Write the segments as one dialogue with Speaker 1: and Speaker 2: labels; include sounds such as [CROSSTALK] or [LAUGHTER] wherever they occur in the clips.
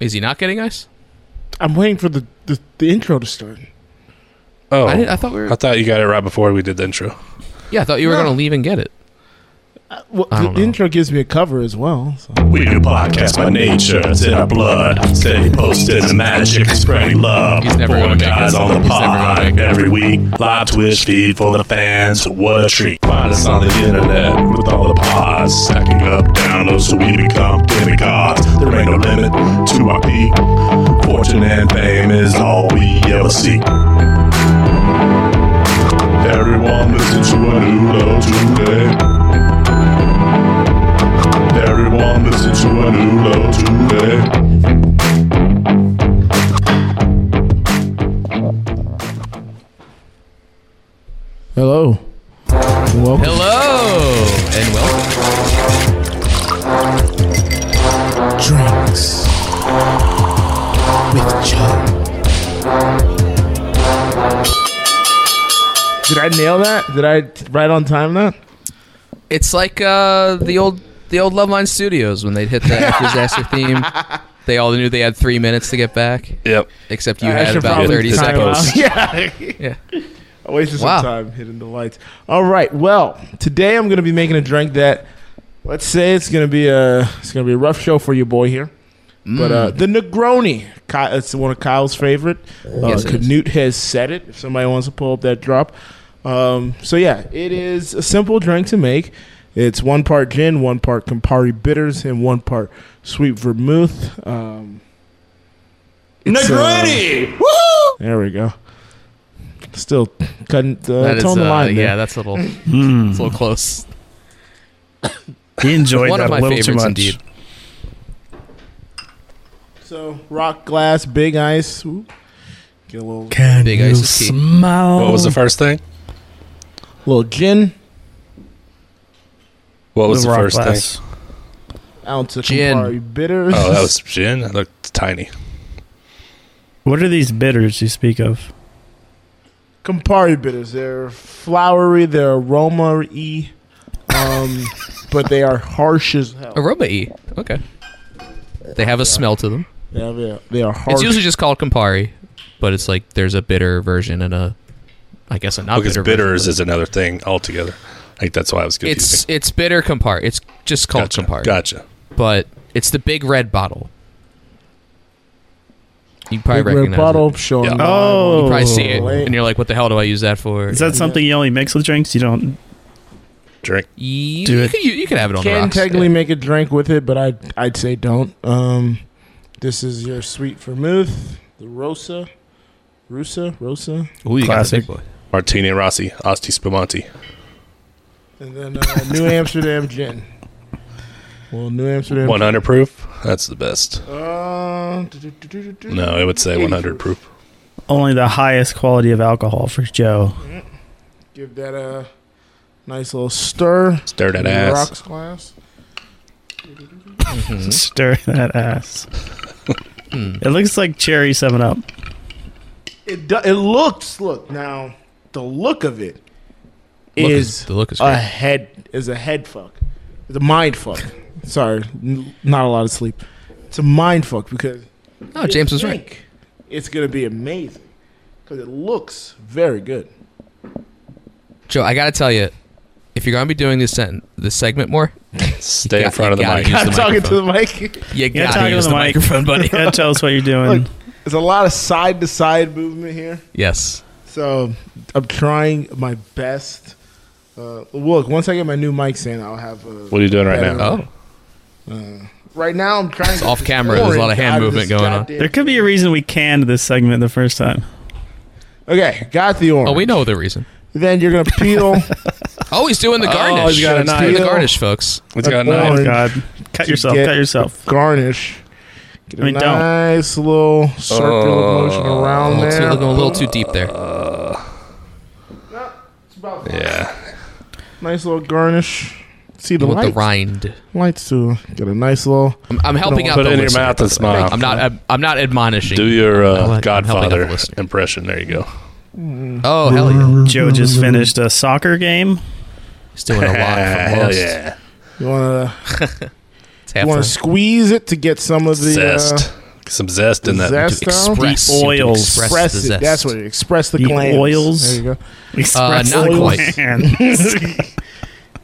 Speaker 1: Is he not getting ice?
Speaker 2: I'm waiting for the, the, the intro to start.
Speaker 3: Oh,
Speaker 1: I,
Speaker 3: I,
Speaker 1: did, I thought we were.
Speaker 3: thought you got it right before we did the intro.
Speaker 1: Yeah, I thought you were
Speaker 2: No.
Speaker 1: going to leave and get it.
Speaker 2: Uh, Well,
Speaker 1: I
Speaker 2: the
Speaker 1: don't know.
Speaker 2: intro gives me a cover as well. So.
Speaker 4: We do podcast by nature, it's in our blood. Steady posting the magic, spreading love.
Speaker 1: He's never
Speaker 4: Four
Speaker 1: gonna make
Speaker 4: guys
Speaker 1: it.
Speaker 4: on the
Speaker 1: He's never gonna
Speaker 4: pod
Speaker 1: make it.
Speaker 4: every week. Live Twitch feed for the fans. What a treat! Find us on the internet with all the pods, stacking up downloads so we become demigods. There ain't no limit to our peak. Fortune and fame is all we ever seek. Everyone listen to a new low today. Everyone listen to a new low today.
Speaker 2: Hello. Welcome.
Speaker 1: Hello and welcome.
Speaker 2: Drinks with Joe. Did I nail that? Did I t- right on time that?
Speaker 1: It's like uh, the old the old Loveline Studios when they'd hit the
Speaker 2: [LAUGHS]
Speaker 1: after disaster theme. They all knew they had three minutes to get back,
Speaker 3: Yep.
Speaker 1: except you
Speaker 2: I
Speaker 1: had
Speaker 2: should
Speaker 1: about
Speaker 2: probably
Speaker 1: thirty
Speaker 2: time out. [LAUGHS]
Speaker 1: seconds.
Speaker 2: Yeah.
Speaker 1: Yeah.
Speaker 2: I wasted
Speaker 1: Wow.
Speaker 2: some time hitting the lights. All right. Well, today I'm going to be making a drink that let's say it's going to be a it's going to be a rough show for your boy here. But uh,
Speaker 1: Mm.
Speaker 2: the Negroni, Ky- it's one of Kyle's favorite. Uh,
Speaker 1: Oh, Yes, it is.
Speaker 2: Knut has said it. If somebody wants to pull up that drop, um, so yeah, it is a simple drink to make. It's one part gin, one part Campari bitters, and one part sweet vermouth. Um, it's, uh, there we go. Still cutting uh,
Speaker 1: That is,
Speaker 2: tone the
Speaker 1: uh,
Speaker 2: line. there.
Speaker 1: yeah, that's a
Speaker 2: [LAUGHS]
Speaker 1: little, it's
Speaker 5: Mm.
Speaker 1: a little close.
Speaker 3: He enjoyed
Speaker 1: One of my favorites, indeed.
Speaker 2: So rock glass, big ice. Ooh. Get a little,
Speaker 5: Can
Speaker 1: Big
Speaker 5: you
Speaker 1: ice is key.
Speaker 5: smell?
Speaker 3: What was the first thing?
Speaker 2: little gin,
Speaker 3: What was
Speaker 5: The
Speaker 3: the,
Speaker 5: rock
Speaker 3: first
Speaker 5: glass.
Speaker 3: thing?
Speaker 2: ounce of
Speaker 1: Gin.
Speaker 2: Campari bitters.
Speaker 3: Oh, that
Speaker 1: [LAUGHS]
Speaker 3: was gin. That looked tiny.
Speaker 5: What are these bitters you speak of?
Speaker 2: [LAUGHS] Campari bitters. They're flowery. They're aroma y, um, [LAUGHS] but they are harsh as hell.
Speaker 1: Aroma E. Okay. They have a smell to them.
Speaker 2: Yeah, they are, they are harsh.
Speaker 1: It's usually just called Campari, but it's like there's a bitter version and a, I guess a not
Speaker 3: because
Speaker 1: bitter.
Speaker 3: bitters
Speaker 1: version,
Speaker 3: is another thing altogether. I think that's why I was
Speaker 1: but
Speaker 3: confusing.
Speaker 1: it's it's bitter Campari. It's just called
Speaker 3: gotcha.
Speaker 1: Campari,
Speaker 3: Gotcha.
Speaker 1: but it's the big red bottle. You probably
Speaker 2: Big red
Speaker 1: recognize
Speaker 2: bottle
Speaker 1: it.
Speaker 2: showing.
Speaker 3: Yeah.
Speaker 2: live
Speaker 5: Oh.
Speaker 2: on-
Speaker 1: You probably see it,
Speaker 2: Late.
Speaker 1: and you're like, "What the hell do I use that for?"
Speaker 5: Is that something you only mix with drinks? You don't.
Speaker 3: Drink.
Speaker 1: you,
Speaker 5: Do
Speaker 1: you
Speaker 5: it.
Speaker 1: Can, you, you can have it on the
Speaker 2: Can
Speaker 1: rocks.
Speaker 2: technically
Speaker 1: yeah.
Speaker 2: make a drink with it, but I I'd say don't. Um, this is your sweet vermouth, the Rosa, Rusa, Rosa,
Speaker 1: Ooh, you got the big
Speaker 5: classic.
Speaker 1: boy.
Speaker 3: Martini Rossi, Asti Spumante.
Speaker 2: and then uh, New Amsterdam gin. Well, New Amsterdam.
Speaker 3: 100 proof. That's the best.
Speaker 2: Uh, du-du-du-du-du-du.
Speaker 3: No, I would say
Speaker 2: 80
Speaker 3: 100 proof.
Speaker 5: Only the highest quality of alcohol for Joe.
Speaker 2: Give that a nice little stir.
Speaker 3: Stir that ass.
Speaker 2: Rocks glass.
Speaker 1: Mm-hmm.
Speaker 5: Stir that ass.
Speaker 1: Hmm.
Speaker 5: it looks like cherry Seven Up.
Speaker 2: It do, it looks look now the look of it is
Speaker 1: Look is- the look is
Speaker 2: a
Speaker 1: great.
Speaker 2: head is a head fuck. It's a mind fuck. Sorry, n- not a lot of sleep. It's a mind fuck because
Speaker 1: Oh, James
Speaker 2: you
Speaker 1: was right.
Speaker 2: think It's gonna be amazing because it looks very good.
Speaker 1: Joe, I gotta tell you, if you're gonna be doing this sent this segment more,
Speaker 3: Stay
Speaker 1: You
Speaker 3: in
Speaker 1: got-
Speaker 3: front of
Speaker 1: you
Speaker 3: the
Speaker 1: gotta
Speaker 3: mic.
Speaker 1: use
Speaker 2: I'm
Speaker 1: the
Speaker 2: talking to the mic.
Speaker 1: you
Speaker 5: Yeah,
Speaker 1: gotta
Speaker 5: talk
Speaker 1: use
Speaker 5: into
Speaker 1: the,
Speaker 5: the mic.
Speaker 1: microphone,
Speaker 5: [LAUGHS]
Speaker 1: buddy.
Speaker 5: Yeah, tell us what you're doing.
Speaker 2: Look. There's a lot of side to side movement here.
Speaker 1: yes.
Speaker 2: So I'm trying my best. Uh, look, once I get my new mic in, I'll have. A,
Speaker 3: What are you doing right now?
Speaker 1: Oh,
Speaker 2: Right now, I'm trying. to
Speaker 1: off
Speaker 2: get
Speaker 1: camera. There's a lot of
Speaker 2: orange
Speaker 1: hand
Speaker 2: out
Speaker 1: movement
Speaker 2: this
Speaker 1: going on.
Speaker 2: goddamn-
Speaker 5: there could be a reason we canned this segment the first time.
Speaker 2: Okay, got the orange.
Speaker 1: oh, we know the reason.
Speaker 2: Then
Speaker 1: [LAUGHS]
Speaker 2: you're gonna peel.
Speaker 1: Oh, he's doing the garnish.
Speaker 3: he's got a
Speaker 1: He's doing the
Speaker 2: knife.
Speaker 1: garnish, folks.
Speaker 3: It's got
Speaker 2: Oh,
Speaker 3: nine.
Speaker 5: Oh
Speaker 2: Orange
Speaker 5: God! Cut
Speaker 2: to
Speaker 5: yourself.
Speaker 2: get
Speaker 5: Cut yourself.
Speaker 2: garnish. Get a
Speaker 5: I mean, don't.
Speaker 2: nice little circular
Speaker 3: Oh.
Speaker 2: motion around
Speaker 1: Looks-
Speaker 2: there.
Speaker 1: looking a little too deep there.
Speaker 3: Yeah.
Speaker 2: Nice little garnish. See the
Speaker 1: With the
Speaker 2: lights.
Speaker 1: rind.
Speaker 2: lights too. Get a nice little.
Speaker 1: I'm, I'm helping out
Speaker 3: Put
Speaker 1: the
Speaker 3: it in your
Speaker 1: listener.
Speaker 3: mouth and smile.
Speaker 1: I'm not. I'm, I'm not admonishing.
Speaker 3: Do your
Speaker 1: I'm helping out
Speaker 3: uh,
Speaker 1: the
Speaker 3: Godfather
Speaker 1: listener.
Speaker 3: impression. There you go.
Speaker 1: Oh hell
Speaker 2: Mm-hmm.
Speaker 1: yeah!
Speaker 5: Joe just finished a soccer game.
Speaker 1: He's doing a lot. From
Speaker 3: Hell
Speaker 1: Lost.
Speaker 3: yeah.
Speaker 2: You wanna
Speaker 1: It's
Speaker 2: you wanna
Speaker 1: half
Speaker 2: squeeze it to get some of the. Uh,
Speaker 3: Zest. Some zest in that.
Speaker 2: Zest?
Speaker 1: Express. You
Speaker 5: The
Speaker 1: have to
Speaker 5: oils.
Speaker 1: express the
Speaker 2: Express it.
Speaker 1: zest.
Speaker 2: That's what it express the,
Speaker 5: The
Speaker 2: clams.
Speaker 5: oils.
Speaker 2: There you go.
Speaker 5: Express
Speaker 1: Uh, not
Speaker 5: oil
Speaker 1: quite.
Speaker 5: glands.
Speaker 1: [LAUGHS]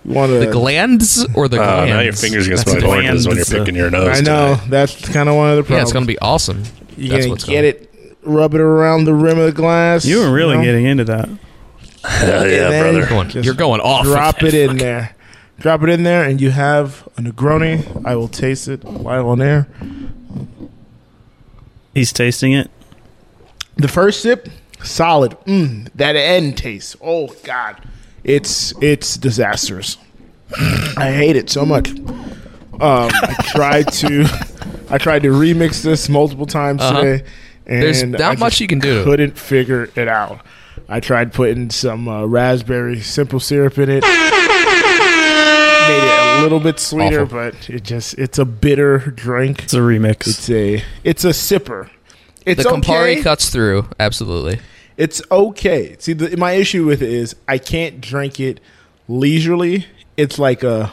Speaker 2: You want to?
Speaker 1: The glands or the
Speaker 3: Oh,
Speaker 1: glands?
Speaker 3: now your fingers are
Speaker 1: That's
Speaker 3: gonna smell like
Speaker 1: the-
Speaker 3: oranges when you're
Speaker 5: glands, uh,
Speaker 3: picking your nose.
Speaker 2: I know that's kind of one of the
Speaker 1: Yeah,
Speaker 2: problems.
Speaker 1: it's gonna be awesome.
Speaker 2: You're
Speaker 1: That's
Speaker 2: gonna
Speaker 1: what's
Speaker 2: get it, rub it around the rim of the glass.
Speaker 5: you were really
Speaker 2: know?
Speaker 5: getting into that.
Speaker 3: Hell [LAUGHS] yeah,
Speaker 2: And then-
Speaker 3: brother.
Speaker 1: Going,
Speaker 2: Just
Speaker 1: you're going off. with
Speaker 2: Drop
Speaker 1: that.
Speaker 2: it in there. Drop it in there, and you have a Negroni. I will taste it while on air.
Speaker 5: He's tasting it.
Speaker 2: The first sip, solid. Mm, that end taste. Oh God, it's it's disastrous. I hate it so much. Um,
Speaker 1: [LAUGHS]
Speaker 2: I tried to, I tried to remix this multiple times
Speaker 1: Uh-huh.
Speaker 2: today, and
Speaker 1: There's not
Speaker 2: I just
Speaker 1: much you can do to it.
Speaker 2: Couldn't figure it out. I tried putting some uh, raspberry simple syrup in it. Made it a little bit sweeter,
Speaker 1: Awful.
Speaker 2: but it just—it's a bitter drink.
Speaker 5: It's a remix.
Speaker 2: It's a—it's a sipper. It's
Speaker 1: The Campari
Speaker 2: okay.
Speaker 1: cuts through. Absolutely. [LAUGHS]
Speaker 2: It's okay. See, the, my issue with it is I can't drink it leisurely. It's like a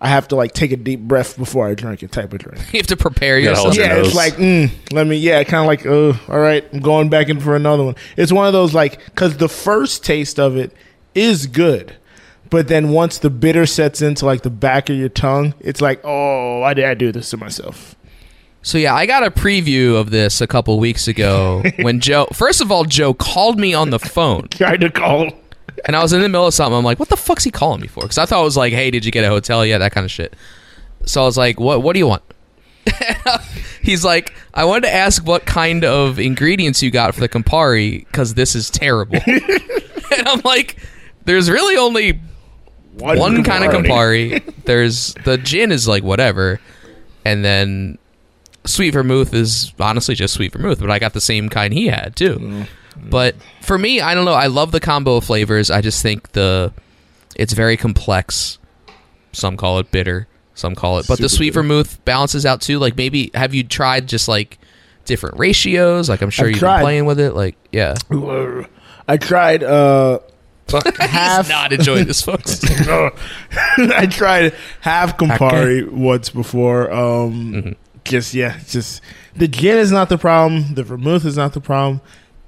Speaker 2: I have to like take a deep breath before I drink it type of drink.
Speaker 1: You have to prepare
Speaker 3: Gotta
Speaker 1: yourself.
Speaker 3: hold your
Speaker 2: Yeah,
Speaker 3: nose.
Speaker 2: it's like mm, let me. Yeah, kind of like oh, all right, I'm going back in for another one. It's one of those like because the first taste of it is good, but then once the bitter sets into like the back of your tongue, it's like oh, why did I do this to myself? [LAUGHS]
Speaker 1: So yeah, I got a preview of this a couple weeks
Speaker 2: [LAUGHS]
Speaker 1: ago when Joe. First of all, Joe called me on the phone,
Speaker 2: Tried to call.
Speaker 1: and I was in the middle of something. I'm like, "What the fuck's he calling me for?" Because I thought it was like, "Hey, did you get a hotel yet?" That kind of shit. So I was like, "What? What do you want?" [LAUGHS] He's like, "I wanted to ask what kind of ingredients you got for the Campari because this is terrible." [LAUGHS] and I'm like, "There's really only one kind of Campari. There's the gin is like whatever, and then sweet vermouth is honestly just sweet vermouth. But I got the same kind he had too.
Speaker 2: Mm.
Speaker 1: But for me, I don't know. I love the combo of flavors. I just think the it's very complex. Some call it bitter. Some call it, but the
Speaker 2: Super
Speaker 1: sweet
Speaker 2: bitter.
Speaker 1: vermouth balances out too. Like maybe have you tried just like different ratios? Like I'm sure
Speaker 2: I've
Speaker 1: you've
Speaker 2: tried.
Speaker 1: been playing with it. Like yeah,
Speaker 2: I tried. uh
Speaker 1: [LAUGHS] he's not enjoying this,
Speaker 2: [LAUGHS]
Speaker 1: folks.
Speaker 2: I tried half Campari once before. Um, Just yeah, it's just the gin is not the problem. The vermouth is not the problem.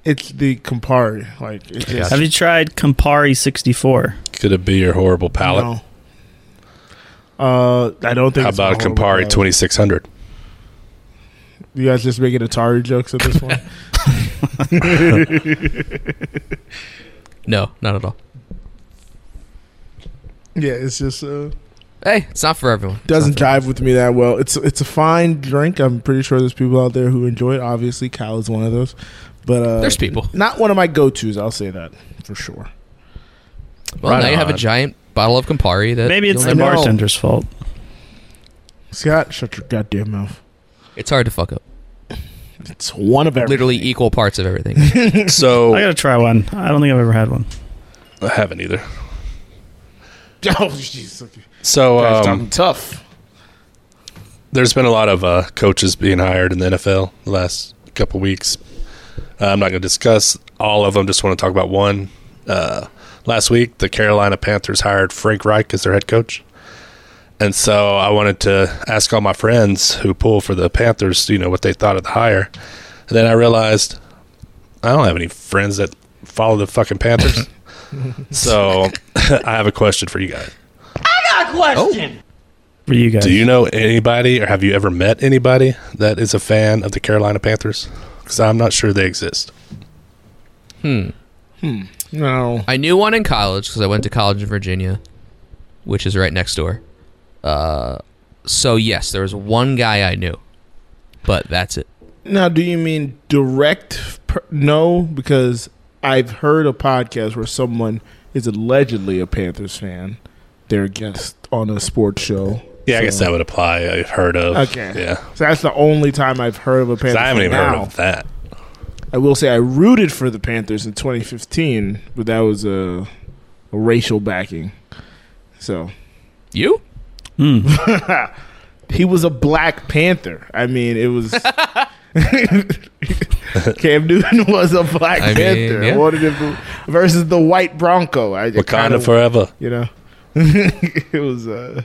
Speaker 2: It's the Campari. Like it's just
Speaker 5: Have you tried Campari 64?
Speaker 3: Could it be your horrible palate?
Speaker 2: no. Uh, I don't think.
Speaker 3: How
Speaker 2: it's my
Speaker 3: about
Speaker 2: horrible
Speaker 3: Campari
Speaker 2: palate.
Speaker 3: 2600?
Speaker 2: [LAUGHS] You guys just making Atari jokes at this point.
Speaker 1: No, not at all.
Speaker 2: yeah, it's just uh,
Speaker 1: Hey, it's not for everyone.
Speaker 2: doesn't jive with me that well. It's it's a fine drink. I'm pretty sure there's people out there who enjoy it. Obviously, Cal is one of those. But uh,
Speaker 1: There's
Speaker 2: [LAUGHS]
Speaker 1: people.
Speaker 2: Not one of my go tos. I'll say that for sure.
Speaker 1: Well,
Speaker 3: Right
Speaker 1: now you have a
Speaker 3: on.
Speaker 1: giant bottle of Campari that
Speaker 5: Maybe it's
Speaker 1: you'll
Speaker 5: the
Speaker 1: never-
Speaker 2: No.
Speaker 5: bartender's fault.
Speaker 2: Scott, shut your goddamn mouth.
Speaker 1: It's hard to fuck up.
Speaker 2: It's one of every.
Speaker 1: Literally equal parts of everything.
Speaker 3: So
Speaker 5: I gotta try one. I don't think I've ever had one.
Speaker 3: I haven't either.
Speaker 2: [LAUGHS] Oh, jeez. Okay.
Speaker 3: So
Speaker 2: Guys,
Speaker 3: um,
Speaker 2: I'm tough.
Speaker 3: there's been a lot of uh, coaches being hired in the NFL the last couple weeks. Uh, I'm not going to discuss all of them. Just want to talk about one. Uh, last week, the Carolina Panthers hired Frank Reich as their head coach, and so I wanted to ask all my friends who pull for the Panthers, you know, what they thought of the hire. And then I realized I don't have any friends that follow the fucking Panthers, so [LAUGHS] I have a question for you guys.
Speaker 5: For you guys.
Speaker 3: Do you know anybody or have you ever met anybody that is a fan of the Carolina Panthers? Because I'm not sure they exist.
Speaker 2: No.
Speaker 1: I knew one in college because I went to college in Virginia, which is right next door. Uh, so yes, there was one guy I knew, but that's it.
Speaker 2: Now, do you mean direct? Per- no, because I've heard a podcast where someone is allegedly a Panthers fan. They're a guest on a sports show.
Speaker 3: Yeah, I guess that would apply. I've heard of.
Speaker 2: Okay.
Speaker 3: Yeah.
Speaker 2: So that's the only time I've heard of a
Speaker 3: 'Cause
Speaker 2: Panthers.
Speaker 3: I haven't even
Speaker 2: fan
Speaker 3: heard
Speaker 2: now.
Speaker 3: of that.
Speaker 2: I will say I rooted for the Panthers in 2015, but that was a, a racial backing. So
Speaker 1: You?
Speaker 2: he was a Black Panther. I mean, it was Cam Newton was a Black
Speaker 1: I mean,
Speaker 2: Panther.
Speaker 1: yeah.
Speaker 2: What did it be- versus the White Bronco? I just
Speaker 3: Wakanda
Speaker 2: kinda-
Speaker 3: forever.
Speaker 2: you know. [LAUGHS] it was uh,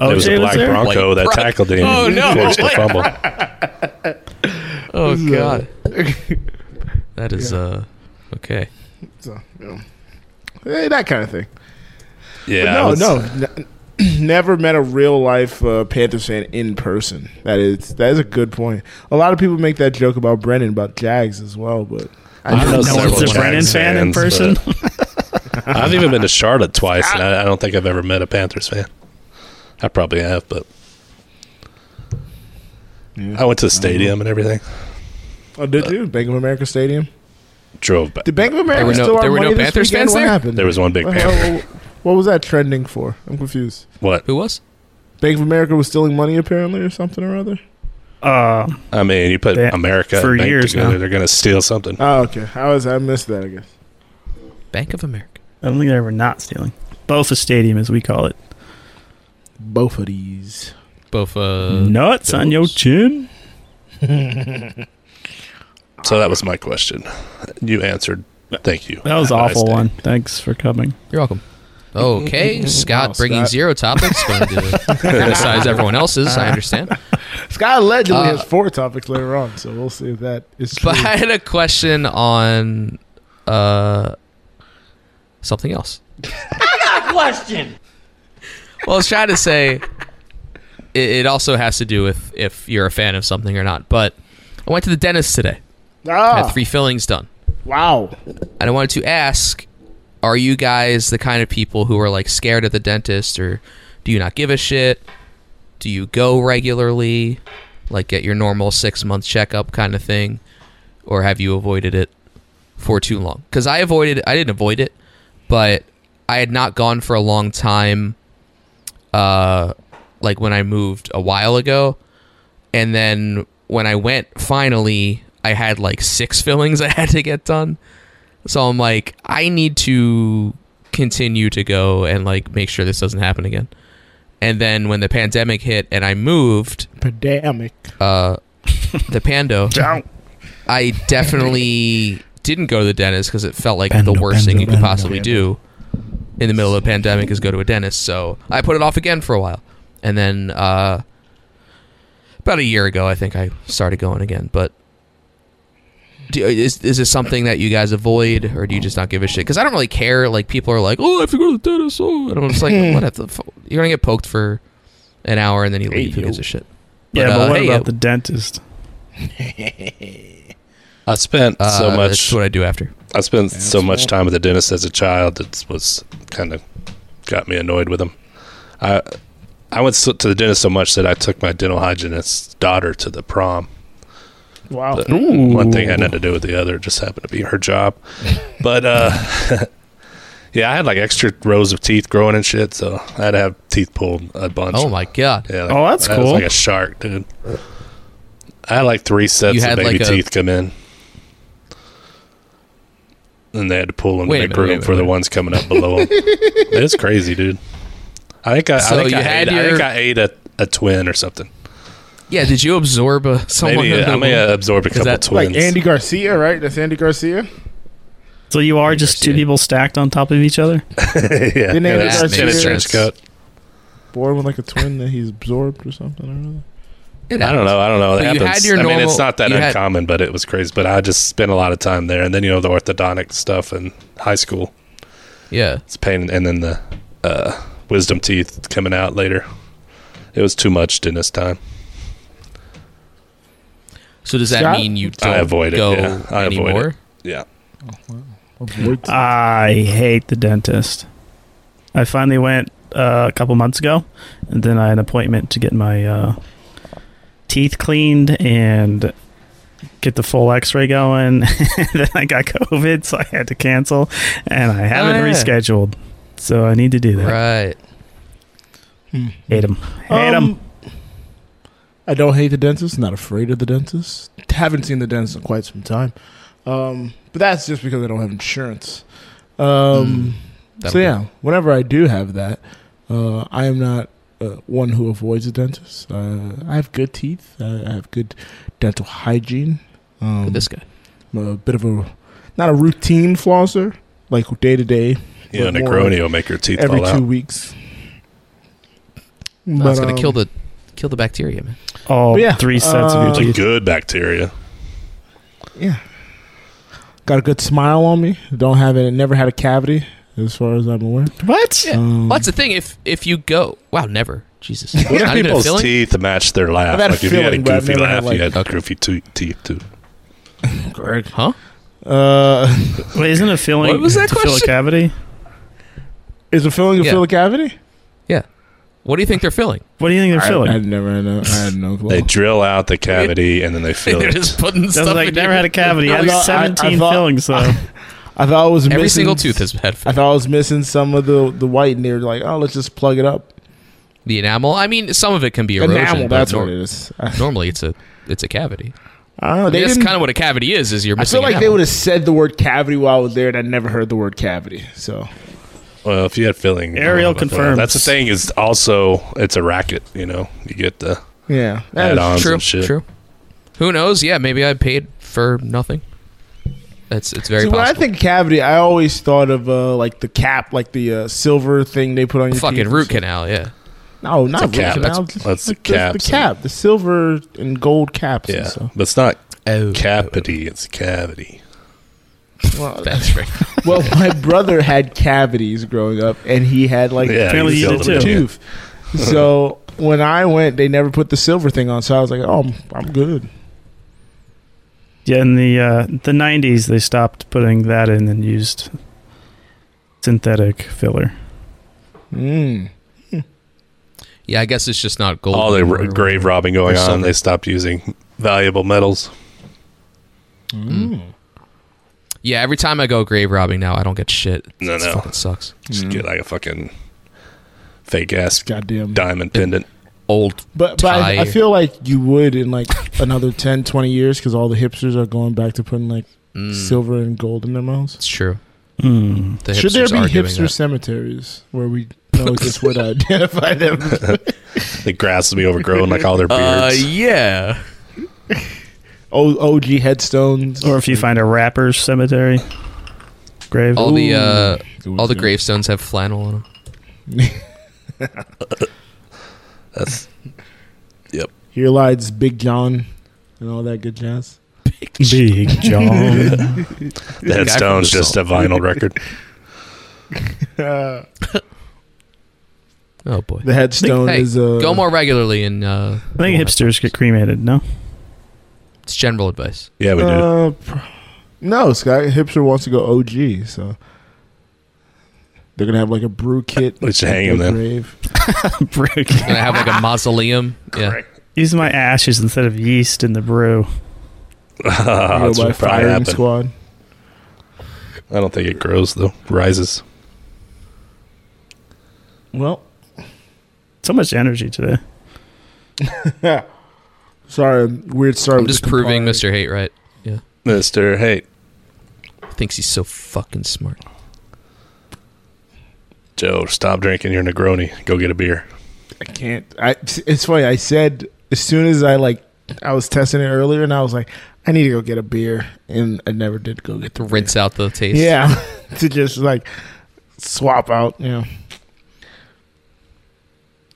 Speaker 5: Oh,
Speaker 3: There was a black Bronco
Speaker 1: Like
Speaker 3: that
Speaker 1: Bron-
Speaker 3: tackled him
Speaker 1: Oh,
Speaker 3: and
Speaker 1: no.
Speaker 3: forced a fumble.
Speaker 1: Oh
Speaker 2: So-
Speaker 1: god. that is
Speaker 2: Yeah.
Speaker 1: uh okay.
Speaker 2: So, you know. Eh, that kind of thing.
Speaker 3: Yeah. I
Speaker 2: No,
Speaker 3: was-
Speaker 2: no, n- [CLEARS THROAT] never met a real life uh, Panthers fan in person. That is that is a good point. A lot of people make that joke about Brennan about Jags as well, but
Speaker 3: I know
Speaker 5: No
Speaker 3: several
Speaker 5: one's a
Speaker 3: Jags
Speaker 5: Brennan fan in
Speaker 3: fans,
Speaker 5: person.
Speaker 3: [LAUGHS] I've even been to Charlotte twice, and I, I don't think I've ever met a Panthers fan. I probably have, but
Speaker 2: Yeah.
Speaker 3: I went to the stadium and everything.
Speaker 2: oh, did you Bank of America Stadium?
Speaker 3: Drove back.
Speaker 2: Did Bank of America
Speaker 1: were no-
Speaker 2: still our
Speaker 1: there were no
Speaker 2: money this
Speaker 1: Panthers
Speaker 2: weekend?
Speaker 1: fans
Speaker 2: What
Speaker 1: there?
Speaker 2: happened?
Speaker 3: There was one big
Speaker 2: What-
Speaker 3: Panther.
Speaker 2: what- What was that trending for? I'm confused.
Speaker 3: What?
Speaker 1: Who was?
Speaker 2: Bank of America was stealing money apparently or something or other.
Speaker 5: [LAUGHS] Uh,
Speaker 3: I mean, you put
Speaker 5: They-
Speaker 3: America
Speaker 5: for
Speaker 3: and bank
Speaker 5: years
Speaker 3: together,
Speaker 5: now.
Speaker 3: they're going to steal something.
Speaker 2: Oh, okay. I was I missed that. I guess.
Speaker 1: Bank of America.
Speaker 5: I don't think they were not stealing. Bofa Stadium, as we call it.
Speaker 2: Both of these.
Speaker 1: Both uh
Speaker 5: Nuts on your
Speaker 1: those.
Speaker 5: chin.
Speaker 3: So that was my question. You answered. Thank you.
Speaker 5: That was
Speaker 3: Have a [LAUGHS]
Speaker 5: awful
Speaker 3: nice
Speaker 1: [LAUGHS]
Speaker 3: day.
Speaker 5: one. Thanks for coming.
Speaker 1: You're welcome. Okay, Scott
Speaker 2: Wow,
Speaker 1: bringing
Speaker 2: Scott.
Speaker 1: zero topics, going to criticize everyone else's. I understand.
Speaker 2: Scott allegedly
Speaker 1: Uh,
Speaker 2: has four topics later on, so we'll see if that is
Speaker 1: [LAUGHS]
Speaker 2: true.
Speaker 1: But I had a question on uh, something else. I got a question. Well, I was trying to say it, it also has to do with if you're a fan of something or not. But I went to the dentist today. I
Speaker 2: ah,
Speaker 1: had three fillings done,
Speaker 2: wow.
Speaker 1: and I wanted to ask: Are you guys the kind of people who are like scared of the dentist, or do you not give a shit? Do you go regularly, like get your normal six month checkup kind of thing, or have you avoided it for too long? Because I avoided, I didn't avoid it, but I had not gone for a long time. Uh, like when I moved a while ago, and then when I went finally, I had like six fillings [LAUGHS] I had to get done. So I'm like, I need to continue to go and like make sure this doesn't happen again. And then when the pandemic hit and I moved,
Speaker 2: Pandemic.
Speaker 1: uh, the Pando, I definitely didn't go to the dentist because it felt like the
Speaker 5: Pando,
Speaker 1: worst thing
Speaker 5: Pando,
Speaker 1: you could
Speaker 5: Pando.
Speaker 1: possibly do in the middle of a pandemic is go to a dentist. So I put it off again for a while, and then uh, about a year ago, I think I started going again. But do, is is this something that you guys avoid, or do you just not give a shit? Because I don't really care. Like people are like, "Oh, I have to go to the dentist," oh, and I'm just like, "What the? F- you're gonna get poked for an hour, and then you leave. Who gives a shit?"
Speaker 5: yeah,
Speaker 1: uh,
Speaker 5: but what
Speaker 1: hey,
Speaker 5: about
Speaker 1: uh,
Speaker 5: the dentist?
Speaker 3: I spent
Speaker 1: uh,
Speaker 3: so much.
Speaker 1: That's what I do after.
Speaker 3: I spent so much time with the dentist as a child that was kind of got me annoyed with him. I I went so- to the dentist so much that I took my dental hygienist's daughter to the prom.
Speaker 2: Wow.
Speaker 3: But One thing had nothing to do with the other; it just happened to be her
Speaker 5: [LAUGHS]
Speaker 3: job. but uh, [LAUGHS] yeah, I had like extra rows of teeth growing and shit, so I had to have teeth pulled a bunch.
Speaker 1: Oh my god!
Speaker 3: Yeah, like-
Speaker 5: Oh, that's
Speaker 3: that was
Speaker 5: cool.
Speaker 3: like a shark, dude. I had like three sets
Speaker 1: You had
Speaker 3: of baby
Speaker 1: like a-
Speaker 3: teeth come in, and they had to pull them
Speaker 1: Wait a
Speaker 3: to make
Speaker 1: minute, wait a
Speaker 3: room for
Speaker 1: minute,
Speaker 3: the
Speaker 1: wait a
Speaker 3: ones coming up
Speaker 1: [LAUGHS]
Speaker 3: below them. it's crazy, dude. I think I,
Speaker 1: So
Speaker 3: I, think
Speaker 1: you
Speaker 3: I,
Speaker 1: had
Speaker 3: ate, I
Speaker 1: your-
Speaker 3: think I ate a, a twin or something.
Speaker 1: Yeah, did you absorb uh, someone?
Speaker 3: Maybe
Speaker 1: in
Speaker 3: I uh,
Speaker 1: the
Speaker 3: may
Speaker 1: womb?
Speaker 3: have absorbed a couple
Speaker 1: that
Speaker 3: twins.
Speaker 2: Like
Speaker 3: [LAUGHS]
Speaker 2: Andy Garcia, right? That's Andy Garcia.
Speaker 5: So you are just two
Speaker 1: Garcia.
Speaker 5: people stacked on top of each other?
Speaker 3: yeah,
Speaker 2: Didn't Andy
Speaker 3: yeah, that's-
Speaker 1: Garcia-
Speaker 3: in a trench coat.
Speaker 2: Born with like a twin that he's absorbed or something or other.
Speaker 1: It
Speaker 3: I don't know. I don't know. It
Speaker 1: But you
Speaker 3: happens.
Speaker 1: had your
Speaker 3: I mean,
Speaker 1: normal-
Speaker 3: it's not that
Speaker 1: you had-
Speaker 3: uncommon, but it was crazy. But I just spent a lot of time there, and then you know the orthodontic stuff in high school.
Speaker 1: Yeah.
Speaker 3: It's pain, and then the uh, wisdom teeth coming out later. It was too much dentist time.
Speaker 1: So does that
Speaker 2: Scott?
Speaker 1: mean you don't
Speaker 3: I avoid it,
Speaker 1: go
Speaker 3: yeah. I avoid
Speaker 1: anymore?
Speaker 3: it. Yeah,
Speaker 2: Avoid-
Speaker 5: I hate the dentist. I finally went uh, a couple months ago, and then I had an appointment to get my uh, teeth cleaned and get the full X-ray going. [LAUGHS] and then I got COVID, so I had to cancel, and I haven't
Speaker 1: Oh, yeah.
Speaker 5: rescheduled. So I need to do that.
Speaker 1: Right.
Speaker 2: Hmm.
Speaker 5: Hate him. Hate
Speaker 2: Um,
Speaker 5: him.
Speaker 2: I don't hate the dentist. Not afraid of the dentist. Haven't seen the dentist in quite some time. Um, but that's just because I don't have insurance. Um,
Speaker 1: Hmm, That'll
Speaker 2: so
Speaker 1: do.
Speaker 2: yeah, whenever I do have that, uh, I am not uh, one who avoids a dentist. Uh, I have good teeth. I I have good dental hygiene. Um,
Speaker 1: With this guy.
Speaker 2: I'm a bit of a not a routine flosser, like day to day,
Speaker 3: yeah.
Speaker 2: But more
Speaker 3: Negroni will make your teeth
Speaker 2: every
Speaker 3: fall
Speaker 2: two
Speaker 3: out.
Speaker 2: weeks. um,
Speaker 1: That's
Speaker 2: But,
Speaker 1: gonna
Speaker 2: um,
Speaker 1: kill the kill the bacteria, man.
Speaker 5: All
Speaker 2: but yeah,
Speaker 5: three sets
Speaker 2: uh,
Speaker 5: of
Speaker 3: It's
Speaker 5: your
Speaker 3: a
Speaker 5: teeth.
Speaker 3: good bacteria.
Speaker 2: Yeah. Got a good smile on me. Don't have it. Never had a cavity, as far as I'm aware.
Speaker 5: What?
Speaker 1: Yeah.
Speaker 2: Um,
Speaker 1: well, that's the thing. If if you go, wow, never. Jesus.
Speaker 3: What if
Speaker 1: Not even a
Speaker 3: people's
Speaker 1: filling?
Speaker 3: teeth match their laugh?
Speaker 2: I've had a
Speaker 3: Like if you had
Speaker 2: filling,
Speaker 3: a
Speaker 2: but I've
Speaker 3: goofy
Speaker 2: never had,
Speaker 3: laugh, you
Speaker 2: like-
Speaker 3: had goofy to- teeth too.
Speaker 2: Greg.
Speaker 1: Huh?
Speaker 2: Uh,
Speaker 5: Wait, isn't it feeling
Speaker 1: What was that
Speaker 5: to fill a
Speaker 1: question?
Speaker 5: cavity?
Speaker 2: is a filling a
Speaker 1: Yeah.
Speaker 2: fill a cavity?
Speaker 1: What do you think they're
Speaker 3: [LAUGHS]
Speaker 1: filling?
Speaker 5: What do you think they're
Speaker 2: I,
Speaker 5: filling?
Speaker 2: I had never. I, know, I had no clue.
Speaker 3: They drill out the cavity and then
Speaker 2: [LAUGHS]
Speaker 3: they fill
Speaker 1: they're
Speaker 3: it.
Speaker 1: just putting
Speaker 5: That's
Speaker 1: stuff.
Speaker 5: like
Speaker 1: in
Speaker 5: never
Speaker 1: your-
Speaker 5: had a
Speaker 1: [LAUGHS]
Speaker 5: cavity. I
Speaker 2: I
Speaker 5: had
Speaker 2: thought- I- I
Speaker 5: 17
Speaker 2: thought- [LAUGHS]
Speaker 5: fillings though.
Speaker 2: I thought I was
Speaker 1: Every
Speaker 2: missing,
Speaker 1: single tooth has had
Speaker 2: I
Speaker 1: filling.
Speaker 2: thought I was missing some of the the white, and they were like, "Oh, let's just plug it up."
Speaker 1: The enamel. I mean, some of it can be erosion.
Speaker 2: Enamel.
Speaker 1: but
Speaker 2: That's
Speaker 1: nor-
Speaker 2: what it is. I,
Speaker 1: Normally, it's a it's a cavity.
Speaker 2: I don't
Speaker 1: I
Speaker 2: know.
Speaker 1: mean,
Speaker 2: They
Speaker 1: that's
Speaker 2: didn't,
Speaker 1: kind of what a cavity is. Is you're
Speaker 2: I
Speaker 1: missing.
Speaker 2: feel like they
Speaker 1: enamel.
Speaker 2: would have said the word cavity while I was there, and I never heard the word cavity. So
Speaker 3: Well, if you had filling,
Speaker 5: Ariel
Speaker 3: I don't know about that.
Speaker 5: confirms.
Speaker 3: That's the thing. Is also it's a racket. You know, you get the
Speaker 2: yeah, that is-
Speaker 3: add-ons
Speaker 1: True.
Speaker 3: and shit.
Speaker 1: True. Who knows? Yeah, maybe I paid for nothing. That's it's very
Speaker 2: See, when I
Speaker 1: possible.
Speaker 2: think cavity, I always thought of uh, like the cap, like the uh, silver thing they put on your
Speaker 1: Fucking
Speaker 2: teeth.
Speaker 1: root canal. Yeah.
Speaker 2: No, not
Speaker 3: a
Speaker 2: root
Speaker 3: cap.
Speaker 2: canal.
Speaker 3: That's- that's the
Speaker 2: Just the,
Speaker 3: caps
Speaker 2: The cap, the silver and gold caps.
Speaker 3: Yeah,
Speaker 2: And so.
Speaker 3: but it's not
Speaker 1: Oh,
Speaker 3: cavity. It's cavity.
Speaker 2: well,
Speaker 1: that's right.
Speaker 2: well, [LAUGHS] my brother had cavities growing up, and he had like
Speaker 3: Yeah,
Speaker 5: apparently you
Speaker 3: filled it
Speaker 5: did
Speaker 2: a
Speaker 5: too.
Speaker 3: in.
Speaker 2: tooth. so when I went, they never put the silver thing on. So I was like, oh, I'm, I'm good.
Speaker 5: Yeah, in the uh, the 90s they stopped putting that in and used synthetic filler.
Speaker 2: Mm.
Speaker 1: Yeah, I guess it's just not gold.
Speaker 3: All the r-
Speaker 1: or-
Speaker 3: grave robbing going
Speaker 1: or
Speaker 3: on,
Speaker 1: silver.
Speaker 3: they stopped using valuable metals.
Speaker 2: Mm.
Speaker 1: Yeah, every time I go grave robbing now, I don't get shit.
Speaker 3: No,
Speaker 1: It's
Speaker 3: no.
Speaker 1: fucking sucks.
Speaker 3: Just
Speaker 2: Mm.
Speaker 3: get like a fucking fake ass
Speaker 2: Goddamn.
Speaker 3: diamond pendant.
Speaker 1: Old.
Speaker 2: But, but I, I
Speaker 1: Tire.
Speaker 2: feel like you would in like another 10, 20 years because all the hipsters are going back to putting like
Speaker 1: Mm,
Speaker 2: silver and gold in their mouths.
Speaker 1: It's true.
Speaker 5: Mm.
Speaker 1: The
Speaker 2: Should there
Speaker 1: hipsters
Speaker 2: be
Speaker 1: are doing
Speaker 2: hipster
Speaker 1: that.
Speaker 2: cemeteries where we know
Speaker 1: [LAUGHS]
Speaker 2: just where to identify them?
Speaker 3: The grass will be overgrown like all their
Speaker 1: Uh,
Speaker 3: beards.
Speaker 1: yeah.
Speaker 2: O- OG headstones.
Speaker 5: Or if you find a rapper's cemetery grave.
Speaker 1: All the uh,
Speaker 2: Ooh.
Speaker 1: all the gravestones have flannel on them.
Speaker 3: That's
Speaker 2: Here lies Big John and all that good
Speaker 3: [LAUGHS]
Speaker 2: jazz. [LAUGHS]
Speaker 5: Big John.
Speaker 3: the headstone's
Speaker 1: the
Speaker 3: just a vinyl record.
Speaker 1: Oh boy.
Speaker 2: The headstone
Speaker 1: Hey,
Speaker 2: is uh,
Speaker 1: go more regularly, and uh,
Speaker 5: I think hipsters get cremated, no?
Speaker 1: it's general advice.
Speaker 3: Yeah, we [LAUGHS] do.
Speaker 2: Uh, pr- no, Sky Hipster wants to go OG, so they're gonna have like a brew kit.
Speaker 3: We should
Speaker 2: at
Speaker 3: hang him
Speaker 2: their
Speaker 3: then.
Speaker 2: grave.
Speaker 5: Brick.
Speaker 1: Gonna have
Speaker 2: [LAUGHS]
Speaker 1: like a mausoleum. Yeah.
Speaker 5: [LAUGHS] Use my ashes instead of yeast in the brew.
Speaker 3: Ah, That's
Speaker 2: go by
Speaker 3: what probably
Speaker 2: firing
Speaker 3: happened.
Speaker 2: squad.
Speaker 3: I don't think it grows though. Rises. [LAUGHS]
Speaker 2: Well,
Speaker 5: So much energy
Speaker 1: [LAUGHS]
Speaker 5: today.
Speaker 2: sorry, weird start.
Speaker 1: I'm
Speaker 2: with
Speaker 1: just
Speaker 2: the
Speaker 1: proving
Speaker 2: Campari.
Speaker 1: Mr. Hate right.
Speaker 3: Mister, hey,
Speaker 1: Thinks he's so fucking smart.
Speaker 3: Joe, stop drinking your Negroni. Go get a beer.
Speaker 2: I can't. I. It's funny. I said as soon as I like, I was testing it earlier, and I was like, I need to go get a beer, and I never did go get the
Speaker 1: To rinse out the taste.
Speaker 2: Yeah, [LAUGHS] to just like swap out. You know,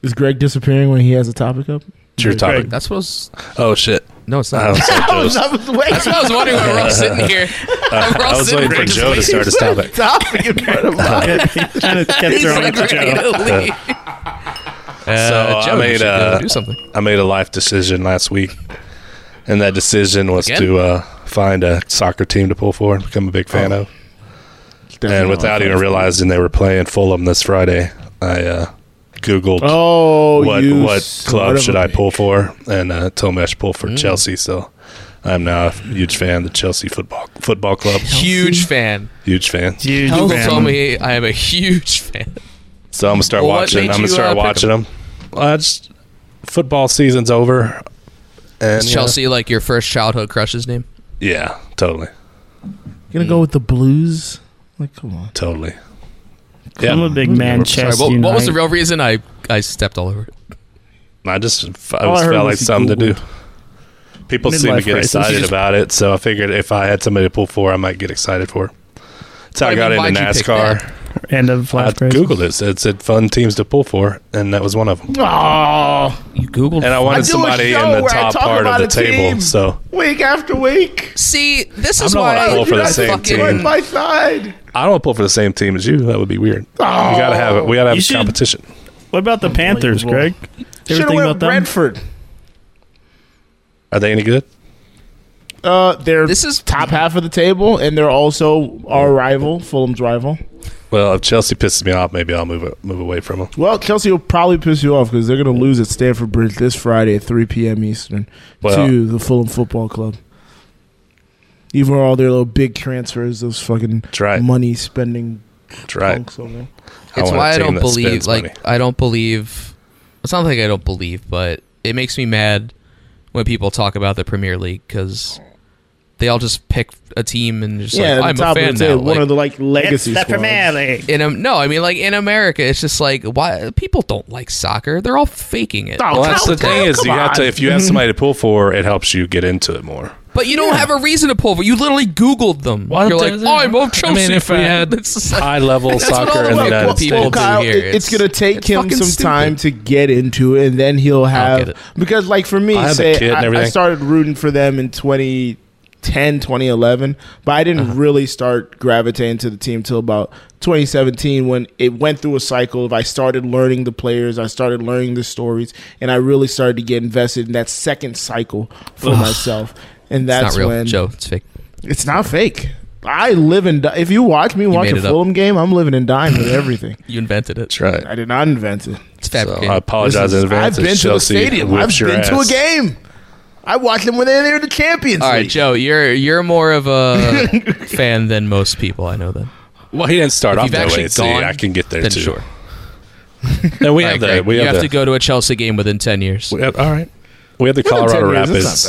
Speaker 2: is Greg disappearing when he has a topic up?
Speaker 3: It's your topic.
Speaker 1: That's what I was.
Speaker 3: Oh shit!
Speaker 1: No, it's
Speaker 3: I
Speaker 1: not.
Speaker 3: was,
Speaker 2: [LAUGHS]
Speaker 3: like,
Speaker 2: I was,
Speaker 3: Joe's-
Speaker 2: I was waiting.
Speaker 1: That's what I was wondering when we're all sitting here.
Speaker 3: [LAUGHS] I
Speaker 1: We're all
Speaker 3: was
Speaker 1: sitting
Speaker 3: waiting for
Speaker 1: right
Speaker 3: Joe to start his topic.
Speaker 2: topic in front
Speaker 3: [LAUGHS]
Speaker 2: of us.
Speaker 5: Kept- [LAUGHS] kept throwing it to Joe.
Speaker 1: [LAUGHS]
Speaker 3: So, I
Speaker 1: Joe, you
Speaker 3: made,
Speaker 1: should go
Speaker 3: uh,
Speaker 1: do something.
Speaker 3: I made a life decision last week, and that decision was
Speaker 1: Again?
Speaker 3: to uh, find a soccer team to pull for and become a big fan of. And without even realizing they were playing Fulham this Friday, I uh, googled
Speaker 2: Oh,
Speaker 3: what
Speaker 2: you
Speaker 3: what
Speaker 2: son
Speaker 3: club
Speaker 2: of a
Speaker 3: should I
Speaker 2: bitch.
Speaker 3: pull for, and uh, told me I should pull
Speaker 1: Mm.
Speaker 3: for Chelsea. So I'm now a huge fan of the Chelsea football football club.
Speaker 1: Huge fan.
Speaker 3: Huge fan.
Speaker 5: Huge
Speaker 1: Uncle
Speaker 5: fan.
Speaker 1: told me I am a huge fan.
Speaker 3: So I'm gonna start
Speaker 1: Well, what
Speaker 3: watching.
Speaker 1: made
Speaker 3: I'm
Speaker 1: you,
Speaker 3: gonna start
Speaker 1: uh, pick
Speaker 3: watching them. Uh, just football season's over. And
Speaker 1: Is
Speaker 3: uh,
Speaker 1: Chelsea like your first childhood crush's name?
Speaker 3: yeah, totally,
Speaker 2: Gonna go with the blues. Like, come on.
Speaker 3: totally. Yeah,
Speaker 5: I'm a big
Speaker 1: Sorry,
Speaker 5: Manchester
Speaker 1: what, what was the
Speaker 5: United-
Speaker 1: real reason I, I stepped all over it?
Speaker 3: I just f- I
Speaker 2: All I
Speaker 3: just
Speaker 2: heard
Speaker 3: felt like
Speaker 2: was he
Speaker 3: something to do.
Speaker 2: Googled.
Speaker 3: People seem to
Speaker 5: Midlife
Speaker 3: get
Speaker 5: crisis.
Speaker 3: excited
Speaker 5: Just-
Speaker 3: about it, so I figured if I had somebody to pull for, I might get excited for. That's how I,
Speaker 1: But I
Speaker 3: got
Speaker 1: mean,
Speaker 3: into
Speaker 1: why'd you pick
Speaker 3: NASCAR.
Speaker 5: end of
Speaker 3: I
Speaker 5: last grade.
Speaker 3: googled it. It said, it said fun teams to pull for, and that was one of them.
Speaker 2: Oh,
Speaker 1: You Googled.
Speaker 3: And I wanted
Speaker 2: do a
Speaker 3: somebody in
Speaker 2: show
Speaker 3: the
Speaker 2: where I
Speaker 3: top
Speaker 2: talk
Speaker 3: part of
Speaker 2: about
Speaker 3: the
Speaker 2: a
Speaker 3: table.
Speaker 2: team.
Speaker 3: So
Speaker 2: week after week.
Speaker 1: See, this is
Speaker 3: I'm not
Speaker 1: why
Speaker 3: gonna pull for the
Speaker 1: I
Speaker 3: same
Speaker 1: fucking-
Speaker 3: team.
Speaker 2: Right by side.
Speaker 3: I don't pull for the same team as you. That would be weird. We gotta have it. We gotta
Speaker 5: You
Speaker 3: have
Speaker 5: should-
Speaker 3: competition.
Speaker 5: What about the Panthers, Greg? You ever
Speaker 2: Should have
Speaker 5: think
Speaker 2: went
Speaker 5: about them?
Speaker 2: Brentford.
Speaker 3: Are they any good?
Speaker 2: Uh, they're
Speaker 1: This is-
Speaker 2: top half of the table, and they're also our rival, Fulham's rival.
Speaker 3: Well, if Chelsea pisses me off, maybe I'll move it, move away from them.
Speaker 2: Well, Kelsey will probably piss you off because they're going to lose at Stanford Bridge this Friday at 3 p.m. Eastern
Speaker 3: Well-
Speaker 2: to the Fulham Football Club. Even with all their little big transfers, those fucking
Speaker 3: That's right.
Speaker 2: money spending
Speaker 3: That's right.
Speaker 2: punks over there.
Speaker 3: I
Speaker 1: It's
Speaker 3: want a
Speaker 1: why I
Speaker 3: team
Speaker 1: don't
Speaker 3: that
Speaker 1: believe.
Speaker 3: spends
Speaker 1: Like
Speaker 3: money.
Speaker 1: I don't believe. It's not like I don't believe, but it makes me mad when people talk about the Premier League because they all just pick a team and just
Speaker 2: yeah,
Speaker 1: like
Speaker 2: the
Speaker 1: I'm a
Speaker 2: top
Speaker 1: fan
Speaker 2: of the
Speaker 1: now.
Speaker 2: table,
Speaker 1: Like,
Speaker 2: one of the like legacy
Speaker 5: it's the
Speaker 2: squads.
Speaker 5: Premier League.
Speaker 1: in Am- no, I mean like in America, it's just like why people don't like soccer. They're all faking it.
Speaker 3: well, that's the thing is you
Speaker 2: come
Speaker 3: have to
Speaker 2: on.
Speaker 3: if you have somebody to pull for, it helps you get into it more.
Speaker 1: But you don't have a reason to pull for. You literally Googled them. You're like, I'm a Chelsea
Speaker 3: I mean, if
Speaker 1: fan.
Speaker 3: we
Speaker 1: [LAUGHS]
Speaker 3: had
Speaker 1: It's just like-
Speaker 3: high level
Speaker 1: That's what all
Speaker 3: soccer
Speaker 1: the
Speaker 3: in the
Speaker 1: white
Speaker 3: United
Speaker 1: people
Speaker 3: States,
Speaker 1: do
Speaker 2: Kyle,
Speaker 1: here.
Speaker 2: it- it's
Speaker 1: It's-
Speaker 2: gonna take
Speaker 1: it's
Speaker 2: him
Speaker 1: fucking
Speaker 2: some time to get into it, and then he'll
Speaker 1: get
Speaker 2: have
Speaker 1: it.
Speaker 2: because, like for me,
Speaker 3: I have a
Speaker 2: say
Speaker 3: kid and
Speaker 2: I, I
Speaker 3: everything.
Speaker 2: started rooting for them in 2010, 2011, but I
Speaker 1: Uh-huh.
Speaker 2: didn't really start gravitating to the team till about 2017 when it went through a cycle of I started learning the players, I started learning the stories, and I really started to get invested in that second cycle for myself. And
Speaker 1: it's
Speaker 2: that's
Speaker 1: not real,
Speaker 2: when
Speaker 1: Joe. It's fake.
Speaker 2: it's not fake. I live and die. if you watch me watch
Speaker 1: made
Speaker 2: a
Speaker 1: it up.
Speaker 2: Fulham game, I'm living and dying with everything.
Speaker 1: You invented it.
Speaker 3: That's right.
Speaker 2: I did not invent it.
Speaker 1: It's
Speaker 3: So
Speaker 1: fabricated.
Speaker 3: I apologize Oh, in
Speaker 2: Listen,
Speaker 3: advance.
Speaker 2: I've
Speaker 3: if
Speaker 2: been to the
Speaker 3: Chelsea
Speaker 2: stadium. I've
Speaker 3: whoops your
Speaker 2: been to a
Speaker 3: ass.
Speaker 2: game. I watched them when they were in the Champions
Speaker 1: all right,
Speaker 2: League.
Speaker 1: Joe, you're you're more of [LAUGHS] a fan than most people I know. Then,
Speaker 3: Well, he didn't start
Speaker 1: If
Speaker 3: off
Speaker 1: you've
Speaker 3: that
Speaker 1: actually
Speaker 3: way. See,
Speaker 1: gone,
Speaker 3: I can get there
Speaker 1: then
Speaker 3: too. [LAUGHS]
Speaker 1: sure.
Speaker 3: No, we
Speaker 1: All right,
Speaker 3: have the
Speaker 1: Greg,
Speaker 3: we
Speaker 1: you have,
Speaker 3: have,
Speaker 1: to
Speaker 3: the
Speaker 1: go to a Chelsea game within ten years.
Speaker 3: we have- all right. We have the Colorado Rapids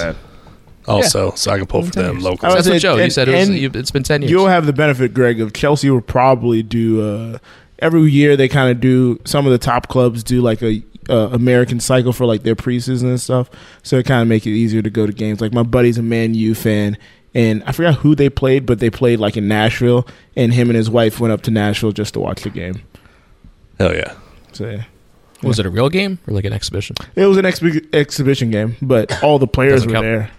Speaker 3: also, so I can pull for them local.
Speaker 1: That's
Speaker 2: I was
Speaker 1: what
Speaker 2: saying,
Speaker 1: Joe. you
Speaker 2: and-
Speaker 1: said it was,
Speaker 2: and
Speaker 1: you, it's been ten years.
Speaker 2: You'll have the benefit, Greg, of Chelsea will probably do uh, every year. They kind of do some of the top clubs do like a uh, American cycle for like their preseason and stuff. So it kind of make it easier to go to games. Like my buddy's a Man U fan, and I forgot who they played, but they played like in Nashville, and him and his wife went up to Nashville just to watch the game.
Speaker 3: Hell yeah.
Speaker 2: So yeah.
Speaker 1: was it a real game or like an exhibition?
Speaker 2: It was an exhi- exhibition game, but all the players
Speaker 1: Doesn't
Speaker 2: were
Speaker 1: count.
Speaker 2: there.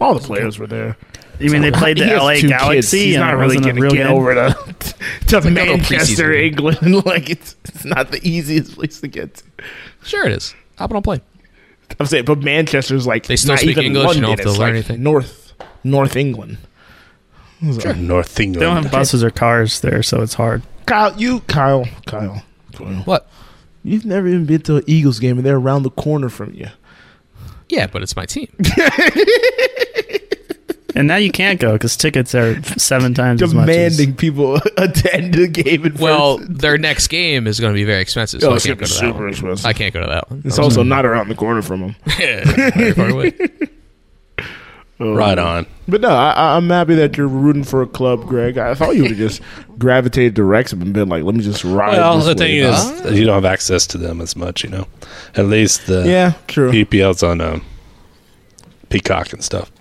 Speaker 2: All the players were there.
Speaker 5: You mean they
Speaker 2: [LAUGHS]
Speaker 5: played
Speaker 2: He
Speaker 5: the
Speaker 2: has
Speaker 5: LA
Speaker 2: two kids.
Speaker 5: Galaxy
Speaker 2: He's
Speaker 5: and
Speaker 2: not
Speaker 5: it
Speaker 2: really
Speaker 5: wasn't
Speaker 2: going
Speaker 5: a
Speaker 2: to
Speaker 5: real
Speaker 2: get
Speaker 5: game?
Speaker 2: over to, to
Speaker 1: like a little
Speaker 2: Manchester,
Speaker 1: preseason.
Speaker 2: England. [LAUGHS] like it's, it's not the easiest place to get to.
Speaker 1: Sure, it is. Hop on a plane.
Speaker 2: I'm saying, but Manchester's like
Speaker 1: They still
Speaker 2: not
Speaker 1: speak
Speaker 2: even
Speaker 1: English, you
Speaker 2: London.
Speaker 1: don't have to
Speaker 2: It's,
Speaker 1: learn
Speaker 2: like,
Speaker 1: anything.
Speaker 2: North North England. Sure.
Speaker 3: North
Speaker 5: They don't
Speaker 3: England.
Speaker 5: have buses or cars there, so it's hard.
Speaker 2: Kyle, you Kyle, Kyle, Kyle.
Speaker 1: What?
Speaker 2: You've never even been to an Eagles game, and they're around the corner from you.
Speaker 1: Yeah, but it's my team.
Speaker 5: And now you can't go because tickets are seven times as much. as-
Speaker 2: Demanding people [LAUGHS] attend the game. In
Speaker 1: [LAUGHS] well,
Speaker 2: person.
Speaker 1: their next game is going to be very expensive, so
Speaker 2: Oh,
Speaker 1: I
Speaker 2: it's
Speaker 1: can't go
Speaker 2: gonna
Speaker 1: to
Speaker 2: be
Speaker 1: that
Speaker 2: super
Speaker 1: one.
Speaker 2: expensive.
Speaker 1: I can't go to that one. [LAUGHS]
Speaker 2: It's also not around the corner from them.
Speaker 1: Very far away.
Speaker 3: Right on.
Speaker 2: But no, I- I, I'm happy that you're rooting for a club, Greg. I thought you would have [LAUGHS] just gravitated to Wrexham and been like, "Let me just ride."
Speaker 3: Well,
Speaker 2: this
Speaker 3: the thing
Speaker 2: wave.
Speaker 3: is, you don't have access to them as much, you know. At least the
Speaker 2: yeah, true.
Speaker 3: EPL's on um, Peacock and stuff.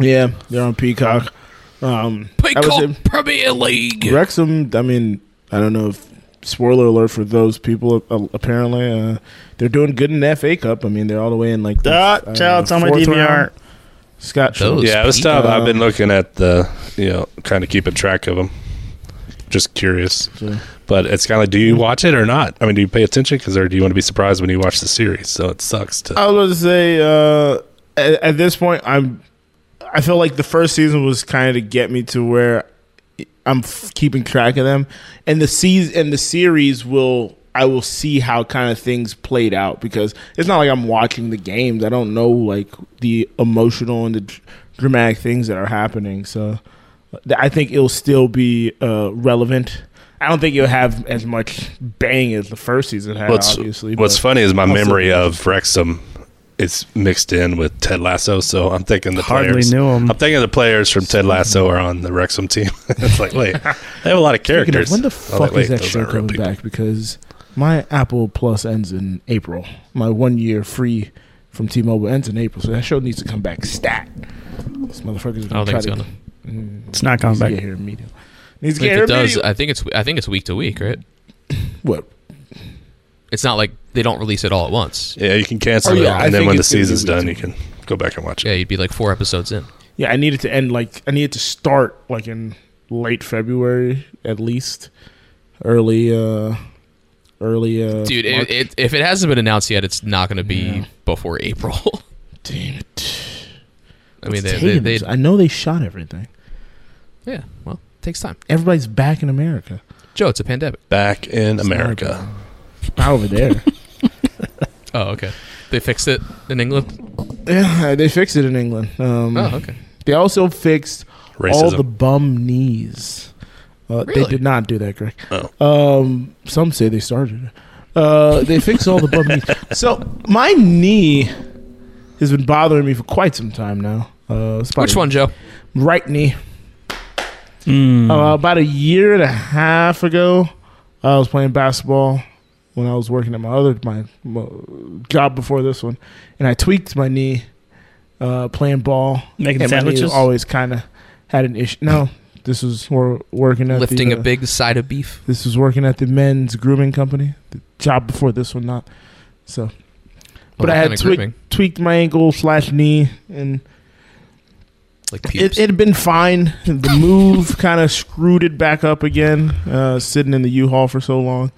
Speaker 2: yeah, they're on Peacock. Um, I would
Speaker 1: Peacock
Speaker 2: say
Speaker 1: Premier League.
Speaker 2: Wrexham. I mean, I don't know if spoiler alert for those people. Uh, apparently, uh, they're doing good in the FA Cup. I mean, they're all the way in like the,
Speaker 5: Ah,
Speaker 2: uh,
Speaker 5: child, it's on my
Speaker 2: fourth
Speaker 5: DVR.
Speaker 2: round. Scott Schultz.
Speaker 1: Those.
Speaker 3: Yeah, it was tough.
Speaker 2: Peacock.
Speaker 3: I've been looking at the, you know, kind of keeping track of them. Just curious.
Speaker 2: Sure.
Speaker 3: But it's kind of like, do you watch it or not? I mean, do you pay attention? Because, or do you want to be surprised when you watch the series? So it sucks to.
Speaker 2: I was going to say uh, at, at this point, I'm. I feel like the first season was kind of to get me to where I'm f- keeping track of them, and the season and the series will. I will see how kind of things played out because it's not like I'm watching the games. I don't know like the emotional and the dr- dramatic things that are happening. So th- I think it'll still be uh, relevant. I don't think it'll have as much bang as the first season had.
Speaker 3: what's
Speaker 2: obviously,
Speaker 3: what's
Speaker 2: but-
Speaker 3: funny is my
Speaker 2: also-
Speaker 3: memory of Wrexham is mixed in with Ted Lasso, so I'm thinking the
Speaker 5: Hardly
Speaker 3: players.
Speaker 5: knew 'em.
Speaker 3: I'm thinking the players from Ted Lasso are on the Wrexham team. [LAUGHS] it's like, wait, they have a lot of
Speaker 2: Speaking
Speaker 3: characters.
Speaker 2: of, When the
Speaker 1: Oh,
Speaker 3: I'm like,
Speaker 2: fuck
Speaker 3: wait,
Speaker 2: is that
Speaker 3: those
Speaker 2: show
Speaker 3: aren't real
Speaker 2: coming
Speaker 3: people.
Speaker 2: back? Because my Apple Plus ends in April. My one year free from T-Mobile ends in April, so that show needs to come back stat. This motherfucker's
Speaker 1: I don't think
Speaker 2: gonna try
Speaker 1: it's
Speaker 2: to
Speaker 1: gonna.
Speaker 5: It's not coming
Speaker 2: get
Speaker 5: back.
Speaker 2: here immediately. He's
Speaker 1: If
Speaker 2: getting
Speaker 1: it does,
Speaker 2: immediate-
Speaker 1: I think it's I think it's week to week, right?
Speaker 2: what?
Speaker 1: It's not like they don't release it all at once.
Speaker 3: Yeah, you can cancel
Speaker 2: Oh,
Speaker 3: it,
Speaker 2: yeah, I
Speaker 3: and then
Speaker 2: think
Speaker 3: when the
Speaker 2: it's gonna be
Speaker 3: season's done, you
Speaker 2: weeks.
Speaker 3: can go back and watch it.
Speaker 1: Yeah, you'd be like four episodes in.
Speaker 2: Yeah, I need it to end like I need it to start like in late February at least, early, uh early. Uh,
Speaker 1: Dude,
Speaker 2: March.
Speaker 1: it, it, if it hasn't been announced yet, it's not going to be
Speaker 2: Yeah.
Speaker 1: before April. [LAUGHS]
Speaker 2: damn it!
Speaker 1: I mean,
Speaker 2: It's
Speaker 1: they, they,
Speaker 2: taking
Speaker 1: they,
Speaker 2: us- I know they shot everything.
Speaker 1: yeah, well, it takes time.
Speaker 2: Everybody's back in America.
Speaker 1: Joe, it's a pandemic.
Speaker 3: Back in
Speaker 2: not
Speaker 3: America.
Speaker 2: Not over there.
Speaker 1: Oh, okay. They fixed it in England.
Speaker 2: [LAUGHS] yeah, they fixed it in England. Um,
Speaker 1: Oh, okay.
Speaker 2: They also fixed all
Speaker 3: Racism.
Speaker 2: the bum knees. Uh, They
Speaker 1: Really?
Speaker 2: did not do that, Greg. Um, some say they started. it. Uh, they fixed all the bum knees. So my knee has been bothering me for quite some time now. Uh, it's about
Speaker 1: Which
Speaker 2: a-
Speaker 1: one, Joe?
Speaker 2: Right knee.
Speaker 5: Mm.
Speaker 2: Uh, about a year and a half ago, I was playing basketball when I was working at my other my, my job before this one, and I tweaked my knee uh, playing ball.
Speaker 5: Making
Speaker 2: and my knee
Speaker 5: sandwiches?
Speaker 2: always kind of had an issue. No, this was wor- working at
Speaker 1: Lifting
Speaker 2: the,
Speaker 1: a
Speaker 2: uh,
Speaker 1: big side of beef.
Speaker 2: This was working at the men's grooming company. The job before this one, not so But
Speaker 1: that
Speaker 2: I had
Speaker 1: kinda
Speaker 2: twig-
Speaker 1: grouping,
Speaker 2: tweaked my ankle slash knee and
Speaker 1: like
Speaker 2: it,
Speaker 1: pubes.
Speaker 2: it had been fine. The move kind of screwed it back up again, uh, sitting in the U-Haul for so long.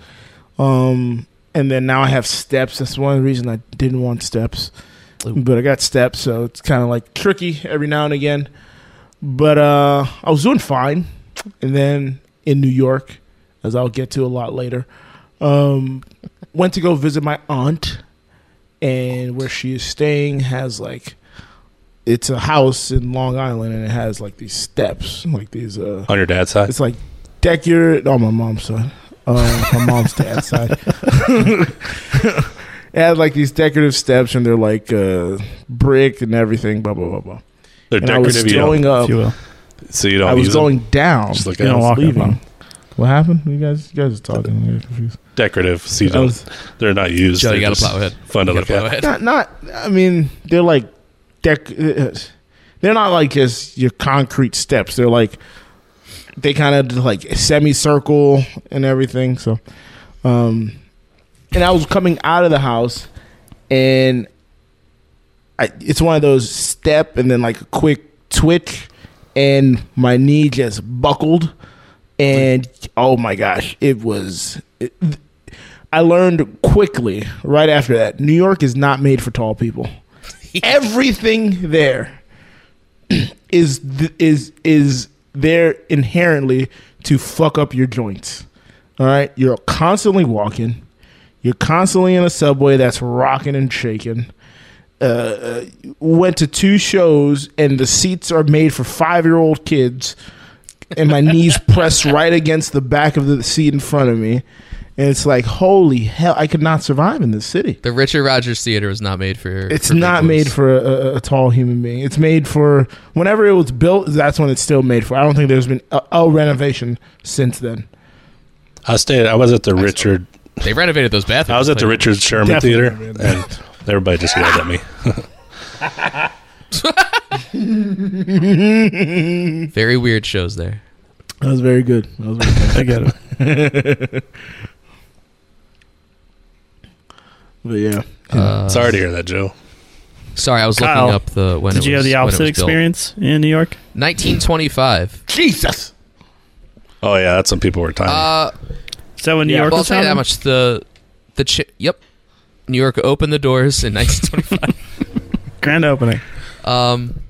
Speaker 2: Um, and then now I have steps. That's one reason I didn't want steps,
Speaker 1: Ooh.
Speaker 2: but I got steps, so it's kind of like tricky every now and again. But uh, I was doing fine, and then in New York, as I'll get to a lot later, um, went to go visit my aunt, and where she is staying has like it's a house in Long Island, and it has like these steps, like these uh,
Speaker 3: on your dad's side.
Speaker 2: it's like deck your on my mom's side, uh, my mom's dad's side. [LAUGHS] it had like these decorative steps, and they're like uh, brick and everything, blah blah blah blah.
Speaker 3: They're
Speaker 2: And I was
Speaker 3: decorative, you don't,
Speaker 2: going up.
Speaker 5: if you will.
Speaker 3: so you don't
Speaker 2: I was
Speaker 3: use them.
Speaker 2: going down.
Speaker 3: Just look
Speaker 5: You
Speaker 3: at
Speaker 5: don't
Speaker 3: them.
Speaker 5: walk up
Speaker 2: leaving.
Speaker 5: on.
Speaker 2: What happened? You guys, you guys are talking. I'm confused.
Speaker 3: Decorative, so you
Speaker 2: I
Speaker 3: don't-
Speaker 2: was-
Speaker 3: they're not used.
Speaker 1: Joe,
Speaker 3: they're
Speaker 1: you got to
Speaker 3: just
Speaker 1: plow ahead.
Speaker 3: Fun to
Speaker 1: You gotta
Speaker 3: look
Speaker 1: plow
Speaker 3: at.
Speaker 1: ahead.
Speaker 2: not not i mean they're like deck uh, they're not like just your concrete steps they're like they kind of like semicircle and everything so um and i was coming out of the house and I, it's one of those step and then like a quick twitch and my knee just buckled and oh my gosh it was it, i learned quickly right after that new york is not made for tall people everything there [CLEARS THROAT] is th- is is there inherently to fuck up your joints all right you're constantly walking you're constantly in a subway that's rocking and shaking uh, went to two shows and the seats are made for five year old kids and my knees pressed right against the back of the seat in front of me and it's like holy hell i could not survive in this city
Speaker 1: The Richard Rogers Theater was not made for.
Speaker 2: it's
Speaker 1: for big
Speaker 2: not
Speaker 1: boys.
Speaker 2: made for a, a, a tall human being it's made for whenever it was built that's when it's still made for i don't think there's been a, a renovation since then
Speaker 3: I stayed. I was at the Richard.
Speaker 1: They renovated those bathrooms.
Speaker 3: I was at the
Speaker 1: Like,
Speaker 3: Richard Sherman
Speaker 2: Definitely
Speaker 3: Theater, and everybody just yelled
Speaker 1: [LAUGHS]
Speaker 3: at me.
Speaker 1: Very weird shows there.
Speaker 2: that was very good that was very good
Speaker 5: I get it.
Speaker 2: [LAUGHS] but yeah
Speaker 1: Uh,
Speaker 3: Sorry to hear that, Joe.
Speaker 1: Sorry, I was
Speaker 5: Kyle,
Speaker 1: looking up the when. it
Speaker 5: Did you have
Speaker 1: was- when
Speaker 5: the
Speaker 1: it
Speaker 5: opposite
Speaker 1: was built.
Speaker 5: experience in New York?
Speaker 1: 1925.
Speaker 2: jesus
Speaker 3: Oh yeah, that's when people were tiny.
Speaker 1: Uh,
Speaker 5: Is that when New
Speaker 2: Yeah,
Speaker 5: York
Speaker 1: well, I'll
Speaker 5: was
Speaker 1: tell you that
Speaker 5: founded?
Speaker 1: much. The the chi- yep, New York opened the doors in [LAUGHS] 1925. [LAUGHS]
Speaker 5: Grand opening.
Speaker 1: um,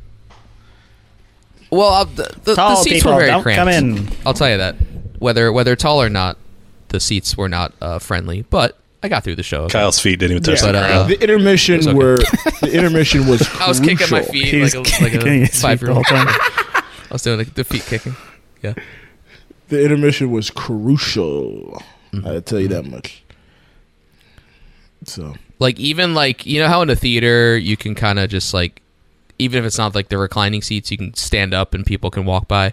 Speaker 1: well, uh, the, the, the
Speaker 5: Tall
Speaker 1: seats
Speaker 5: people,
Speaker 1: were very
Speaker 5: don't
Speaker 1: cramped.
Speaker 5: come in.
Speaker 1: I'll tell you that. Whether whether tall or not, the seats were not uh, friendly. But I got through the show.
Speaker 3: Kyle's feet didn't even touch
Speaker 2: Yeah.
Speaker 1: But,
Speaker 3: the
Speaker 1: uh,
Speaker 3: ground.
Speaker 2: the intermission
Speaker 1: it's okay. [LAUGHS]
Speaker 2: were the intermission was
Speaker 1: I was kicking my
Speaker 2: crucial.
Speaker 1: feet
Speaker 5: He was
Speaker 1: like a, like
Speaker 5: [LAUGHS] kicking
Speaker 1: a
Speaker 5: his feet
Speaker 1: five year
Speaker 5: the whole
Speaker 1: old.
Speaker 5: time.
Speaker 1: I was doing like, the feet kicking.
Speaker 2: The intermission was crucial. I tell you that much. So
Speaker 1: like even like you know how in a theater you can kind of just like even if it's not like the reclining seats you can stand up and people can walk by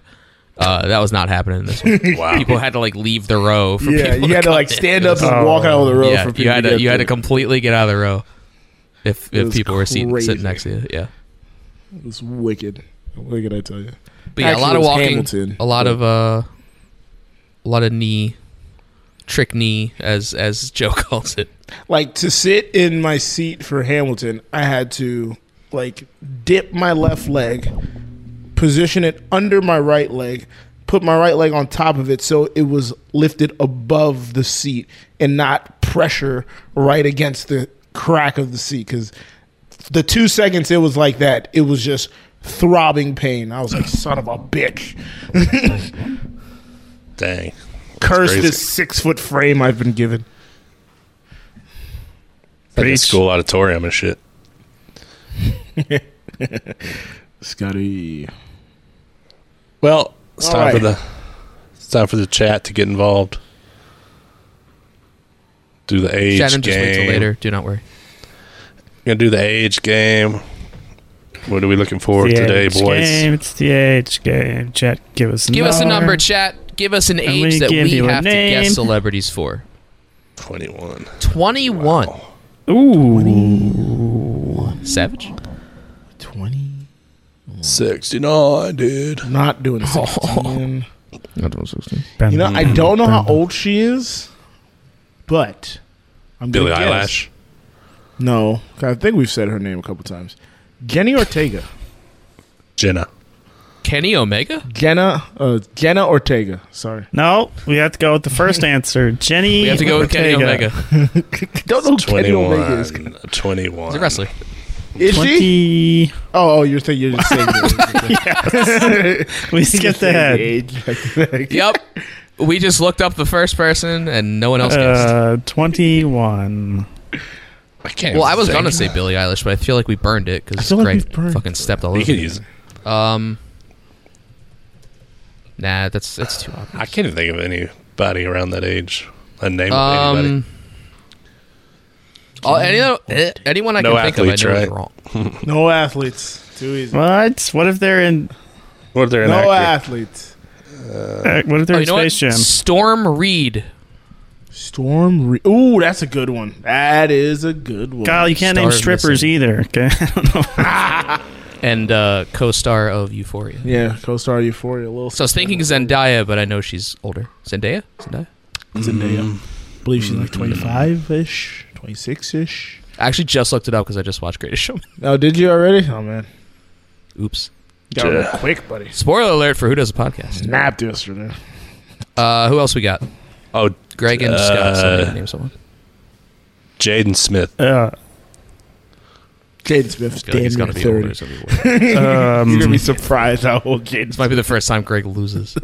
Speaker 1: uh, that was not happening in this one
Speaker 3: Wow.
Speaker 1: people had to like leave the row for
Speaker 2: yeah,
Speaker 1: people
Speaker 2: you had to
Speaker 1: come
Speaker 2: like
Speaker 1: in.
Speaker 2: stand
Speaker 1: It
Speaker 2: up
Speaker 1: was-
Speaker 2: and walk out of the row
Speaker 1: yeah,
Speaker 2: for people.
Speaker 1: you had to,
Speaker 2: get
Speaker 1: you had to
Speaker 2: through.
Speaker 1: completely get out of the row if
Speaker 2: It
Speaker 1: if
Speaker 2: was
Speaker 1: people were seating,
Speaker 2: crazy.
Speaker 1: sitting next to you yeah
Speaker 2: It was wicked, wicked. I tell you.
Speaker 1: but yeah a
Speaker 2: Actually,
Speaker 1: lot
Speaker 2: it
Speaker 1: of
Speaker 2: was
Speaker 1: walking
Speaker 2: Hamilton,
Speaker 1: a lot
Speaker 2: but-
Speaker 1: of uh a lot of knee, trick knee, as as Joe [LAUGHS] calls it.
Speaker 2: like to sit in my seat for Hamilton, I had to like dip my left leg, position it under my right leg, put my right leg on top of it so it was lifted above the seat and not pressure right against the crack of the seat cuz the 2 seconds it was like that, it was just throbbing pain. I was like son of a bitch.
Speaker 1: [LAUGHS]
Speaker 3: Dang.
Speaker 2: Curse
Speaker 3: crazy.
Speaker 2: this 6 foot frame I've been given.
Speaker 3: Like a
Speaker 5: Preach.
Speaker 3: school auditorium
Speaker 1: [LAUGHS]
Speaker 3: and shit.
Speaker 2: Scotty.
Speaker 3: Well, it's
Speaker 2: All
Speaker 3: time for
Speaker 2: right.
Speaker 3: the it's time for the chat to get involved. Do the age
Speaker 1: Shannon,
Speaker 3: game.
Speaker 1: just wait till later. Do not worry.
Speaker 3: Gonna do the age game. What are we looking
Speaker 5: It's
Speaker 3: forward
Speaker 5: the
Speaker 3: today,
Speaker 5: age
Speaker 3: boys?
Speaker 5: Game, it's the age game. Chat, give us a
Speaker 1: Give
Speaker 5: number.
Speaker 1: us a number, chat. Give us an
Speaker 5: And
Speaker 1: age
Speaker 5: we
Speaker 1: that
Speaker 5: give
Speaker 1: we
Speaker 5: you a
Speaker 1: have to
Speaker 5: name.
Speaker 1: guess celebrities for.
Speaker 3: Twenty-one.
Speaker 1: Twenty-one.
Speaker 3: Wow.
Speaker 5: Ooh.
Speaker 1: Savage.
Speaker 2: 20
Speaker 3: Sixty-nine, dude.
Speaker 2: not doing 16. You know, I don't know how old she is, but I'm
Speaker 3: Billy
Speaker 2: gonna guess.
Speaker 3: Eyelash.
Speaker 2: No, 'cause I think we've said her name a couple times. Jenny Ortega,
Speaker 3: Jenna.
Speaker 1: Kenny Omega.
Speaker 2: Jenna, uh, Jenna Ortega. Sorry,
Speaker 5: No, we have to go with the first answer. Jenny.
Speaker 1: We have to go with Kenny Omega.
Speaker 2: [LAUGHS] don't know who Kenny Omega is.
Speaker 3: Twenty-one. Twenty-one.
Speaker 1: He's a wrestler.
Speaker 2: Is she?
Speaker 5: 20.
Speaker 2: Oh, oh, you're thinking you're just [LAUGHS] saying that.
Speaker 5: [LAUGHS] We skipped ahead.
Speaker 1: yep. We just looked up the first person and no one else guessed.
Speaker 5: Uh, 21.
Speaker 3: I can't.
Speaker 1: Well, I was
Speaker 3: think.
Speaker 1: gonna say Billie Eilish, but I feel like we burned it
Speaker 2: I
Speaker 1: because
Speaker 2: feel like
Speaker 1: Greg
Speaker 2: we've burned
Speaker 1: fucking stepped all
Speaker 3: You
Speaker 1: over
Speaker 3: can
Speaker 1: it.
Speaker 3: use.
Speaker 1: Um, nah, that's that's too obvious.
Speaker 3: I can't even think of anybody around that age. A name of anybody.
Speaker 1: Um, oh, any, other- eh, anyone I
Speaker 3: No
Speaker 1: can think
Speaker 3: athletes,
Speaker 1: of, I know is
Speaker 3: right?
Speaker 1: wrong.
Speaker 2: no athletes. Too easy.
Speaker 5: What? What if they're in?
Speaker 3: What if they're an
Speaker 2: no
Speaker 3: actor?
Speaker 2: athletes.
Speaker 5: uh, what if they're
Speaker 1: Oh, you
Speaker 5: in
Speaker 1: know what?
Speaker 5: Space Jam?
Speaker 1: Storm Reed.
Speaker 2: Storm. Re- Ooh, that's a good one. That is a good one.
Speaker 5: Kyle, you can't name
Speaker 1: Star
Speaker 5: strippers
Speaker 1: missing.
Speaker 5: either. Okay. [LAUGHS]
Speaker 1: and uh, co-star of Euphoria.
Speaker 2: Yeah, co-star of Euphoria. A little.
Speaker 1: So I was thinking Zendaya, but I know she's older. Zendaya, Zendaya.
Speaker 2: Zendaya. I Mm-hmm. believe she's like 25 ish, 26 ish.
Speaker 1: I actually just looked it up because I just watched Greatest Showman.
Speaker 2: Oh, did you already? Oh, man.
Speaker 1: Oops.
Speaker 2: Got real
Speaker 3: Yeah.
Speaker 2: quick, buddy.
Speaker 1: Spoiler alert for Who Does a Podcast.
Speaker 2: Snapped yesterday.
Speaker 1: Uh, who else we got?
Speaker 3: Oh,
Speaker 1: Greg and
Speaker 3: Uh,
Speaker 1: Scott. Somebody name someone.
Speaker 3: Jaden Smith.
Speaker 5: uh,
Speaker 2: Jaden Smith's
Speaker 1: I feel like he's
Speaker 2: damn
Speaker 1: gonna
Speaker 2: near
Speaker 1: be Mm-hmm. older.
Speaker 2: 30.
Speaker 1: So it'll be weird.
Speaker 2: You're going to
Speaker 5: um,
Speaker 2: be surprised how old Jaden
Speaker 1: this might be the first time Greg loses.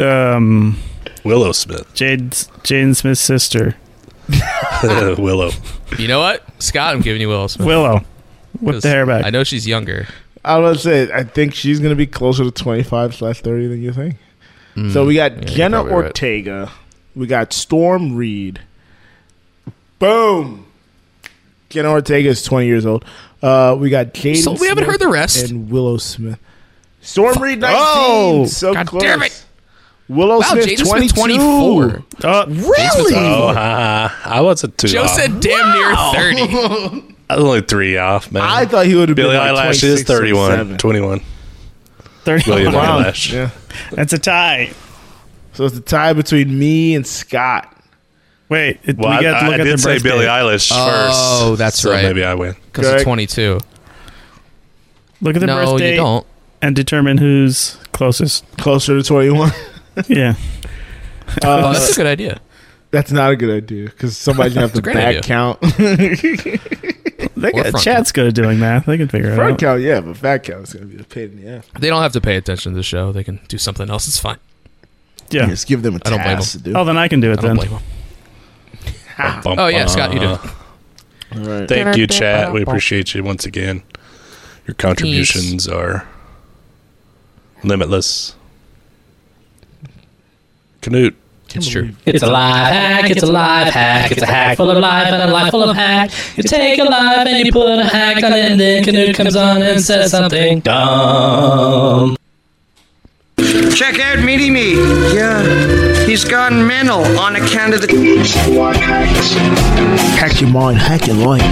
Speaker 5: um,
Speaker 3: Willow Smith. [LAUGHS]
Speaker 5: Jade, Jaden Smith's sister,
Speaker 1: [LAUGHS]
Speaker 3: Willow.
Speaker 1: You know what, Scott? I'm giving you Will Smith.
Speaker 5: Willow, with
Speaker 1: 'Cause
Speaker 5: the hair back.
Speaker 1: I know she's younger.
Speaker 2: I was going to say, I think she's going to be closer to 25 slash 30 than you think.
Speaker 1: Mm,
Speaker 2: So we got
Speaker 1: yeah, you're
Speaker 2: Jenna
Speaker 1: probably right.
Speaker 2: Ortega. We got Storm Reed. Boom. Jenna Ortega is 20 years old. Uh, we got Jaden
Speaker 1: So we haven't
Speaker 2: Smith
Speaker 1: heard the rest.
Speaker 2: And Willow Smith. Storm Reed 19.
Speaker 5: Oh!
Speaker 2: so
Speaker 1: God
Speaker 2: close.
Speaker 1: damn it.
Speaker 2: Willow
Speaker 1: Wow,
Speaker 2: Smith,
Speaker 1: Jaden Smith,
Speaker 2: 22.
Speaker 1: 24.
Speaker 5: oh,
Speaker 2: Really?
Speaker 3: Oh, ha, ha. I wasn't too
Speaker 1: Joe
Speaker 3: off.
Speaker 1: said, "Damn near 30.
Speaker 3: I was only three off, man.
Speaker 2: I thought he would have been
Speaker 3: Billy
Speaker 2: like
Speaker 3: Eyelash is
Speaker 2: 31.
Speaker 3: 31. 21.
Speaker 5: 30.
Speaker 3: William
Speaker 5: Wow,
Speaker 3: Eyelash.
Speaker 2: Yeah.
Speaker 5: that's a tie.
Speaker 2: So it's a tie between me and Scott.
Speaker 5: Wait, it,
Speaker 3: Well,
Speaker 5: we got
Speaker 3: I,
Speaker 5: to
Speaker 3: I
Speaker 5: look at
Speaker 3: did
Speaker 5: the
Speaker 3: say
Speaker 5: birthday.
Speaker 3: Billie Eilish first.
Speaker 1: Oh, that's
Speaker 3: so
Speaker 1: right.
Speaker 3: Maybe I win.
Speaker 1: Because of
Speaker 2: Greg.
Speaker 1: 22.
Speaker 5: Look at the
Speaker 1: no,
Speaker 5: birthday
Speaker 1: you don't.
Speaker 5: and determine who's
Speaker 1: [LAUGHS]
Speaker 5: closest.
Speaker 2: Closer to 21.
Speaker 5: yeah.
Speaker 1: Oh,
Speaker 2: Uh,
Speaker 1: that's a good idea.
Speaker 2: that's not a good idea because
Speaker 1: [LAUGHS]
Speaker 2: somebody's going to have
Speaker 1: That's
Speaker 2: to
Speaker 1: a great
Speaker 2: back
Speaker 1: idea.
Speaker 2: count. [LAUGHS]
Speaker 5: They
Speaker 1: Or
Speaker 5: got,
Speaker 1: front.
Speaker 5: chat's good at doing math. They can figure it
Speaker 2: Front
Speaker 5: out.
Speaker 2: count, yeah, but back count is going to be a pain in the ass.
Speaker 1: They don't have to pay attention to the show. They can do something else. It's fine.
Speaker 5: Yeah.
Speaker 2: Just give them a
Speaker 1: I don't blame
Speaker 2: task to do.
Speaker 5: Oh, then I can do it
Speaker 1: I don't
Speaker 5: then.
Speaker 1: blame them.
Speaker 3: Bum,
Speaker 1: Oh, yeah,
Speaker 3: bum.
Speaker 1: Scott, you do.
Speaker 3: Uh,
Speaker 2: All right.
Speaker 3: Thank you, chat. We appreciate you once again. Your contributions are limitless. Canute.
Speaker 1: It's true.
Speaker 6: It's a live hack, it's a live hack, it's a hack full of life and a life full of hack. You take a life and you put a hack on it and then Canute comes on and says something dumb.
Speaker 7: Check out Meaty Meat. Yeah. He's gone mental on account of the
Speaker 2: Hack your mind, hack your life.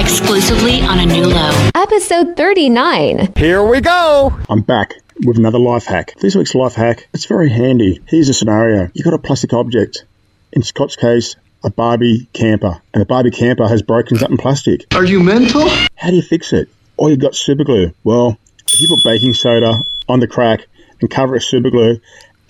Speaker 8: exclusively on a new low.
Speaker 9: Episode 39.
Speaker 7: Here we go.
Speaker 10: I'm back.
Speaker 8: with another life hack. This week's life hack, it's very handy. Here's a scenario. You've got a plastic object. In Scott's case, a Barbie camper. And the Barbie camper has broken something plastic.
Speaker 7: Are you mental?
Speaker 8: How do you fix it? Or you've got super glue. Well, if you put baking soda on the crack and cover it with super glue,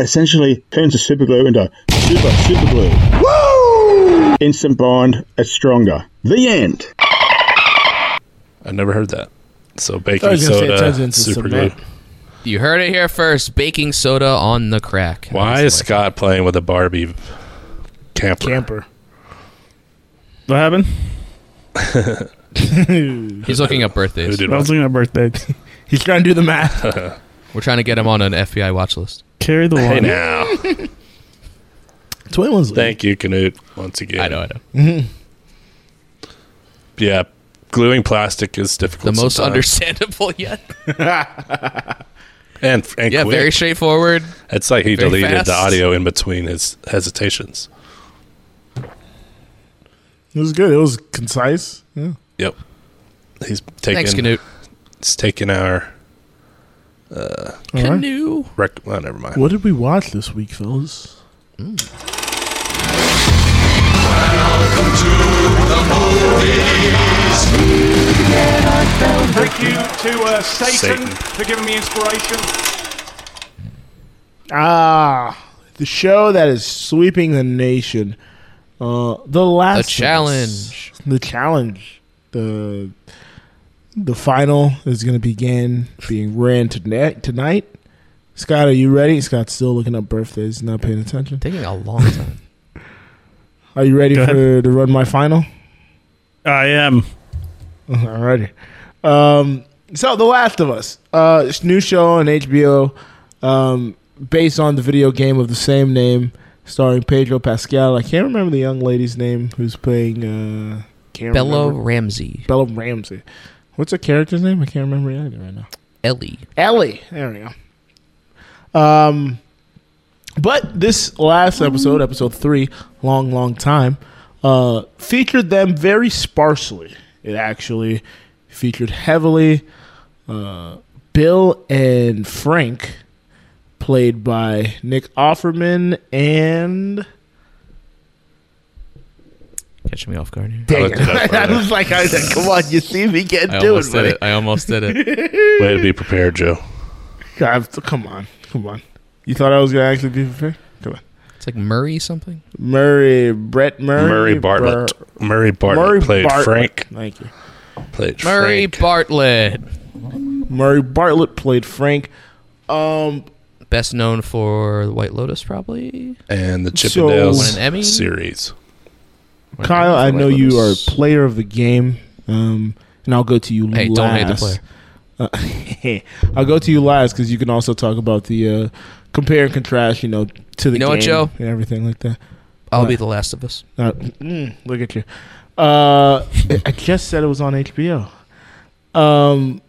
Speaker 8: essentially turns the super glue into super, super glue. Woo! Instant bond, it's stronger. The end.
Speaker 3: I never heard that. So
Speaker 2: I
Speaker 3: baking
Speaker 2: was gonna say it
Speaker 3: soda,
Speaker 2: turns into
Speaker 3: super glue.
Speaker 2: cement.
Speaker 1: You heard it here first. Baking soda on the crack.
Speaker 3: Why is Scott playing with a Barbie camper?
Speaker 2: Camper.
Speaker 5: What happened?
Speaker 1: He's looking up
Speaker 3: Who
Speaker 1: birthdays.
Speaker 3: did
Speaker 5: I was
Speaker 3: what?
Speaker 5: looking at birthday.
Speaker 3: [LAUGHS]
Speaker 2: He's trying to do
Speaker 1: [LAUGHS]
Speaker 2: the math.
Speaker 1: We're trying to get him on an FBI watch list.
Speaker 5: Carry the
Speaker 3: Hey
Speaker 5: one.
Speaker 3: now,
Speaker 1: [LAUGHS]
Speaker 2: 21's
Speaker 3: thank you, Canute, once again.
Speaker 1: I know, I know.
Speaker 3: Yeah, gluing plastic is
Speaker 1: The
Speaker 3: difficult.
Speaker 1: most
Speaker 3: sometimes.
Speaker 1: understandable yet.
Speaker 3: and and
Speaker 1: Yeah,
Speaker 3: quick.
Speaker 1: very straightforward.
Speaker 3: It's like he
Speaker 1: very
Speaker 3: deleted
Speaker 1: fast.
Speaker 3: the audio in between his hesitations.
Speaker 2: It was good. It was concise. Yeah.
Speaker 3: Yep, he's taking
Speaker 1: Thanks, Canute.
Speaker 3: It's taking our
Speaker 1: Canoe.
Speaker 3: rec. Well, never mind.
Speaker 2: What did we watch this week, fellas?
Speaker 1: Hmm.
Speaker 9: Thank you to uh, Satan,
Speaker 3: Satan.
Speaker 9: for giving me inspiration.
Speaker 2: Ah, the show that is sweeping the nation. Uh, the last
Speaker 1: The
Speaker 2: of Us.
Speaker 1: challenge.
Speaker 2: The challenge. The the final is going to begin being ran tonight. Tonight, Scott, are you ready? Scott's still looking up birthdays, not paying attention.
Speaker 1: Taking a long time.
Speaker 2: Are you ready
Speaker 5: Go ahead.
Speaker 2: for to run my final?
Speaker 5: I am.
Speaker 2: Alrighty. Um, so, The Last of Us, uh, it's a new show on HBO, um, based on the video game of the same name, starring Pedro Pascal. I can't remember the young lady's name who's playing. Uh, can't
Speaker 1: Bella
Speaker 2: remember.
Speaker 1: Ramsey.
Speaker 2: Bella Ramsey. What's her character's name? I can't remember either right now.
Speaker 1: Ellie.
Speaker 2: Ellie. There we go. Um, but this last episode, episode three, long, long time, uh, featured them very sparsely. It actually featured heavily uh, Bill and Frank, played by Nick Offerman and.
Speaker 1: Catching me off guard here.
Speaker 2: Dang
Speaker 3: looked it
Speaker 2: [LAUGHS]
Speaker 3: up
Speaker 2: it. I
Speaker 3: earlier.
Speaker 2: was like, I was like, come on, you see me can't
Speaker 1: I
Speaker 2: do it,
Speaker 1: almost did
Speaker 2: buddy.
Speaker 1: it. I almost did
Speaker 2: [LAUGHS]
Speaker 1: it.
Speaker 3: Way to be prepared, Joe.
Speaker 2: God, come on, come on. You thought I was gonna actually be prepared? Come on.
Speaker 1: It's like Murray something.
Speaker 2: Murray, Brett Murray,
Speaker 3: Murray Bartlett.
Speaker 2: Bur-
Speaker 3: Murray Bartlett
Speaker 2: Murray
Speaker 3: played
Speaker 2: Bartlett.
Speaker 3: Frank.
Speaker 2: Thank you.
Speaker 3: Played
Speaker 1: Murray
Speaker 3: Frank.
Speaker 1: Bartlett.
Speaker 2: Murray Bartlett played Frank. Um,
Speaker 1: Best known for The White Lotus, probably.
Speaker 3: and the
Speaker 2: So-
Speaker 3: Chippendales
Speaker 1: Won an Emmy?
Speaker 3: series.
Speaker 2: Kyle, I
Speaker 1: White
Speaker 2: know you are
Speaker 1: Lotus.
Speaker 2: player of the game. Um, and I'll go to you
Speaker 1: Hey,
Speaker 2: last.
Speaker 1: don't hate the player.
Speaker 2: Uh, [LAUGHS] I'll go to you last because you can also talk about the uh, compare and contrast. You know, to the
Speaker 1: You know what,
Speaker 2: game
Speaker 1: Joe?
Speaker 2: and everything like that.
Speaker 1: I'll be the last of us.
Speaker 2: Uh, mm, look at you. Uh, I- I just said it was on HBO. Um,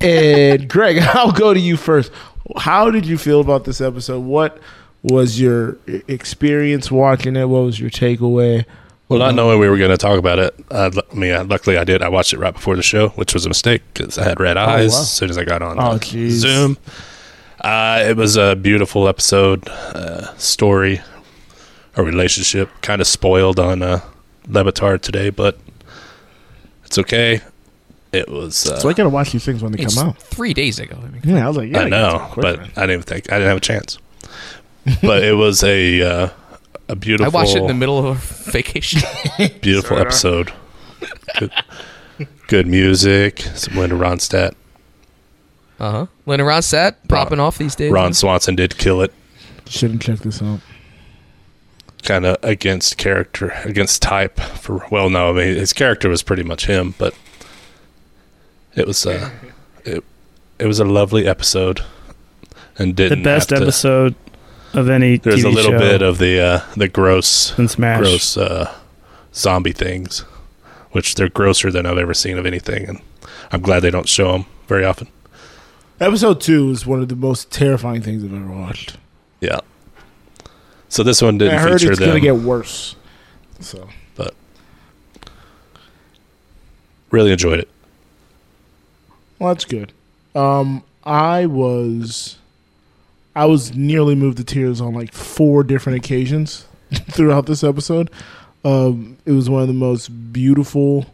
Speaker 2: and [LAUGHS] Greg, I'll go to you first. How did you feel about this episode? What was your e- experience watching it? What was your takeaway?
Speaker 3: Well, not knowing we were going to talk about it, I, I mean, uh, luckily I did. I watched it right before the show, which was a mistake because I had
Speaker 1: Oh,
Speaker 3: red eyes
Speaker 2: wow.
Speaker 3: as soon as I got on
Speaker 2: Oh,
Speaker 3: uh,
Speaker 2: jeez.
Speaker 3: Zoom. Uh, it was a beautiful episode, uh, story, a relationship, kind of spoiled on uh, Levitar today, but it's okay. It was. Uh,
Speaker 2: So I gotta watch these things when they
Speaker 1: It's
Speaker 2: come out.
Speaker 1: three days ago. I mean,
Speaker 2: Yeah, I was like, yeah,
Speaker 3: I
Speaker 2: you gotta do
Speaker 3: know,
Speaker 2: it quick,
Speaker 3: but
Speaker 2: man.
Speaker 3: I didn't even think I didn't have a chance. but it was a uh, a
Speaker 1: I
Speaker 3: beautiful,
Speaker 1: watched it in the middle of a [LAUGHS] vacation.
Speaker 3: beautiful episode. Good, good music. Some Linda Ronstadt.
Speaker 1: Uh huh. Linda Ronstadt popping off these days.
Speaker 3: Ron Swanson did kill it,
Speaker 2: shouldn't check this out.
Speaker 3: kind of against character, against type. For well, no, I mean his character was pretty much him, but it was uh, it it was a lovely episode, and
Speaker 5: The
Speaker 3: didn't
Speaker 5: best
Speaker 3: have to-
Speaker 5: episode of any
Speaker 3: There's
Speaker 5: TV
Speaker 3: a little
Speaker 5: show
Speaker 3: bit of the uh, the gross
Speaker 5: since Smash.
Speaker 3: gross uh, zombie things, which they're grosser than I've ever seen of anything, and I'm glad they don't show them very often.
Speaker 2: Episode two is one of the most terrifying things I've ever watched.
Speaker 3: Yeah. So this one didn't
Speaker 2: I heard
Speaker 3: feature
Speaker 2: it's gonna
Speaker 3: them.
Speaker 2: get worse. So
Speaker 3: really enjoyed it.
Speaker 2: Well, that's good. Um, I was I was nearly moved to tears on like four different occasions [LAUGHS] throughout this episode. Um, it was one of the most beautiful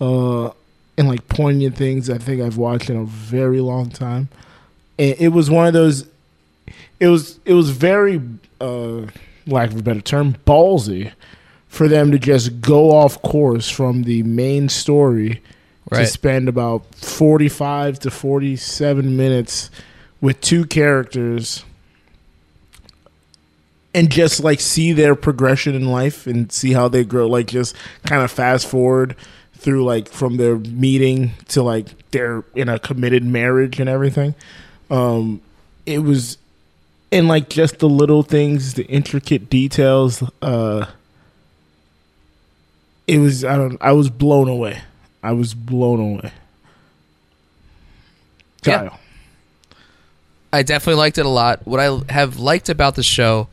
Speaker 2: uh, and like poignant things I think I've watched in a very long time. And it was one of those. It was it was very, uh, lack of a better term, ballsy for them to just go off course from the main story to
Speaker 1: Right.
Speaker 2: spend about 45 to 47 minutes with two characters and just like see their progression in life and see how they grow like just kind of fast forward through like from their meeting to like they're in a committed marriage and everything um it was and like just the little things the intricate details uh it was i don't i was blown away i was blown away
Speaker 1: Yeah.
Speaker 2: Kyle.
Speaker 1: I definitely liked it a lot. What I have liked about the show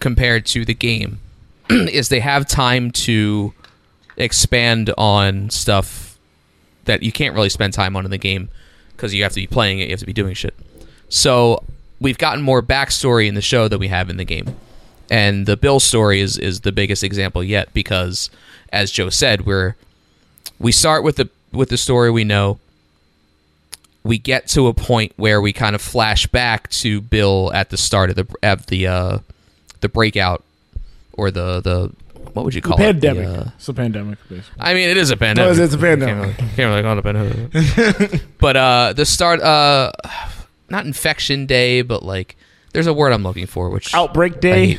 Speaker 1: compared to the game [CLEARS THROAT] is they have time to expand on stuff that you can't really spend time on in the game because you have to be playing it, you have to be doing shit. So we've gotten more backstory in the show than we have in the game. And the Bill story is, is the biggest example yet because, as Joe said, we're we start with the with the story we know we get to a point where we kind of flash back to Bill at the start of the of the uh, the breakout or the the what would you call
Speaker 2: pandemic
Speaker 1: it? The, uh,
Speaker 2: it's a pandemic basically.
Speaker 1: I mean, it is a pandemic.
Speaker 2: No, it's a pandemic.
Speaker 1: Can't really- Can't really call it a pandemic. [LAUGHS] but uh, the start, uh, not infection day, but like there's a word I'm looking for, which
Speaker 2: outbreak day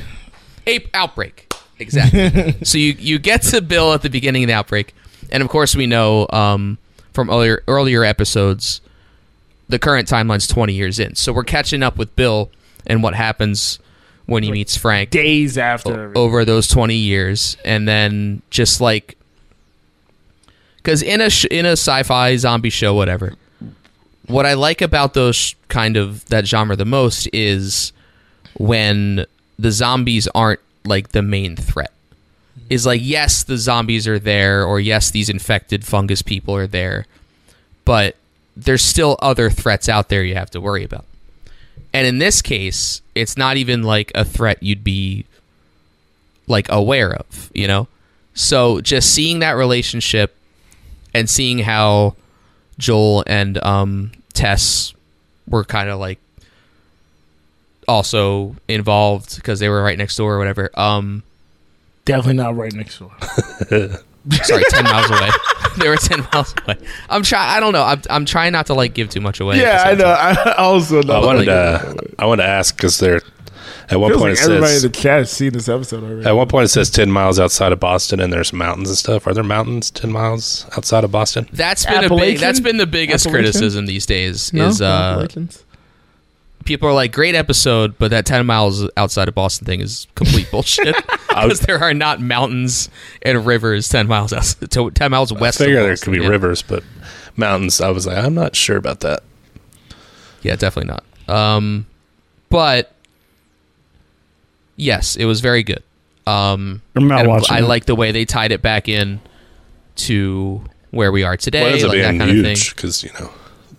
Speaker 1: ape outbreak.
Speaker 2: [LAUGHS]
Speaker 1: Exactly. so you you get to Bill at the beginning of the outbreak, and of course we know um, from earlier earlier episodes, the current timeline's 20 years in. So we're catching up with Bill and what happens when he meets Frank
Speaker 2: days after
Speaker 1: o- over those 20 years and then just like cuz in a sh- in a sci-fi zombie show whatever what i like about those sh- kind of that genre the most is when the zombies aren't like the main threat is like yes the zombies are there or yes these infected fungus people are there but there's still other threats out there you have to worry about and in this case it's not even like a threat you'd be like aware of, you know? So just seeing that relationship and seeing how Joel and um Tess were kind of like also involved because they were right next door or whatever. Um
Speaker 2: definitely not right next door
Speaker 1: sorry, 10 miles away. [LAUGHS] They were 10 miles away. I'm trying I don't know. I'm, I'm trying not to like give too much away. at the
Speaker 2: [LAUGHS] yeah
Speaker 1: same
Speaker 2: i know
Speaker 1: time.
Speaker 2: [LAUGHS] i also know
Speaker 3: I wanted
Speaker 1: like-
Speaker 3: to. I wanted to ask because they're at one
Speaker 2: Feels
Speaker 3: point
Speaker 2: like
Speaker 3: it
Speaker 2: everybody
Speaker 3: says
Speaker 2: in the chat has seen this episode already.
Speaker 3: at one point it says ten miles outside of Boston and there's mountains and stuff. Are there mountains ten miles outside of Boston?
Speaker 1: That's been a big,
Speaker 2: Appalachian?
Speaker 1: that's been the biggest
Speaker 2: Appalachian?
Speaker 1: criticism these days
Speaker 2: No?
Speaker 1: is uh
Speaker 2: Legends?
Speaker 1: people are like, great episode, but that 10 miles outside of Boston thing is complete
Speaker 3: [LAUGHS]
Speaker 1: bullshit. Because there are not mountains and rivers 10 miles out, to- 10 miles
Speaker 3: I
Speaker 1: west
Speaker 3: figure
Speaker 1: of
Speaker 3: there
Speaker 1: Boston.
Speaker 3: could be
Speaker 1: yeah.
Speaker 3: rivers, but mountains. I was like, I'm not sure about that.
Speaker 1: Yeah, definitely not. Um, but yes, it was very good. Um,
Speaker 5: I'm not
Speaker 1: and
Speaker 5: watching
Speaker 1: I
Speaker 5: it.
Speaker 1: like the way they tied it back in to where we are
Speaker 3: Well, it
Speaker 1: today,
Speaker 3: ends up
Speaker 1: like that
Speaker 3: being
Speaker 1: kind of
Speaker 3: huge
Speaker 1: thing.
Speaker 3: because you know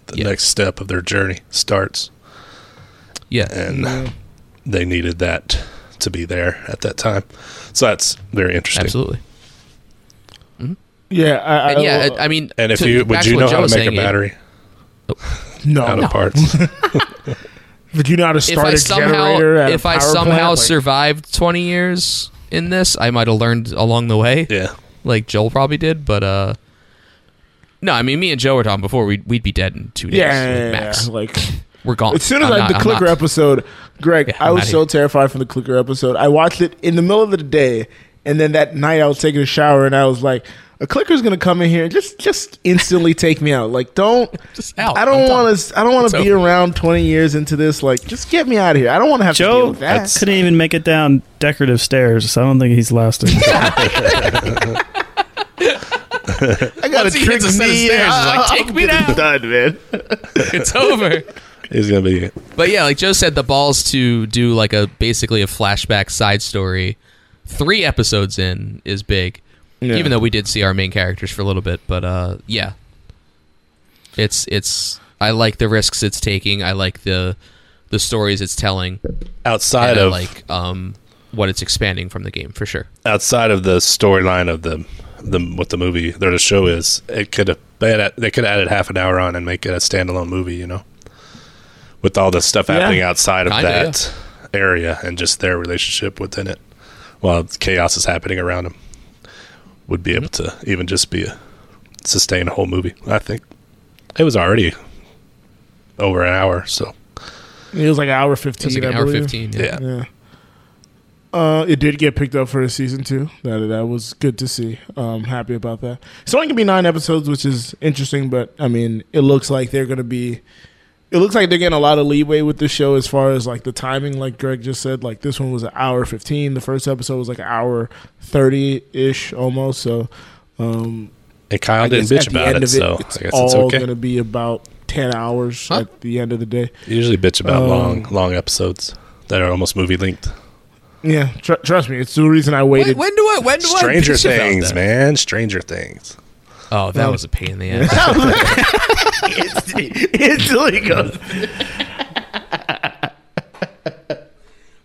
Speaker 3: the
Speaker 1: Yeah.
Speaker 3: next step of their journey starts,
Speaker 1: Yeah,
Speaker 3: and they needed that to be there at that time. So that's very interesting.
Speaker 1: absolutely.
Speaker 2: Yeah, I, I,
Speaker 1: And yeah, I, I mean,
Speaker 3: And if
Speaker 1: to-
Speaker 3: you
Speaker 1: back
Speaker 3: would
Speaker 1: to
Speaker 3: you
Speaker 1: what
Speaker 3: know
Speaker 1: Joe
Speaker 3: how
Speaker 1: was
Speaker 3: to make a
Speaker 1: saying, Oh, it-
Speaker 3: battery
Speaker 2: no,
Speaker 3: out
Speaker 2: no.
Speaker 1: [LAUGHS]
Speaker 3: of parts?
Speaker 2: But you know how to
Speaker 1: if
Speaker 2: start
Speaker 1: I
Speaker 2: a
Speaker 1: somehow
Speaker 2: generator at
Speaker 1: if
Speaker 2: a
Speaker 1: I
Speaker 2: power
Speaker 1: somehow
Speaker 2: plant, like,
Speaker 1: survived 20 years in this, I might have learned along the way,
Speaker 3: yeah.
Speaker 1: like Joel probably did. But uh, no, I mean, me and Joe were talking before we'd we'd be dead in two days,
Speaker 2: yeah, yeah, yeah,
Speaker 1: like, max.
Speaker 2: yeah, like
Speaker 1: We're gone.
Speaker 2: as soon as
Speaker 1: Oh, I'm
Speaker 2: I
Speaker 1: not-
Speaker 2: the
Speaker 1: I'm
Speaker 2: clicker
Speaker 1: not-
Speaker 2: episode, Greg,
Speaker 1: Yeah,
Speaker 2: I
Speaker 1: I'm
Speaker 2: was
Speaker 1: outta
Speaker 2: so
Speaker 1: here.
Speaker 2: terrified from the clicker episode. I watched it in the middle of the day, and then that night I was taking a shower, and I was like, a clicker's gonna come in here and just just
Speaker 1: [LAUGHS]
Speaker 2: instantly take me out. Like, don't.
Speaker 1: Just out.
Speaker 2: I
Speaker 1: I'm
Speaker 2: don't
Speaker 1: done.
Speaker 2: want to. I don't want
Speaker 1: It's
Speaker 2: to be
Speaker 1: over.
Speaker 2: around twenty years into this. Like, just get me out of here. I don't want to have to deal
Speaker 5: Joe
Speaker 2: with that.
Speaker 5: couldn't even make it down decorative stairs, so I don't think he's lasted.
Speaker 2: I got a
Speaker 1: Once he
Speaker 2: trick
Speaker 1: hits a set of
Speaker 2: knee.
Speaker 1: stairs, he's
Speaker 2: I-
Speaker 1: like,
Speaker 2: I'm
Speaker 1: [LAUGHS] "Take me
Speaker 2: getting
Speaker 1: down."
Speaker 2: done, man.
Speaker 1: [LAUGHS] It's over.
Speaker 2: [LAUGHS]
Speaker 3: He's gonna be
Speaker 1: But yeah, like Joe said, the balls to do like a basically a flashback side story, three episodes in is big. Even though we did see our main characters for a little bit, but uh, yeah, it's it's I like the risks it's taking. I like the the stories it's telling.
Speaker 3: outside
Speaker 1: And I
Speaker 3: of
Speaker 1: like um, what it's expanding from the game for sure.
Speaker 3: outside of the storyline of the the what the movie or the show is, it could have they, they could have added half an hour on and make it a standalone movie, you know, with all the stuff happening outside of
Speaker 1: Kinda,
Speaker 3: that area and just their relationship within it, while chaos is happening around them, would be able
Speaker 2: Mm-hmm.
Speaker 3: to even just be a sustain a whole movie. I think it was already over an hour, so
Speaker 2: It was like hour
Speaker 1: It was
Speaker 2: fifteen.
Speaker 1: like an
Speaker 2: I
Speaker 1: hour
Speaker 2: believe.
Speaker 1: fifteen. Yeah.
Speaker 3: yeah.
Speaker 2: Yeah. Uh, it did get picked up for a season two. That that was good to see. Um, happy about that. It's only gonna be nine episodes, which is interesting. But I mean, it looks like they're gonna be. It looks like they're getting a lot of leeway with the show as far as like the timing. Like Greg just said, like this one was an hour fifteen. The first episode was like an hour thirty ish almost. So um,
Speaker 3: And Kyle
Speaker 2: I
Speaker 3: didn't
Speaker 2: guess
Speaker 3: bitch
Speaker 2: at the
Speaker 3: about
Speaker 2: end of
Speaker 3: it,
Speaker 2: it,
Speaker 3: so
Speaker 2: it's
Speaker 3: I guess it's
Speaker 2: all
Speaker 3: okay.
Speaker 2: gonna be about ten hours
Speaker 1: Huh?
Speaker 2: at the end of the day.
Speaker 3: You usually bitch about
Speaker 2: Um,
Speaker 3: long long episodes that are almost movie linked.
Speaker 2: Yeah, tr- trust me, it's the reason I waited.
Speaker 1: When, when do I? When do
Speaker 3: Stranger
Speaker 1: I? bitch about
Speaker 3: Things,
Speaker 1: that?
Speaker 3: man. Stranger Things.
Speaker 1: Oh, that
Speaker 2: Um,
Speaker 1: was a pain in the
Speaker 2: [LAUGHS]
Speaker 1: ass. [LAUGHS]
Speaker 5: Instantly goes.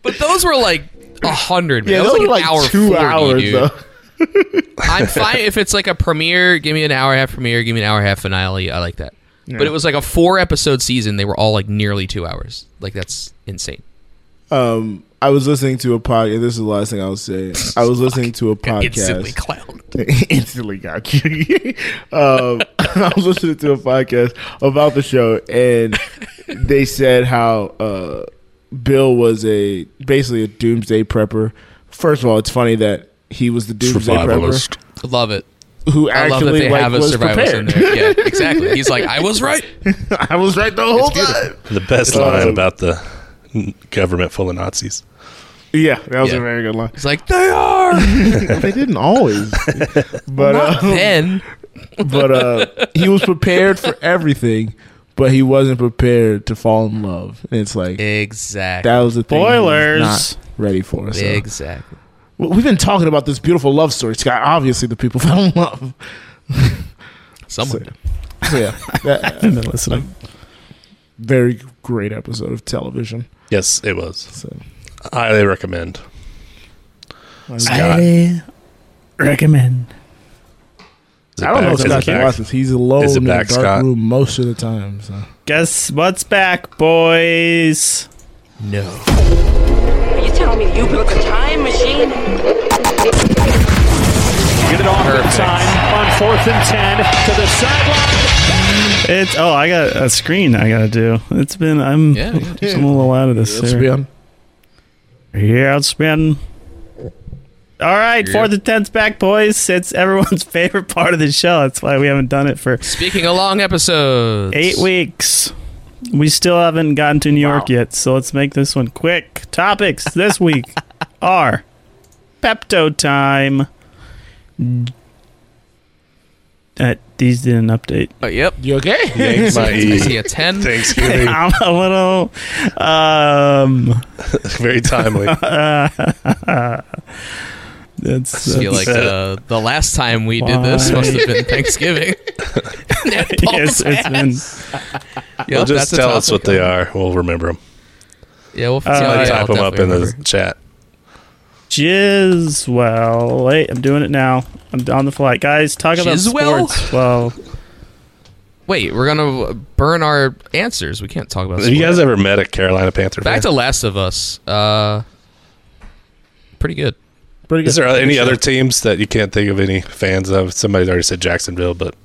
Speaker 1: But those were like a hundred. man.
Speaker 2: Yeah,
Speaker 1: that was
Speaker 2: those
Speaker 1: like,
Speaker 2: were
Speaker 1: an hour
Speaker 2: two
Speaker 1: 40,
Speaker 2: hours
Speaker 1: dude.
Speaker 2: though. [LAUGHS]
Speaker 1: I'm fine if it's like a premiere. Give me an hour and a half premiere. Give me an hour and a half finale. I like that. But it was like a four episode season. They were all like nearly two hours. Like that's insane.
Speaker 2: um I was listening to a podcast. This is the last thing I'll say.
Speaker 1: [LAUGHS]
Speaker 2: I was listening to a
Speaker 1: Instantly
Speaker 2: podcast.
Speaker 1: clown.
Speaker 2: [LAUGHS] Instantly got you. [LAUGHS] um, I was listening to a podcast about the show,
Speaker 1: [LAUGHS]
Speaker 2: and they said how uh, Bill was a basically a doomsday prepper. First of all, it's funny that he was the doomsday prepper
Speaker 1: Love it.
Speaker 2: who
Speaker 1: I love that
Speaker 2: actually
Speaker 1: they
Speaker 2: like,
Speaker 1: have a
Speaker 2: was
Speaker 1: survivalist in
Speaker 2: prepared.
Speaker 1: there. Yeah, exactly. He's like, I was right.
Speaker 2: [LAUGHS] I was right the whole time.
Speaker 3: The best line
Speaker 2: Um,
Speaker 3: about the n- government full of Nazis.
Speaker 2: Yeah, that was
Speaker 1: Yeah.
Speaker 2: a very good
Speaker 1: [LAUGHS]
Speaker 2: line.
Speaker 1: He's like, they are.
Speaker 2: they
Speaker 1: [LAUGHS]
Speaker 2: didn't always, but
Speaker 3: [LAUGHS]
Speaker 2: uh,
Speaker 1: then
Speaker 2: but uh, he was prepared for everything, but he wasn't prepared to fall in love. And it's like
Speaker 1: exactly.
Speaker 2: that was the thing. he was
Speaker 5: Spoilers.
Speaker 2: not ready for. So.
Speaker 1: Exactly.
Speaker 2: Well, We've been talking about this beautiful love story, Scott. Obviously, the people [LAUGHS] fell in love.
Speaker 1: Someone.
Speaker 2: So, yeah, that-
Speaker 5: I've
Speaker 3: [LAUGHS]
Speaker 5: been listening.
Speaker 2: very great episode of television.
Speaker 3: Yes, it was.
Speaker 2: So,
Speaker 3: Highly recommend. Scott.
Speaker 5: I recommend.
Speaker 3: Is it
Speaker 2: I don't know if
Speaker 3: back? Is it
Speaker 2: Scott can
Speaker 3: back?
Speaker 2: watch this. He's alone
Speaker 3: Is it
Speaker 2: in
Speaker 3: back,
Speaker 2: the dark
Speaker 3: Scott?
Speaker 2: room most of the time. So.
Speaker 5: Guess what's back, boys?
Speaker 1: No.
Speaker 10: You telling me you built a time machine?
Speaker 9: Get it off in time on fourth and ten to the sideline.
Speaker 5: It's oh, I got a screen I gotta do. It's been I'm
Speaker 1: Yeah,
Speaker 5: [LAUGHS]
Speaker 1: yeah.
Speaker 5: I'm a little out of this.
Speaker 2: Let's
Speaker 5: here.
Speaker 2: be on.
Speaker 5: Yeah, it's been. All right,
Speaker 1: Yeah.
Speaker 5: fourth and tenth's back, boys. It's everyone's [LAUGHS] favorite part of the show. That's why we haven't done it for
Speaker 1: Speaking of long episodes.
Speaker 5: eight weeks. We still haven't gotten to New York yet, so let's make this one quick. Topics
Speaker 1: [LAUGHS]
Speaker 5: this week are Pepto time. Uh, these didn't
Speaker 1: [LAUGHS]
Speaker 5: update. [LAUGHS]
Speaker 1: Oh, yep.
Speaker 2: You okay? [LAUGHS]
Speaker 3: Yank my
Speaker 1: I see
Speaker 3: [LAUGHS] E.
Speaker 1: a ten.
Speaker 3: Thanksgiving. [LAUGHS]
Speaker 5: I'm a little. Um,
Speaker 2: [LAUGHS]
Speaker 3: Very timely.
Speaker 5: that's,
Speaker 1: I feel like uh, the last time we did this must have
Speaker 3: [LAUGHS]
Speaker 1: been Thanksgiving.
Speaker 5: [LAUGHS] yes, it's been.
Speaker 1: Yep,
Speaker 3: Just
Speaker 1: that's a
Speaker 3: tell us what
Speaker 1: topic.
Speaker 3: they are. We'll remember them.
Speaker 1: Yeah, we'll
Speaker 5: Uh,
Speaker 1: Oh, yeah,
Speaker 3: type
Speaker 1: I'll
Speaker 3: them up
Speaker 1: definitely
Speaker 3: in the
Speaker 1: remember.
Speaker 3: chat.
Speaker 5: Jizwell. Wait, I'm doing it now. I'm on the flight. Guys, talk about
Speaker 1: Jizwell?
Speaker 5: sports. Well,
Speaker 1: Wait, we're gonna burn our answers. We can't talk about.
Speaker 3: Have you
Speaker 1: sports.
Speaker 3: guys ever met a Carolina Panther
Speaker 1: Back to
Speaker 3: fan?
Speaker 1: Last of Us. Uh, pretty good.
Speaker 2: Pretty
Speaker 3: Is there any other teams that you can't think of any fans of? Somebody's already said Jacksonville, but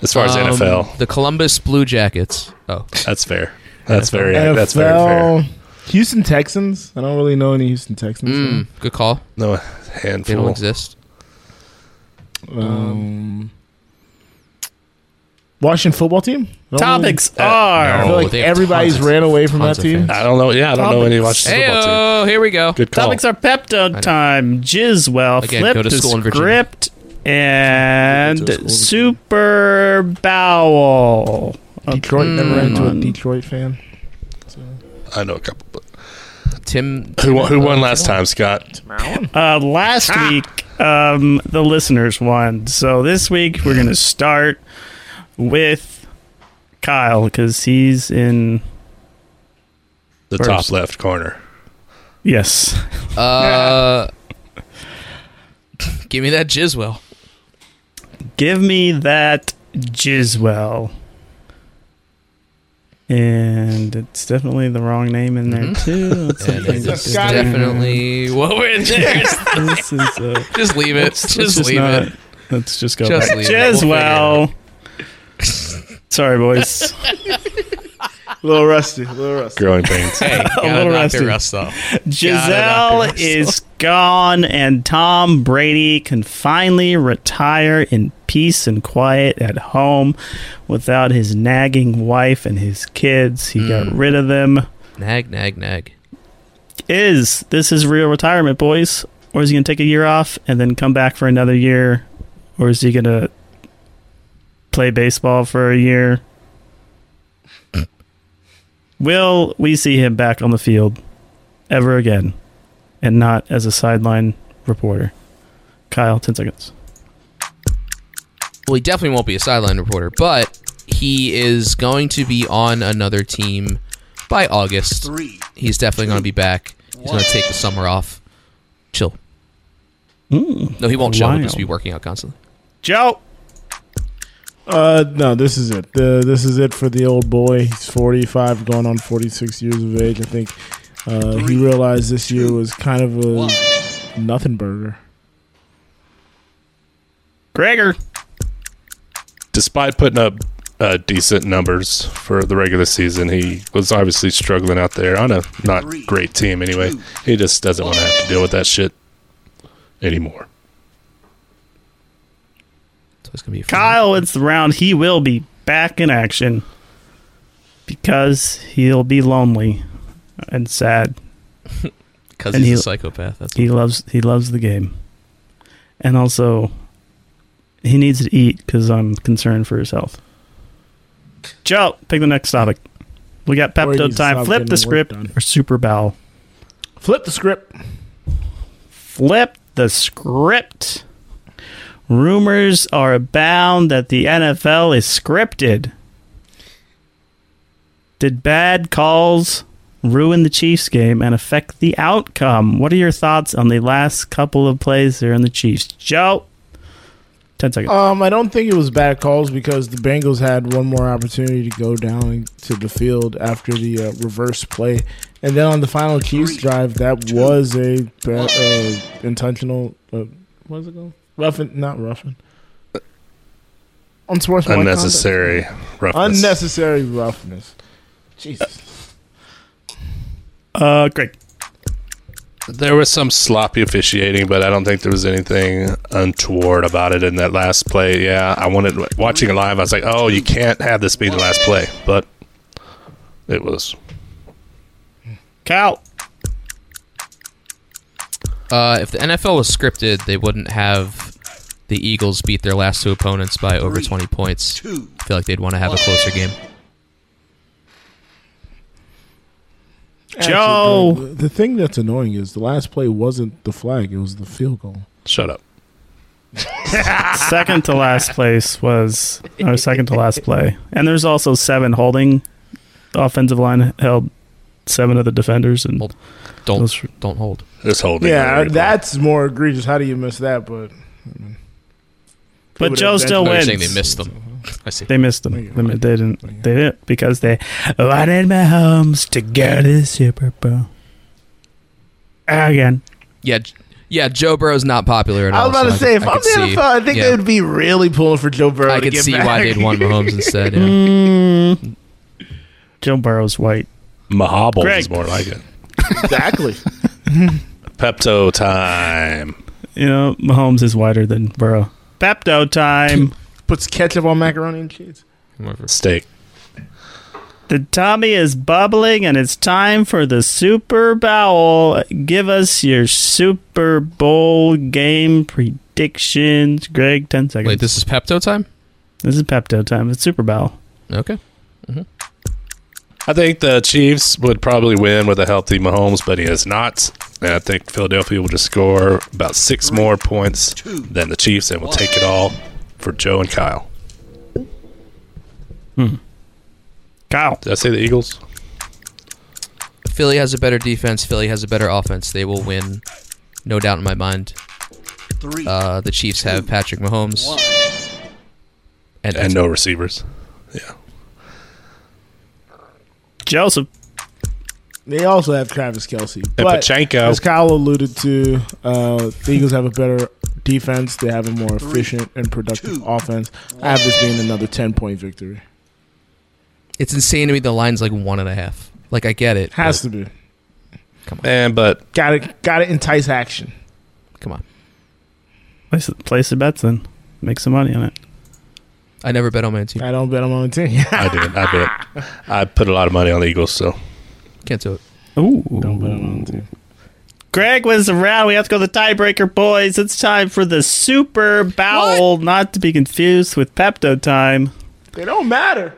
Speaker 3: as far as
Speaker 1: Um,
Speaker 3: NFL,
Speaker 1: the Columbus Blue Jackets. Oh,
Speaker 3: that's fair. That's very
Speaker 2: NFL,
Speaker 3: that's very fair.
Speaker 2: Houston Texans. I don't really know any Houston Texans.
Speaker 3: Hmm.
Speaker 1: mm, good call.
Speaker 3: No
Speaker 1: They
Speaker 3: handful.
Speaker 1: don't exist.
Speaker 2: Um, Washington football team. I don't
Speaker 5: [LAUGHS] topics
Speaker 3: Uh,
Speaker 5: are
Speaker 2: Really, I feel
Speaker 1: Oh,
Speaker 2: like
Speaker 1: they have
Speaker 2: everybody's
Speaker 1: tons of-
Speaker 2: ran away from
Speaker 1: tons
Speaker 2: that
Speaker 1: of
Speaker 2: team.
Speaker 1: fans.
Speaker 3: I don't know. Yeah, I don't know any
Speaker 5: Topics.
Speaker 3: Washington football team.
Speaker 1: Hey, here we go.
Speaker 3: Good call.
Speaker 5: topics are Pepto time. Jizwell,
Speaker 1: Again,
Speaker 5: flip
Speaker 1: go to
Speaker 5: the
Speaker 1: school in Virginia.
Speaker 5: script, and
Speaker 2: Go to school in Virginia.
Speaker 5: super bowel.
Speaker 2: Detroit never ran into a
Speaker 5: Mm.
Speaker 2: Detroit fan.
Speaker 3: I know a couple. But
Speaker 1: Tim.
Speaker 3: who won, who won last time, Scott?
Speaker 5: Uh, last week, um,
Speaker 1: [LAUGHS]
Speaker 5: the listeners won. So this week, we're going to start with Kyle because he's in.
Speaker 3: The
Speaker 5: First.
Speaker 3: top left corner.
Speaker 5: Yes.
Speaker 1: Uh, give me that Jizwell.
Speaker 5: Give me that Jizwell. And it's definitely the wrong name in there
Speaker 1: [LAUGHS]
Speaker 5: too. It's
Speaker 1: And
Speaker 5: something
Speaker 1: it's
Speaker 5: different.
Speaker 1: definitely what we're there.
Speaker 5: this is uh,
Speaker 1: Just leave it. [LAUGHS] Just,
Speaker 5: let's
Speaker 1: leave
Speaker 5: not-
Speaker 1: it.
Speaker 5: Let's just go.
Speaker 1: Just
Speaker 5: back.
Speaker 1: leave it. We'll figure it
Speaker 5: Jizwell. [LAUGHS]
Speaker 1: [LAUGHS]
Speaker 5: Sorry, boys.
Speaker 2: A little rusty. A little rusty.
Speaker 3: Growing
Speaker 1: [LAUGHS]
Speaker 3: pains.
Speaker 5: [LAUGHS]
Speaker 1: Hey, gotta
Speaker 5: little
Speaker 1: knock their
Speaker 5: rusty.
Speaker 1: rust off.
Speaker 5: Giselle
Speaker 1: knock your
Speaker 5: is gone, and Tom Brady can finally retire in peace and quiet at home without his nagging wife and his kids. He
Speaker 1: Mm.
Speaker 5: got rid of them.
Speaker 1: Nag, nag, nag.
Speaker 5: Is this his real retirement, boys? Or is he going to take a year off and then come back for another year? Or is he going to play baseball for a year? Will we see him back on the field ever again and not as a sideline reporter? Kyle, 10 seconds.
Speaker 1: Well, he definitely won't be a sideline reporter, but he is going to be on another team by August.
Speaker 4: Three.
Speaker 1: He's definitely going to be back. He's going to take the summer off. Chill.
Speaker 5: Mm.
Speaker 1: no, he won't chill. He'll just
Speaker 5: Wild.
Speaker 1: be working out constantly.
Speaker 5: Joe!
Speaker 2: Uh, no, this is it. The, this is it for the old boy. He's 45, going on 46 years of age. I think uh, he realized this year was kind of a nothing burger.
Speaker 5: Gregor!
Speaker 3: Despite putting up uh, decent numbers for the regular season, he was obviously struggling out there on a not great team anyway. He just doesn't want to have to deal with that shit anymore.
Speaker 1: So it's going to be
Speaker 5: Kyle wins the round. He will be back in action because he'll be lonely and sad.
Speaker 1: because
Speaker 5: and
Speaker 1: he's
Speaker 5: he-
Speaker 1: a psychopath. That's
Speaker 5: He loves he loves the game, and also he needs to eat because I'm concerned for his health. Joe, pick the next topic. We got
Speaker 2: Or
Speaker 5: Pepto
Speaker 2: he's
Speaker 5: time.
Speaker 2: not
Speaker 5: Flip
Speaker 2: getting
Speaker 5: the
Speaker 2: work
Speaker 5: script
Speaker 2: done.
Speaker 5: or Super Bowl.
Speaker 2: Flip the script.
Speaker 5: Flip the script. Rumors are abound that the NFL is scripted. Did bad calls ruin the Chiefs game and affect the outcome? What are your thoughts on the last couple of plays there in the Chiefs? Joe, 10 seconds.
Speaker 2: Um, I don't think it was bad calls because the Bengals had one more opportunity to go down to the field after the uh, reverse play, and then on the final Chiefs drive, that was a ba- uh, intentional. Uh, what is it called? Roughing, not roughing. Uh, Unsportsmanlike conduct.
Speaker 3: Unnecessary roughness.
Speaker 2: Unnecessary roughness. Jesus.
Speaker 5: Uh, Greg.
Speaker 3: There was some sloppy officiating, but I don't think there was anything untoward about it in that last play. Yeah, I wanted watching it live. I was like, "Oh, you can't have this be the last play," but it was.
Speaker 5: Cal.
Speaker 1: Uh, if the NFL was scripted, they wouldn't have the Eagles beat their last two opponents by over 20 points. I feel like they'd want to have a closer game.
Speaker 5: Joe.
Speaker 2: Actually, the, the thing that's annoying is the last play wasn't the flag; it was the field goal.
Speaker 3: Shut up.
Speaker 5: [LAUGHS] second to last place was or second to last play. And there's also seven holding offensive line held seven of the defenders and
Speaker 1: Hold. Don't
Speaker 5: Those were-
Speaker 1: don't hold.
Speaker 3: Just holding.
Speaker 2: Yeah,
Speaker 3: every play.
Speaker 2: that's more egregious. How do you miss that? But
Speaker 5: but Joe still
Speaker 1: No, you're
Speaker 5: wins.
Speaker 1: saying they missed them. I see.
Speaker 5: They missed them. They, mi- they didn't. They didn't because they wanted Mahomes to go to the Super Bowl again.
Speaker 1: Yeah, J- yeah. Joe Burrow's not popular at all.
Speaker 2: I was about
Speaker 1: so
Speaker 2: to say,
Speaker 1: I
Speaker 2: if I'm
Speaker 1: could
Speaker 2: the
Speaker 1: see-
Speaker 2: NFL, I think
Speaker 1: yeah,
Speaker 2: they would be really pulling for Joe Burrow.
Speaker 1: I
Speaker 2: to
Speaker 1: could
Speaker 2: get
Speaker 1: see
Speaker 2: back.
Speaker 1: why they'd want Mahomes instead. Yeah.
Speaker 5: Mm. Joe Burrow's white.
Speaker 3: Mahabal
Speaker 5: Greg.
Speaker 3: is more like it.
Speaker 2: exactly.
Speaker 3: [LAUGHS] Pepto time.
Speaker 5: You know, Mahomes is whiter than Burrow. Pepto time.
Speaker 2: [LAUGHS]
Speaker 1: [LAUGHS]
Speaker 2: Puts ketchup on macaroni and cheese.
Speaker 3: Steak.
Speaker 5: The tummy is bubbling and it's time for the Super Bowl. Give us your Super Bowl game predictions. Greg, 10 seconds.
Speaker 1: Wait, this is Pepto time.
Speaker 5: This is Pepto time. It's Super Bowl.
Speaker 1: Okay.
Speaker 3: I think the Chiefs would probably win with a healthy Mahomes, but he is not. And I think Philadelphia will just score about six more points than the Chiefs and will take it all for Joe and Kyle.
Speaker 5: Go.
Speaker 3: Did I say the Eagles?
Speaker 1: Philly has a better defense. Philly has a better offense. They will win, no doubt in my mind.
Speaker 7: Three.
Speaker 1: Uh, the Chiefs have Patrick Mahomes. And,
Speaker 3: And no receivers. Yeah.
Speaker 5: Joseph.
Speaker 2: They also have Travis Kelsey.
Speaker 3: And
Speaker 2: But
Speaker 3: Pachenko.
Speaker 2: as Kyle alluded to, uh, the Eagles have a better defense. They have a more efficient and productive offense. I have this being another 10 point victory.
Speaker 1: It's insane to me. The line's like one and a half. Like I get it.
Speaker 2: Has
Speaker 1: but
Speaker 2: to be.
Speaker 3: And but
Speaker 2: Gotta, gotta entice action.
Speaker 1: Come on.
Speaker 5: Place, place the bets then. Make some money on it.
Speaker 1: I never bet on my own team.
Speaker 2: I don't bet on my own team. [LAUGHS]
Speaker 3: I did. I bet. I put a lot of money on the Eagles, so
Speaker 1: Can't do it.
Speaker 5: Ooh.
Speaker 2: bet on my own team.
Speaker 5: Greg wins the round. We have to go to the tiebreaker, boys. It's time for the Super Bowl, not to be confused with Pepto time.
Speaker 2: They don't matter.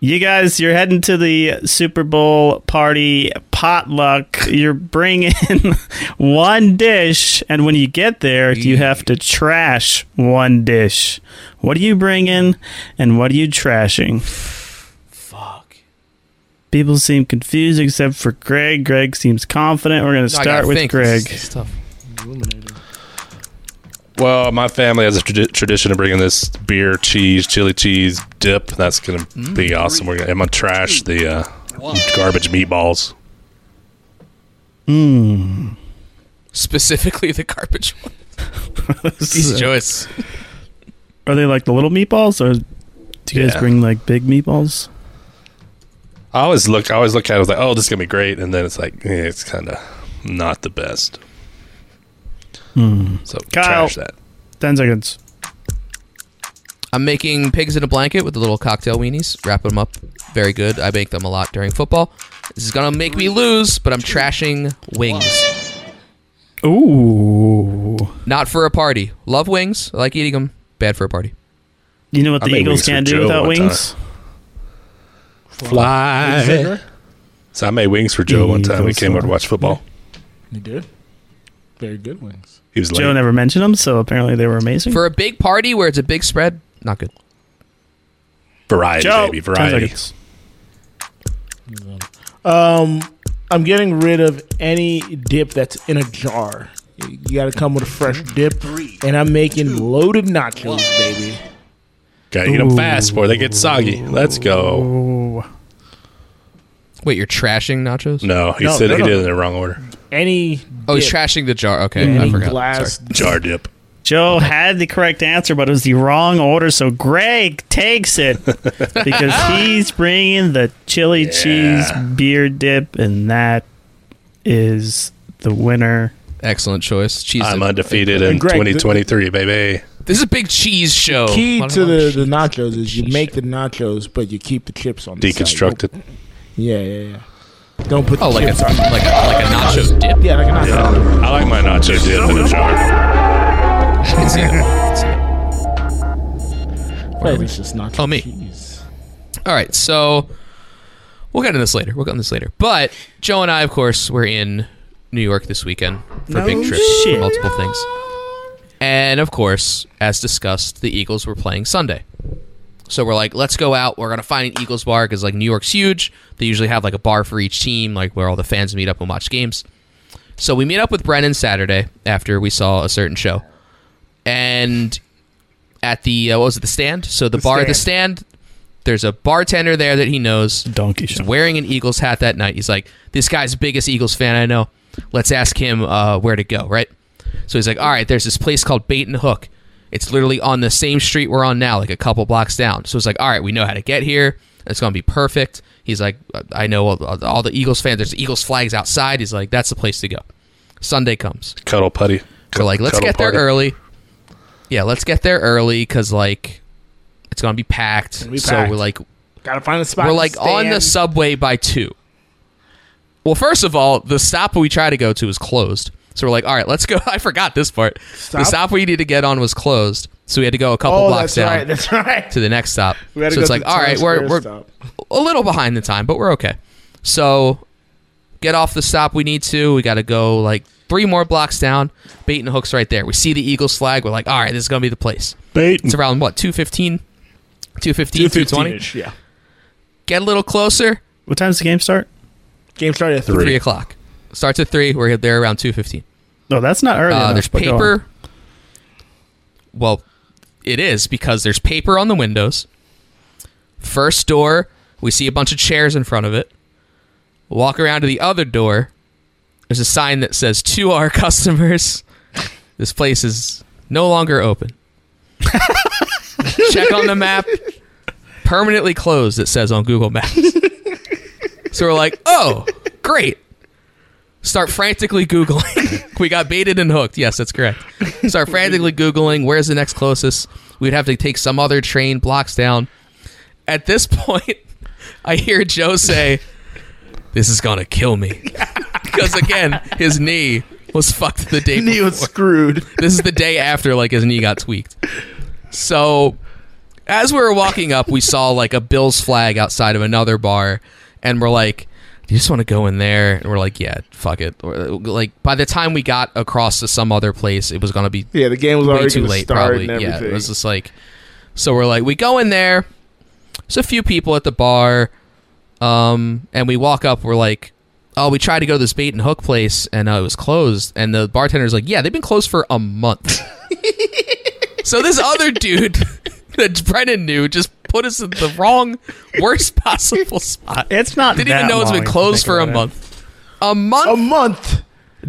Speaker 5: You guys, you're heading to the Super Bowl party potluck. You're bringing [LAUGHS] one dish, and when you get there, you have to trash one dish. What are you bringing, and what are you trashing? Fuck. People seem confused except for Greg. Greg seems confident. We're going to
Speaker 1: No, I
Speaker 5: start
Speaker 1: gotta
Speaker 5: with
Speaker 1: think.
Speaker 5: Greg.
Speaker 1: It's- it's tough.
Speaker 3: Well, my family has a tradi- tradition of bringing this beer, cheese, chili cheese dip. That's gonna be awesome. We're gonna, I'm gonna trash the uh, garbage meatballs.
Speaker 1: Specifically the garbage
Speaker 5: [LAUGHS]
Speaker 1: one. These joys.
Speaker 5: Are they like the little meatballs, or do you guys
Speaker 3: Yeah.
Speaker 5: bring like big meatballs?
Speaker 3: I always look. I always look at it I was like, oh, this is gonna be great, and then it's like, eh, it's kind of not the best.
Speaker 5: Hmm.
Speaker 3: So
Speaker 5: Kyle.
Speaker 3: trash that.
Speaker 5: 10 seconds.
Speaker 1: I'm making pigs in a blanket with the little cocktail weenies. Wrapping them up. Very good. I make them a lot during football. This is going to make me lose, but I'm trashing wings.
Speaker 5: Ooh.
Speaker 1: Not for a party. Love wings. I like eating them. Bad for a party.
Speaker 5: You know what
Speaker 3: I
Speaker 5: the
Speaker 3: made
Speaker 5: Eagles
Speaker 3: wings for
Speaker 5: can't
Speaker 3: Joe
Speaker 5: do without
Speaker 3: one time.
Speaker 5: wings?
Speaker 3: Fly. So I made wings for Joe one time. We came over to watch football.
Speaker 2: You did? Very good wings.
Speaker 3: He was
Speaker 5: Joe
Speaker 3: late.
Speaker 5: never mentioned them, so apparently they were amazing.
Speaker 1: For a big party where it's a big spread, not good.
Speaker 3: Variety,
Speaker 5: Joe,
Speaker 3: baby,
Speaker 5: 10
Speaker 3: variety.
Speaker 5: seconds.
Speaker 2: I'm getting rid of any dip that's in a jar. You got to come with a fresh dip, and I'm making loaded nachos, baby.
Speaker 3: Gotta eat them fast before they get soggy. Let's go.
Speaker 1: Wait, you're trashing nachos?
Speaker 3: No, he
Speaker 2: No,
Speaker 3: said
Speaker 2: no,
Speaker 3: he
Speaker 2: no.
Speaker 3: did it in the wrong order.
Speaker 2: Any
Speaker 1: Oh, he's
Speaker 2: dip,
Speaker 1: trashing the jar. Okay, I
Speaker 2: any
Speaker 1: forgot.
Speaker 2: glass.
Speaker 1: Sorry.
Speaker 3: Jar dip.
Speaker 5: Joe had the correct answer, but it was the wrong order, so Greg takes it because he's bringing the chili cheese beer dip, and that is the winner.
Speaker 1: Excellent choice. Cheese.
Speaker 3: I'm undefeated in
Speaker 2: Greg, the-
Speaker 3: 2023, baby.
Speaker 1: This is a big cheese show.
Speaker 2: Key
Speaker 1: Why
Speaker 2: to
Speaker 1: don't I-
Speaker 2: the, the nachos is you make the nachos, but you keep the chips on the side.
Speaker 3: Deconstructed.
Speaker 2: Yeah, yeah, yeah. Don't put the
Speaker 1: Oh, like
Speaker 2: chips
Speaker 1: a
Speaker 2: on.
Speaker 1: like a like a nacho
Speaker 2: [LAUGHS]
Speaker 1: dip.
Speaker 2: Yeah, like a nacho.
Speaker 3: I like my nacho dip in a jar.
Speaker 1: I can see it. I can see it.
Speaker 2: Well, it's just nacho
Speaker 1: Oh, me.
Speaker 2: cheese.
Speaker 1: All right, so we'll get into this later. We'll get into this later. But Joe and I, of course, we're in New York this weekend for a big trip
Speaker 5: shit.
Speaker 1: for multiple things. And of course, as discussed, the Eagles were playing Sunday. So we're like, let's go out. We're gonna find an Eagles bar because like New York's huge. They usually have like a bar for each team, like where all the fans meet up and watch games. So we meet up with Brennan Saturday after we saw a certain show, and at the uh, what was it the stand? So the, bar at the stand. There's a bartender there that he knows.
Speaker 5: Donkey
Speaker 1: He's
Speaker 5: show.
Speaker 1: wearing an Eagles hat that night. He's like, this guy's the biggest Eagles fan I know. Let's ask him uh, where to go, right? So he's like, all right, there's this place called Bait and Hook. It's literally on the same street we're on now, like a couple blocks down. So it's like, all right, we know how to get here. It's going to be perfect. He's like, I know all, all the Eagles fans. There's Eagles flags outside. He's like, that's the place to go. Sunday comes.
Speaker 3: Cuddle putty.
Speaker 1: We're like, let's
Speaker 3: Cuddle
Speaker 1: get there
Speaker 3: party.
Speaker 1: early. Yeah, let's get there early because, like, it's going to be packed.
Speaker 2: be
Speaker 1: so
Speaker 2: packed.
Speaker 1: we're like,
Speaker 2: Gotta find a spot.
Speaker 1: we're
Speaker 2: to
Speaker 1: like on the
Speaker 2: stand.
Speaker 1: subway by two. Well, first of all, the stop we try to go to is closed. So we're like, all right, let's go. [LAUGHS] I forgot this part. The
Speaker 2: Stop?
Speaker 1: stop we needed to get on was closed, so we had to go a couple
Speaker 2: Oh,
Speaker 1: blocks
Speaker 2: that's
Speaker 1: down
Speaker 2: right. That's right.
Speaker 1: to the next stop.
Speaker 2: We had
Speaker 1: [LAUGHS]
Speaker 2: to
Speaker 1: so
Speaker 2: go
Speaker 1: it's
Speaker 2: to
Speaker 1: like,
Speaker 2: the
Speaker 1: all right,
Speaker 2: Times
Speaker 1: we're
Speaker 2: Square
Speaker 1: we're
Speaker 2: stop.
Speaker 1: a little behind the time, but we're okay. So get off the stop we need to. We got to go like three more blocks down. Bait and hooks right there. We see the Eagles flag. We're like, all right, this is gonna be the place.
Speaker 3: Bait.
Speaker 1: It's around what 215, 215, 220.
Speaker 2: Yeah.
Speaker 1: Get a little closer.
Speaker 5: What time's the game start?
Speaker 2: Game started at
Speaker 1: Three
Speaker 2: three. [LAUGHS]
Speaker 1: o'clock. Starts at three. We're there around two fifteen.
Speaker 5: No, that's not early.
Speaker 1: Uh,
Speaker 5: enough,
Speaker 1: there's
Speaker 5: but go on.
Speaker 1: paper. Well, it is because there's paper on the windows. First door, we see a bunch of chairs in front of it. Walk around to the other door. There's a sign that says "To our [LAUGHS] customers, this place is no longer
Speaker 5: [LAUGHS]
Speaker 1: open." Check on the map. Permanently closed. It says on Google Maps. [LAUGHS] so we're like, "Oh, great!" start frantically googling [LAUGHS] we got baited and hooked yes that's correct start frantically googling where's the next closest we'd have to take some other train blocks down at this [LAUGHS] point i hear joe say this is gonna kill me [LAUGHS] because again his knee was fucked the day
Speaker 2: Knee was
Speaker 1: before.
Speaker 2: screwed.
Speaker 1: this is the day after like his knee got tweaked so as we were walking up, we saw like a Bills flag outside of another bar, and we're like, "Do you just want to go in there?" And we're like, "Yeah, fuck it." Or, like by the time we got across to some other place, it was gonna be
Speaker 2: Yeah, the game was
Speaker 1: way
Speaker 2: already
Speaker 1: too
Speaker 2: gonna
Speaker 1: late.
Speaker 2: start
Speaker 1: Probably,
Speaker 2: and
Speaker 1: yeah. It
Speaker 2: everything.
Speaker 1: was just like, so we're like, we go in there. There's a few people at the bar, um, and we walk up. We're like, oh, we tried to go to this bait and hook place, and uh, it was closed. And the bartender's like, yeah, they've been closed for a
Speaker 2: [LAUGHS]
Speaker 1: month. so this other dude [LAUGHS] that Brennan knew just put us in the wrong, worst possible spot.
Speaker 5: It's not.
Speaker 1: Didn't even
Speaker 5: that
Speaker 1: know it's
Speaker 5: long
Speaker 1: been
Speaker 5: if you
Speaker 1: closed
Speaker 5: think
Speaker 1: for a
Speaker 5: about it.
Speaker 1: month. A month
Speaker 2: a month.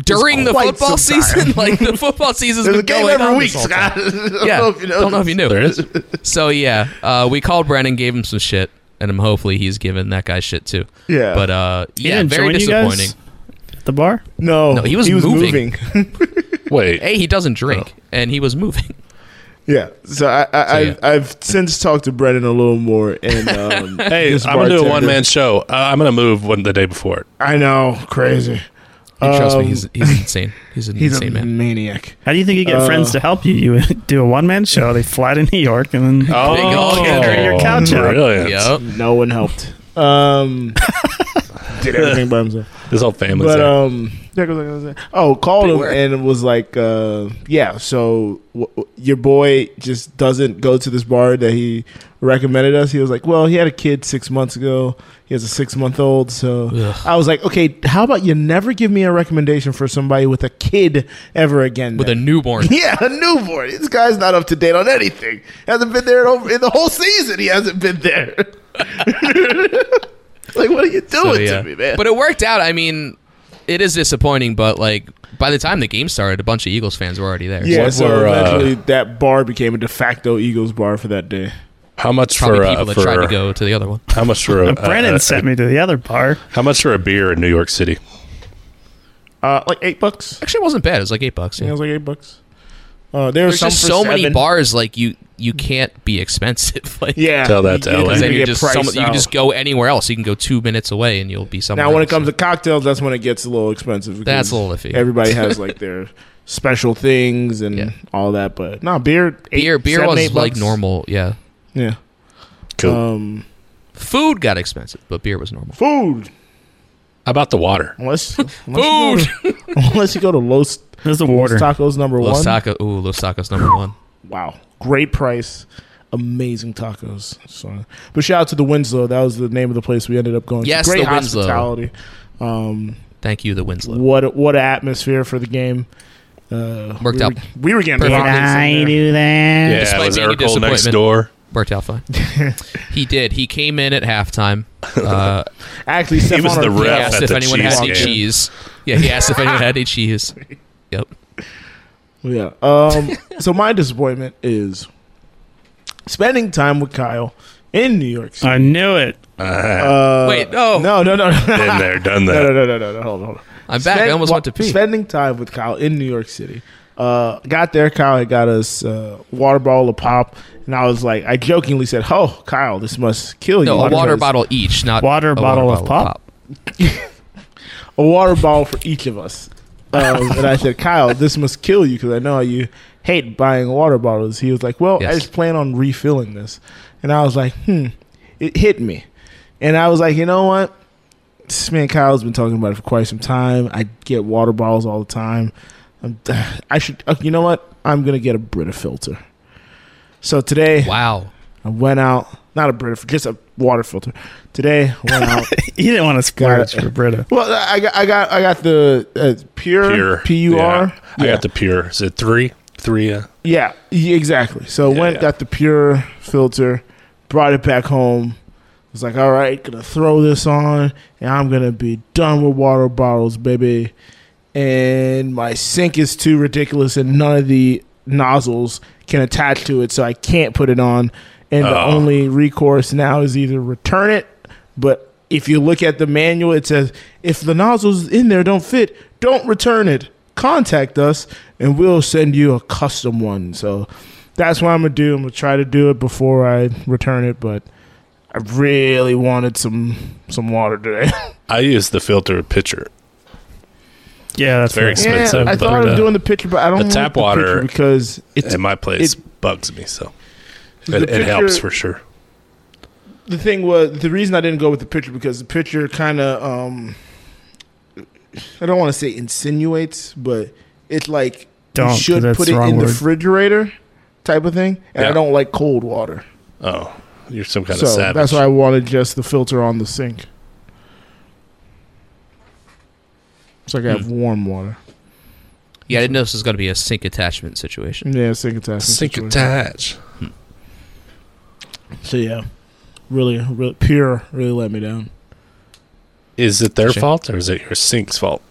Speaker 1: during the
Speaker 2: quite
Speaker 1: football
Speaker 2: some time.
Speaker 1: season, [LAUGHS] like the football season's
Speaker 2: There's a
Speaker 1: been
Speaker 2: game
Speaker 1: going
Speaker 2: every
Speaker 1: on
Speaker 2: week,
Speaker 1: this whole
Speaker 2: Scott. I [LAUGHS] don't
Speaker 1: yeah,
Speaker 2: know if you
Speaker 1: don't know if you knew.
Speaker 3: There is.
Speaker 1: So yeah, uh, we called Brennan, gave him some shit, and um, hopefully he's given that guy shit too.
Speaker 2: Yeah.
Speaker 1: but uh,
Speaker 5: He
Speaker 1: yeah,
Speaker 5: didn't
Speaker 1: very
Speaker 5: join you guys
Speaker 1: disappointing.
Speaker 5: at the bar.
Speaker 2: No,
Speaker 1: No, he was moving.
Speaker 3: Wait.
Speaker 1: A, he doesn't drink, and he was moving.
Speaker 2: [LAUGHS] yeah, so I, I,
Speaker 1: So, yeah.
Speaker 2: I've, I've since talked to Brendan a little more,
Speaker 1: [LAUGHS]
Speaker 2: and um,
Speaker 3: Hey,
Speaker 2: this
Speaker 3: I'm gonna do a
Speaker 2: bartender-
Speaker 3: one man show. Uh, I'm gonna move one the day before it.
Speaker 2: I know, crazy.
Speaker 1: And trust me,
Speaker 2: Um,
Speaker 1: he's he's insane. He's an
Speaker 2: He's
Speaker 1: insane
Speaker 2: a
Speaker 1: man.
Speaker 2: maniac.
Speaker 5: How do you think you get
Speaker 2: Uh,
Speaker 5: friends to help you? You [LAUGHS] do a one man show. They fly to New York and then [LAUGHS]
Speaker 3: Oh,
Speaker 1: gathering
Speaker 5: your couch out.
Speaker 3: brilliant!
Speaker 1: Yep.
Speaker 2: No one helped.
Speaker 1: [LAUGHS]
Speaker 2: Um, did everything by himself.
Speaker 3: This whole family's
Speaker 2: But
Speaker 3: there.
Speaker 2: um, yeah, 'cause like I was saying- oh, called him and was like, uh, yeah. So w- w- your boy just doesn't go to this bar that he recommended us. He was like, well, he had a kid six months ago. He has a six month old. So
Speaker 1: Ugh.
Speaker 2: I was like, okay, how about you never give me a recommendation for somebody with a kid ever again?
Speaker 1: With a
Speaker 2: then?
Speaker 1: newborn,
Speaker 2: [LAUGHS] yeah, a newborn. This guy's not up to date on anything. Hasn't been there in, over, in the whole season. He hasn't been
Speaker 1: [LAUGHS]
Speaker 2: there. [LAUGHS] like, what are you doing
Speaker 1: So,
Speaker 2: to
Speaker 1: yeah.
Speaker 2: me, man?
Speaker 1: but it worked out. I mean, it is disappointing, but like by the time the game started, a bunch of Eagles fans were already there.
Speaker 2: Yeah,
Speaker 3: What
Speaker 2: so
Speaker 3: were, uh,
Speaker 2: eventually that bar became a de facto Eagles bar for that day.
Speaker 3: how much
Speaker 1: probably
Speaker 3: for uh,
Speaker 1: people that
Speaker 3: for
Speaker 1: tried to go to the other one.
Speaker 3: how
Speaker 2: [LAUGHS]
Speaker 3: much for a,
Speaker 5: Brennan
Speaker 3: a- a-
Speaker 5: sent me to the other bar.
Speaker 3: how much for a beer in New York City?
Speaker 2: Uh, like eight bucks.
Speaker 1: Actually, it wasn't bad. It was like eight bucks.
Speaker 2: I
Speaker 1: Yeah.
Speaker 2: think it was like eight bucks. Uh, there
Speaker 1: There's
Speaker 2: were some
Speaker 1: just
Speaker 2: for
Speaker 1: so many
Speaker 2: seven.
Speaker 1: bars like you you can't be expensive. [LAUGHS] Like
Speaker 2: Yeah,
Speaker 3: Tell that to
Speaker 2: you-
Speaker 3: LA.
Speaker 1: Because
Speaker 2: you
Speaker 1: then
Speaker 2: get
Speaker 1: you just
Speaker 2: priced
Speaker 1: some, you can
Speaker 2: out.
Speaker 1: just go anywhere else. You can go two minutes away and you'll be somewhere.
Speaker 2: now when it
Speaker 1: else.
Speaker 2: comes to cocktails, that's when it gets a little expensive.
Speaker 1: That's
Speaker 2: because
Speaker 1: a little iffy. [LAUGHS]
Speaker 2: Everybody has like their special things and
Speaker 1: Yeah.
Speaker 2: all that, but no beer. Eight,
Speaker 1: beer, beer
Speaker 2: seven,
Speaker 1: was
Speaker 2: eight
Speaker 1: like
Speaker 2: bucks.
Speaker 1: normal. Yeah,
Speaker 2: Yeah.
Speaker 3: Cool.
Speaker 2: Um,
Speaker 1: food got expensive, but beer was normal.
Speaker 2: food.
Speaker 3: how about the water?
Speaker 2: Unless, unless You go to, [LAUGHS] unless you go to Los,
Speaker 5: There's the
Speaker 2: Los
Speaker 5: water.
Speaker 2: Tacos number
Speaker 1: Los
Speaker 2: one.
Speaker 1: Taco, ooh, Los Tacos number one.
Speaker 2: Wow. Great price. Amazing tacos. So, but shout out to the Winslow. That was the name of the place we ended up going. to.
Speaker 1: Yes,
Speaker 2: Great
Speaker 1: the Winslow.
Speaker 2: hospitality. Um,
Speaker 1: Thank you, the Winslow.
Speaker 2: what a, what an atmosphere for the game. Uh,
Speaker 1: Worked
Speaker 2: we
Speaker 1: out.
Speaker 2: Were, we were getting
Speaker 1: Perfect.
Speaker 2: rockets in there.
Speaker 5: do that.
Speaker 3: Yeah,
Speaker 1: Despite
Speaker 3: was
Speaker 1: being a
Speaker 3: Urkel next
Speaker 1: disappointment.
Speaker 2: [LAUGHS]
Speaker 3: door?
Speaker 1: Worked out fine. he did. He came in at
Speaker 2: [LAUGHS]
Speaker 1: halftime. Uh,
Speaker 2: Actually, Stephon
Speaker 3: was the
Speaker 2: Ortiz-
Speaker 1: he
Speaker 3: ref.
Speaker 1: asked
Speaker 3: at
Speaker 1: if
Speaker 3: the
Speaker 1: anyone
Speaker 3: cheese
Speaker 1: had any
Speaker 3: game.
Speaker 1: cheese. Yeah, he asked if anyone had any
Speaker 2: [LAUGHS]
Speaker 1: cheese. Yep.
Speaker 2: Yeah. Um, [LAUGHS] so my disappointment is spending time with Kyle in New York City.
Speaker 5: I knew it.
Speaker 3: Uh,
Speaker 2: Uh,
Speaker 1: Wait, no.
Speaker 2: no, no, [LAUGHS] no, no,
Speaker 3: been there, done
Speaker 2: no,
Speaker 3: that.
Speaker 2: no, no, no, no. Hold on, hold on.
Speaker 1: I'm back. I almost
Speaker 2: wa-
Speaker 1: went to pee.
Speaker 2: Spending time with Kyle in New York City. Uh, got there, Kyle had got us uh, water bottle of pop, and I was like, I jokingly said, "Oh, Kyle, this must kill you."
Speaker 1: No, a water
Speaker 2: because-
Speaker 1: bottle each, not
Speaker 5: Water
Speaker 1: a
Speaker 5: bottle of pop?
Speaker 2: a water bottle for each of us. Um, and I said, Kyle, this must kill you because I know how you hate buying water bottles. He was like, Well, I
Speaker 1: Yes.
Speaker 2: just plan on refilling this. And I was like, Hmm, it hit me. And I was like, You know what? This man Kyle's been talking about it for quite some time. I get water bottles all the time. I'm, [SIGHS] I should, uh, you know what? I'm going to get a Brita filter. So today,
Speaker 1: Wow.
Speaker 2: I went out, not a Brita, just a water filter. Today, I went out.
Speaker 5: You didn't want to splurge for Brita.
Speaker 2: well, I got, I got, I got the uh, pure,
Speaker 3: Pure.
Speaker 2: P U R.
Speaker 3: Yeah. I got the pure. Is it three? Three. Uh,
Speaker 2: Yeah, y- exactly. So went
Speaker 3: yeah.
Speaker 2: got the pure filter, brought it back home. Was like, all right, gonna throw this on, and I'm gonna be done with water bottles, baby. And my sink is too ridiculous, and none of the nozzles can attach to it, so I can't put it on. And the
Speaker 3: Oh.
Speaker 2: only recourse now is either return it, but if you look at the manual, it says if the nozzles in there don't fit, don't return it. Contact us and we'll send you a custom one. So that's what I'm gonna do. I'm gonna try to do it before I return it, but I really wanted some some water today. [LAUGHS]
Speaker 3: I use the filter pitcher.
Speaker 5: Yeah, that's
Speaker 3: very
Speaker 5: very.
Speaker 3: expensive.
Speaker 2: yeah, I
Speaker 3: but,
Speaker 2: thought
Speaker 3: uh,
Speaker 2: of doing the picture, but I don't
Speaker 3: the
Speaker 2: want
Speaker 3: tap
Speaker 2: the picture
Speaker 3: water-
Speaker 2: because it's
Speaker 3: in my place bugs me. So it, it
Speaker 2: picture-
Speaker 3: helps for sure.
Speaker 2: the thing was the reason I didn't go with the picture because the picture kind of um I don't want to say insinuates, but it's like
Speaker 5: Don't,
Speaker 2: you
Speaker 5: 'cause
Speaker 2: should
Speaker 5: that's
Speaker 2: put
Speaker 5: the
Speaker 2: it
Speaker 5: wrong
Speaker 2: in the
Speaker 5: word.
Speaker 2: refrigerator type of thing, and I
Speaker 3: Yeah.
Speaker 2: don't like cold water,
Speaker 3: Oh, you're some kind
Speaker 2: so
Speaker 3: of savage.
Speaker 2: that's why I wanted just the filter on the sink. So I can
Speaker 3: Hmm.
Speaker 2: have warm water.
Speaker 1: Yeah, I didn't know this was going to be a sink attachment situation.
Speaker 2: Yeah, sink attachment.
Speaker 3: sink
Speaker 2: situation.
Speaker 3: attach.
Speaker 2: So yeah, really, really pure. Really let me down.
Speaker 3: Is it their fault or is it your sink's fault?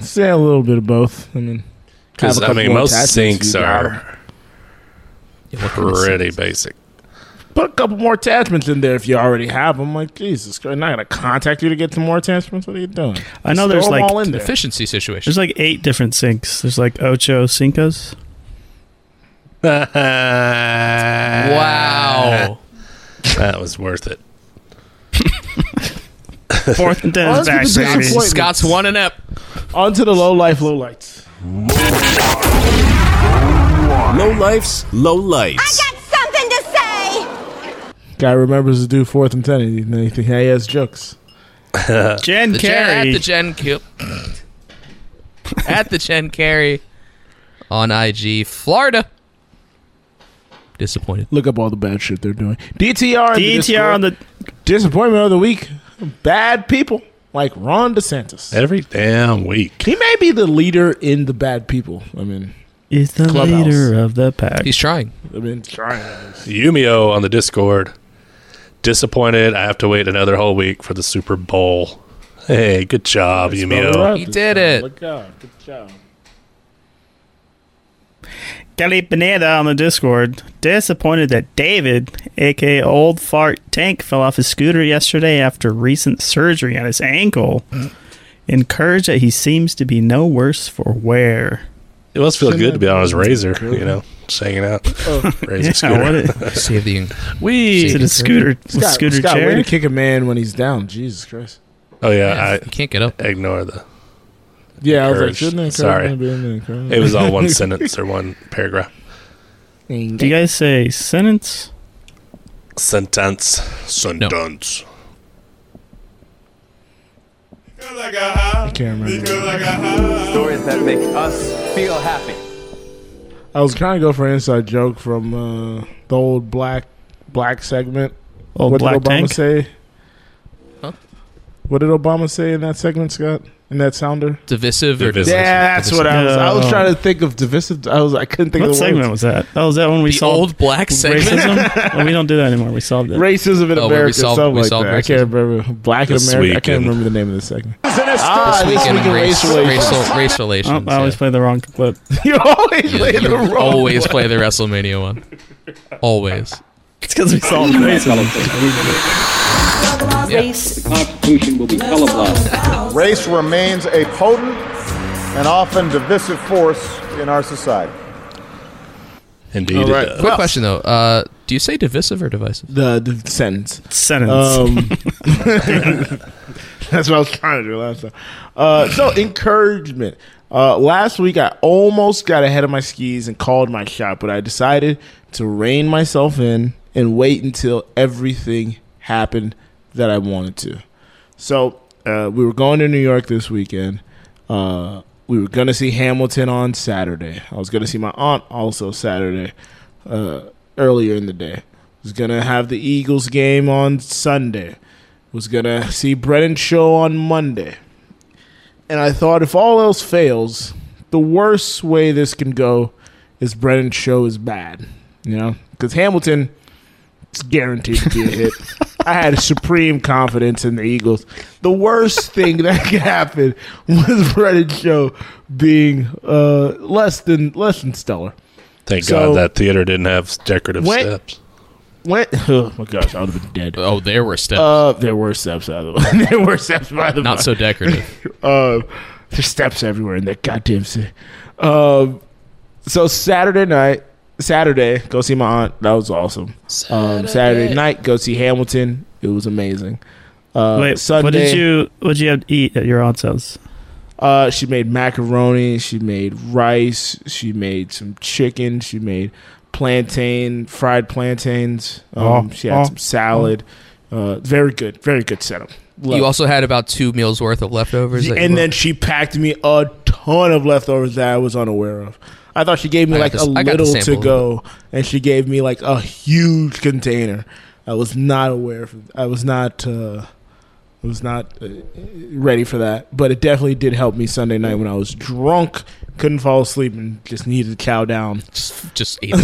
Speaker 2: Say a little bit of both. I mean,
Speaker 3: Because
Speaker 2: Have a
Speaker 3: I
Speaker 2: couple
Speaker 3: mean,
Speaker 2: more
Speaker 3: most
Speaker 2: attachments,
Speaker 3: sinks
Speaker 2: you got [LAUGHS] 'em.
Speaker 3: are pretty
Speaker 2: [LAUGHS]
Speaker 3: basic.
Speaker 2: put a couple more attachments in there if you already have them. Like Jesus Christ, not gonna contact you to get some more attachments. What are you doing?
Speaker 5: I know
Speaker 2: Just
Speaker 5: there's
Speaker 2: throw 'em
Speaker 5: like-
Speaker 2: all in there.
Speaker 1: Efficiency situation.
Speaker 5: There's like eight different sinks. There's like
Speaker 2: [LAUGHS]
Speaker 5: Ocho Cinco's.
Speaker 1: Wow.
Speaker 3: That was worth it.
Speaker 5: Fourth and ten is back,
Speaker 2: Let's get the
Speaker 5: baby.
Speaker 2: disappointment.
Speaker 1: Scott's one and up.
Speaker 2: Onto the low life, low lights.
Speaker 11: Low lifes, low lights.
Speaker 10: something to say!
Speaker 2: Guy remembers to do fourth and ten, and then he think, "Hey, he has jokes."
Speaker 5: Jen
Speaker 1: The Jen, at
Speaker 5: Carey.
Speaker 1: the Jen Q. at the Jen Carey on IG Florida. Disappointed.
Speaker 2: Look up all the bad shit they're doing. DTR, in
Speaker 5: DTR on
Speaker 2: Discord.
Speaker 5: the.
Speaker 2: disappointment of the week. Bad people like Ron DeSantis.
Speaker 3: Every damn week.
Speaker 2: He may be the leader in the bad people. I mean,
Speaker 5: Is the
Speaker 2: Clubhouse.
Speaker 5: leader of the pack.
Speaker 1: He's trying.
Speaker 2: I mean, trying.
Speaker 3: Yumio on the Discord. Disappointed. I have to wait another whole week for the Super Bowl. Hey, good job, Yumio.
Speaker 1: He did it.
Speaker 2: Look out! Good job.
Speaker 5: Kelly Pineda on the Discord, disappointed that David, aka Old Fart Tank, fell off his scooter yesterday after recent surgery on his ankle. Encouraged that he seems to be no worse for wear.
Speaker 3: It must feel
Speaker 2: Shouldn't
Speaker 3: good
Speaker 2: that
Speaker 3: to be on his
Speaker 2: be
Speaker 3: razor,
Speaker 2: good? Oh.
Speaker 3: you know, just hanging out. Razor
Speaker 2: [LAUGHS]
Speaker 5: Yeah, what
Speaker 1: [LAUGHS]
Speaker 3: scooter.
Speaker 5: it,
Speaker 1: Save the
Speaker 5: is
Speaker 3: Wee.
Speaker 5: it a scooter, a
Speaker 2: Scott,
Speaker 5: scooter
Speaker 2: Scott, way
Speaker 5: chair?
Speaker 2: to kick a man when he's down. Jesus Christ.
Speaker 3: Oh, yeah.
Speaker 1: you can't get up.
Speaker 3: I ignore the.
Speaker 2: Yeah, I was like,
Speaker 3: Encouraged.
Speaker 2: shouldn't encourage
Speaker 3: Sorry.
Speaker 2: me to be in the encouragement?
Speaker 3: It was all one sentence or one paragraph.
Speaker 5: Do you guys say sentence?
Speaker 3: Sentence. Sentence.
Speaker 2: I can't remember.
Speaker 11: Stories that make us feel happy.
Speaker 2: I was trying to go for an inside joke from uh, the old black black segment.
Speaker 5: Old
Speaker 2: what
Speaker 5: Black
Speaker 2: did Obama
Speaker 5: Tank?
Speaker 2: say?
Speaker 1: Huh?
Speaker 2: What did Obama say in that segment, Scott? In that sounder?
Speaker 1: Divisive or
Speaker 3: Divisive.
Speaker 2: Yeah, that's what I was. I was
Speaker 5: No.
Speaker 2: trying to think of divisive. I was. I couldn't think
Speaker 5: What
Speaker 2: of the
Speaker 5: segment
Speaker 2: words.
Speaker 5: was that? Oh, was that when we
Speaker 1: the
Speaker 5: solved
Speaker 1: old black segment.
Speaker 5: [LAUGHS] racism? Oh, we don't do that anymore. We solved it.
Speaker 2: Racism in
Speaker 1: Oh, where we
Speaker 2: America,
Speaker 1: solved-
Speaker 2: something
Speaker 1: we
Speaker 2: like
Speaker 1: solved
Speaker 2: that. I can't remember. Black in
Speaker 3: This
Speaker 2: America. I can't
Speaker 3: weekend.
Speaker 2: remember the name of the segment. [LAUGHS] Ah,
Speaker 1: This weekend in race,
Speaker 2: racial relations.
Speaker 1: racial, race relations.
Speaker 5: Oh, I always
Speaker 1: yeah.
Speaker 5: play the wrong [LAUGHS] clip.
Speaker 2: You always
Speaker 1: You-
Speaker 2: play the
Speaker 1: you
Speaker 2: wrong
Speaker 1: always play the WrestleMania one. Always.
Speaker 5: It's because we [LAUGHS] solved racism.
Speaker 12: Race remains a potent and often divisive force in our society.
Speaker 3: Indeed.
Speaker 2: All
Speaker 3: it
Speaker 2: right.
Speaker 3: does.
Speaker 1: Quick question though. Uh, do you say divisive or divisive?
Speaker 2: The, the sentence.
Speaker 5: Sentence.
Speaker 2: Um, [LAUGHS] that's what I was trying to do last time. Uh, so encouragement. Uh, last week I almost got ahead of my skis and called my shot, but I decided to rein myself in and wait until everything happened that I wanted to. So uh, we were going to New York this weekend. Uh, we were gonna see Hamilton on Saturday. I was gonna see my aunt also Saturday, uh, earlier in the day. Was gonna have the Eagles game on Sunday. Was gonna see Brennan show on Monday. And I thought if all else fails, the worst way this can go is Brennan's show is bad. You know? Because Hamilton it's guaranteed to be a hit. I had supreme confidence in the Eagles. The worst thing that could happen [LAUGHS] was Brennan show being uh, less than less than stellar.
Speaker 3: Thank
Speaker 2: So-
Speaker 3: God that theater didn't have decorative
Speaker 2: When-
Speaker 3: steps.
Speaker 2: Went [LAUGHS] oh my gosh, I would have been dead.
Speaker 1: Oh, there were steps.
Speaker 2: Uh, there were steps out of the [LAUGHS] way. there were steps by the
Speaker 1: Not so decorative.
Speaker 2: uh, there's steps everywhere in that goddamn city. Um, so Saturday night, Saturday, go see my aunt. That was awesome. Saturday, um, Saturday night, go see Hamilton. It was amazing. Uh,
Speaker 5: Wait,
Speaker 2: Sunday,
Speaker 5: what did you what did you have to eat at your aunt's house?
Speaker 2: Uh, she made macaroni. She made rice. She made some chicken. She made plantain, fried plantains. Um,
Speaker 1: Oh,
Speaker 2: she had
Speaker 1: oh,
Speaker 2: some salad. Uh, very good, very good setup.
Speaker 1: [LAUGHS]
Speaker 2: Love
Speaker 1: you
Speaker 2: it.
Speaker 1: also had about two meals worth of leftovers. that you
Speaker 2: and
Speaker 1: brought.
Speaker 2: then she packed me a ton of leftovers that I was unaware of. I thought she gave me
Speaker 1: I got
Speaker 2: like
Speaker 1: the-
Speaker 2: a
Speaker 1: I got the
Speaker 2: little to
Speaker 1: sample.
Speaker 2: go, and she gave me like a huge container. I was not aware. Of, I was not. Uh, I was not uh, ready for that, but it definitely did help me Sunday night when I was drunk, couldn't fall asleep, and just needed to chow down.
Speaker 1: Just, just ate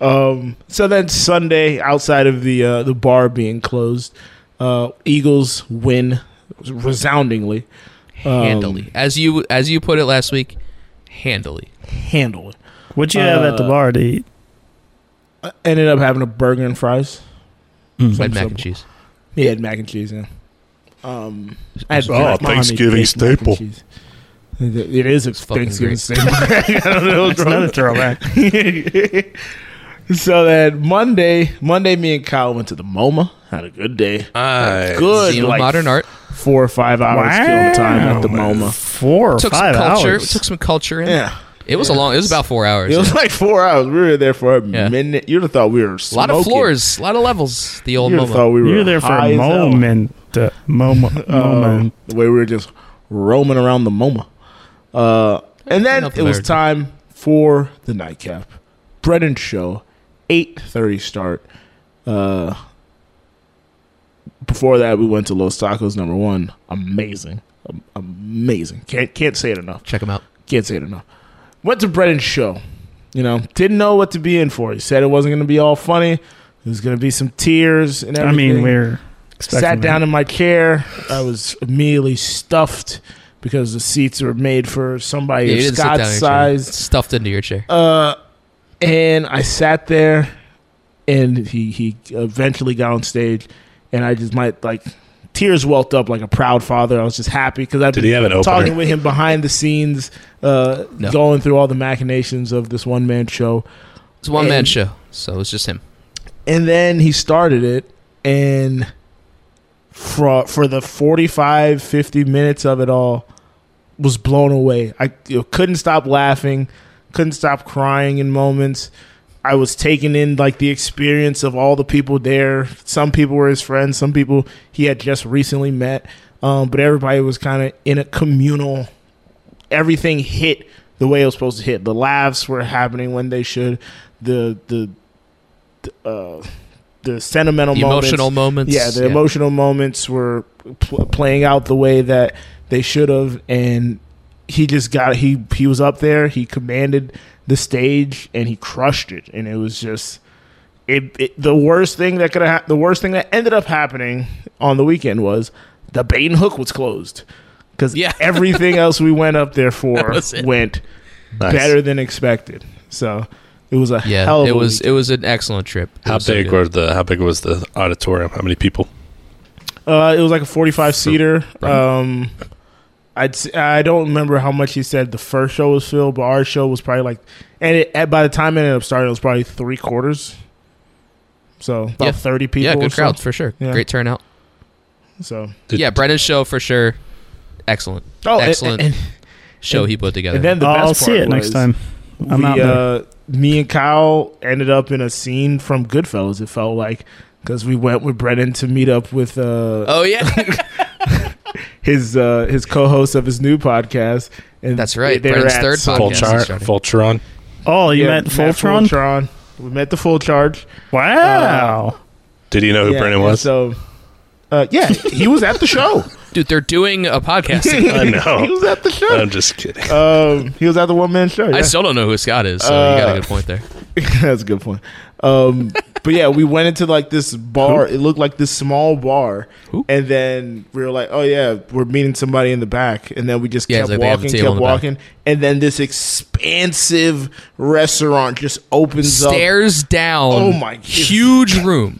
Speaker 2: um, so then Sunday, outside of the uh, the bar being closed, uh, Eagles win resoundingly, [LAUGHS] Um,
Speaker 1: handily, as you as you put it last week, handily.
Speaker 2: handle it.
Speaker 5: What'd you have at the
Speaker 2: Uh,
Speaker 5: bar to eat?
Speaker 2: I ended up having a burger and fries.
Speaker 1: I
Speaker 2: Some
Speaker 1: had mac
Speaker 2: simple-
Speaker 1: and cheese.
Speaker 2: Yeah, I had mac and cheese. Yeah. Um,
Speaker 1: Oh,
Speaker 2: Mac and
Speaker 1: Thanksgiving
Speaker 2: cheese, mac and
Speaker 1: staple.
Speaker 2: cheese. It is a Thanksgiving
Speaker 1: great.
Speaker 2: staple. [LAUGHS] I don't know what's
Speaker 5: That's
Speaker 2: wrong
Speaker 5: another
Speaker 2: with that. [LAUGHS] so then Monday, Monday, me and Kyle went to the MoMA. Had a good day. Had a good
Speaker 1: Museum of
Speaker 2: like,
Speaker 1: Uh, Modern Art.
Speaker 2: Four or five hours killing time at the MoMA.
Speaker 5: Four
Speaker 1: took some culture. Took some culture in.
Speaker 2: Yeah.
Speaker 1: It was a long. It was about four hours.
Speaker 2: It was like four hours. We were there for a
Speaker 1: Yeah.
Speaker 2: minute. You'd have thought we were
Speaker 1: a lot of
Speaker 2: smoking.
Speaker 1: floors, a lot of levels. The old
Speaker 2: You'd have
Speaker 1: MoMA.
Speaker 2: thought we were
Speaker 5: you were there for
Speaker 2: high
Speaker 5: a
Speaker 2: as hell.
Speaker 5: moment. uh, moment.
Speaker 2: um,
Speaker 5: moment.
Speaker 2: the way we were just roaming around the MoMA. Uh, and then
Speaker 1: Enough
Speaker 2: it was
Speaker 1: America.
Speaker 2: time for the nightcap. Brennan's show, eight thirty start. Uh, before that, we went to Los Tacos. Number one, amazing, Am- amazing. Can't can't say it enough.
Speaker 1: Check them out.
Speaker 2: Can't say it enough. Went to Brennan's show. You know, didn't know what to be in for. He said it wasn't going to be all funny. It was going to be some tears and
Speaker 5: I
Speaker 2: everything
Speaker 5: mean, we're expecting
Speaker 2: sat down
Speaker 5: that.
Speaker 2: in my chair. I was immediately stuffed because the seats were made for somebody
Speaker 1: Yeah, you
Speaker 2: of
Speaker 1: didn't sit down in
Speaker 2: Scott's
Speaker 1: your chair.
Speaker 2: size.
Speaker 1: stuffed into your chair.
Speaker 2: Uh, and I sat there, and he he eventually got on stage, and I just might like tears welled up like a proud father. I was just happy because I've
Speaker 3: Did
Speaker 2: been
Speaker 3: he have an opener?
Speaker 2: talking with him behind the scenes, uh,
Speaker 1: No.
Speaker 2: going through all the machinations of this one man show.
Speaker 1: It's a one man
Speaker 2: and-
Speaker 1: show, so it was just him.
Speaker 2: and then he started it and for for the 45 50 minutes of it all was blown away i you know, couldn't stop laughing couldn't stop crying in moments i was taking in like the experience of all the people there some people were his friends some people he had just recently met um, but everybody was kind of in a communal everything hit the way it was supposed to hit the laughs were happening when they should the the uh, the sentimental
Speaker 1: The
Speaker 2: moments,
Speaker 1: emotional moments,
Speaker 2: Yeah, the
Speaker 1: yeah.
Speaker 2: emotional moments were pl- playing out the way that they should have, and he just got he he was up there. He commanded the stage, and he crushed it. And it was just it. it the worst thing that could have the worst thing that ended up happening on the weekend was the Bane Hook was closed because
Speaker 1: Yeah. [LAUGHS]
Speaker 2: everything else we went up there for
Speaker 1: was it.
Speaker 2: went
Speaker 3: Nice.
Speaker 2: better than expected. So. It was a hell
Speaker 1: Yeah,
Speaker 2: of
Speaker 1: it
Speaker 2: a
Speaker 1: was
Speaker 2: weekend.
Speaker 1: it was an excellent trip. It
Speaker 3: How
Speaker 1: was so
Speaker 3: big
Speaker 1: good.
Speaker 3: were the How big was the auditorium? How many people?
Speaker 2: Uh, it was like a forty-five seater. Um, I'd s- I don't remember how much he said the first show was filled, but our show was probably like, and it, at, by the time it ended up starting, it was probably three quarters. So about
Speaker 1: Yeah.
Speaker 2: thirty people.
Speaker 1: Yeah,
Speaker 2: or
Speaker 1: good
Speaker 2: so.
Speaker 1: crowd for sure.
Speaker 2: Yeah.
Speaker 1: Great turnout.
Speaker 2: So
Speaker 3: Did-
Speaker 1: yeah, Brennan's show for sure. Excellent.
Speaker 2: Oh, and-
Speaker 1: excellent
Speaker 2: and-
Speaker 1: show
Speaker 2: and-
Speaker 1: he put together.
Speaker 2: and then the
Speaker 5: Oh, I'll
Speaker 2: best
Speaker 5: see
Speaker 2: part
Speaker 5: it next
Speaker 2: was
Speaker 5: time. I'm
Speaker 2: we,
Speaker 5: out there.
Speaker 2: Uh, me and Kyle ended up in a scene from Goodfellas. It felt like because we went with Brennan to meet up with. Uh,
Speaker 1: oh yeah,
Speaker 2: [LAUGHS] his uh, his co-host of his new podcast. And
Speaker 1: That's right,
Speaker 2: they were
Speaker 1: Brennan's
Speaker 2: at
Speaker 1: third
Speaker 2: some-
Speaker 1: podcast.
Speaker 3: Vulture,
Speaker 1: starting.
Speaker 3: Voltron.
Speaker 5: Oh, you
Speaker 2: Yeah,
Speaker 5: meant
Speaker 2: Matt
Speaker 5: Voltron?
Speaker 2: Voltron. We met the full charge.
Speaker 5: Wow.
Speaker 3: Did he know who
Speaker 2: Yeah,
Speaker 3: Brennan
Speaker 2: and
Speaker 3: was?
Speaker 2: So, uh, yeah, he was at the show.
Speaker 1: Dude, they're doing a podcast.
Speaker 3: [LAUGHS]
Speaker 2: [LAUGHS]
Speaker 3: I know.
Speaker 2: He was at the show.
Speaker 3: I'm just kidding.
Speaker 2: [LAUGHS] Um, he was at the one man show.
Speaker 1: I
Speaker 2: yeah.
Speaker 1: still don't know who Scott is, so you got a
Speaker 2: Uh,
Speaker 1: good point there.
Speaker 2: [LAUGHS] That's a good point. Um, but yeah, we went into like this bar. It looked like this small bar, and then we were like, "Oh yeah, we're meeting somebody in the back." And then we just
Speaker 1: Yeah, it's
Speaker 2: kept
Speaker 1: like they have a
Speaker 2: walking,
Speaker 1: table in
Speaker 2: kept
Speaker 1: the back.
Speaker 2: walking, and then this expansive restaurant just opens
Speaker 1: Stairs down.
Speaker 2: Oh my
Speaker 1: Huge room,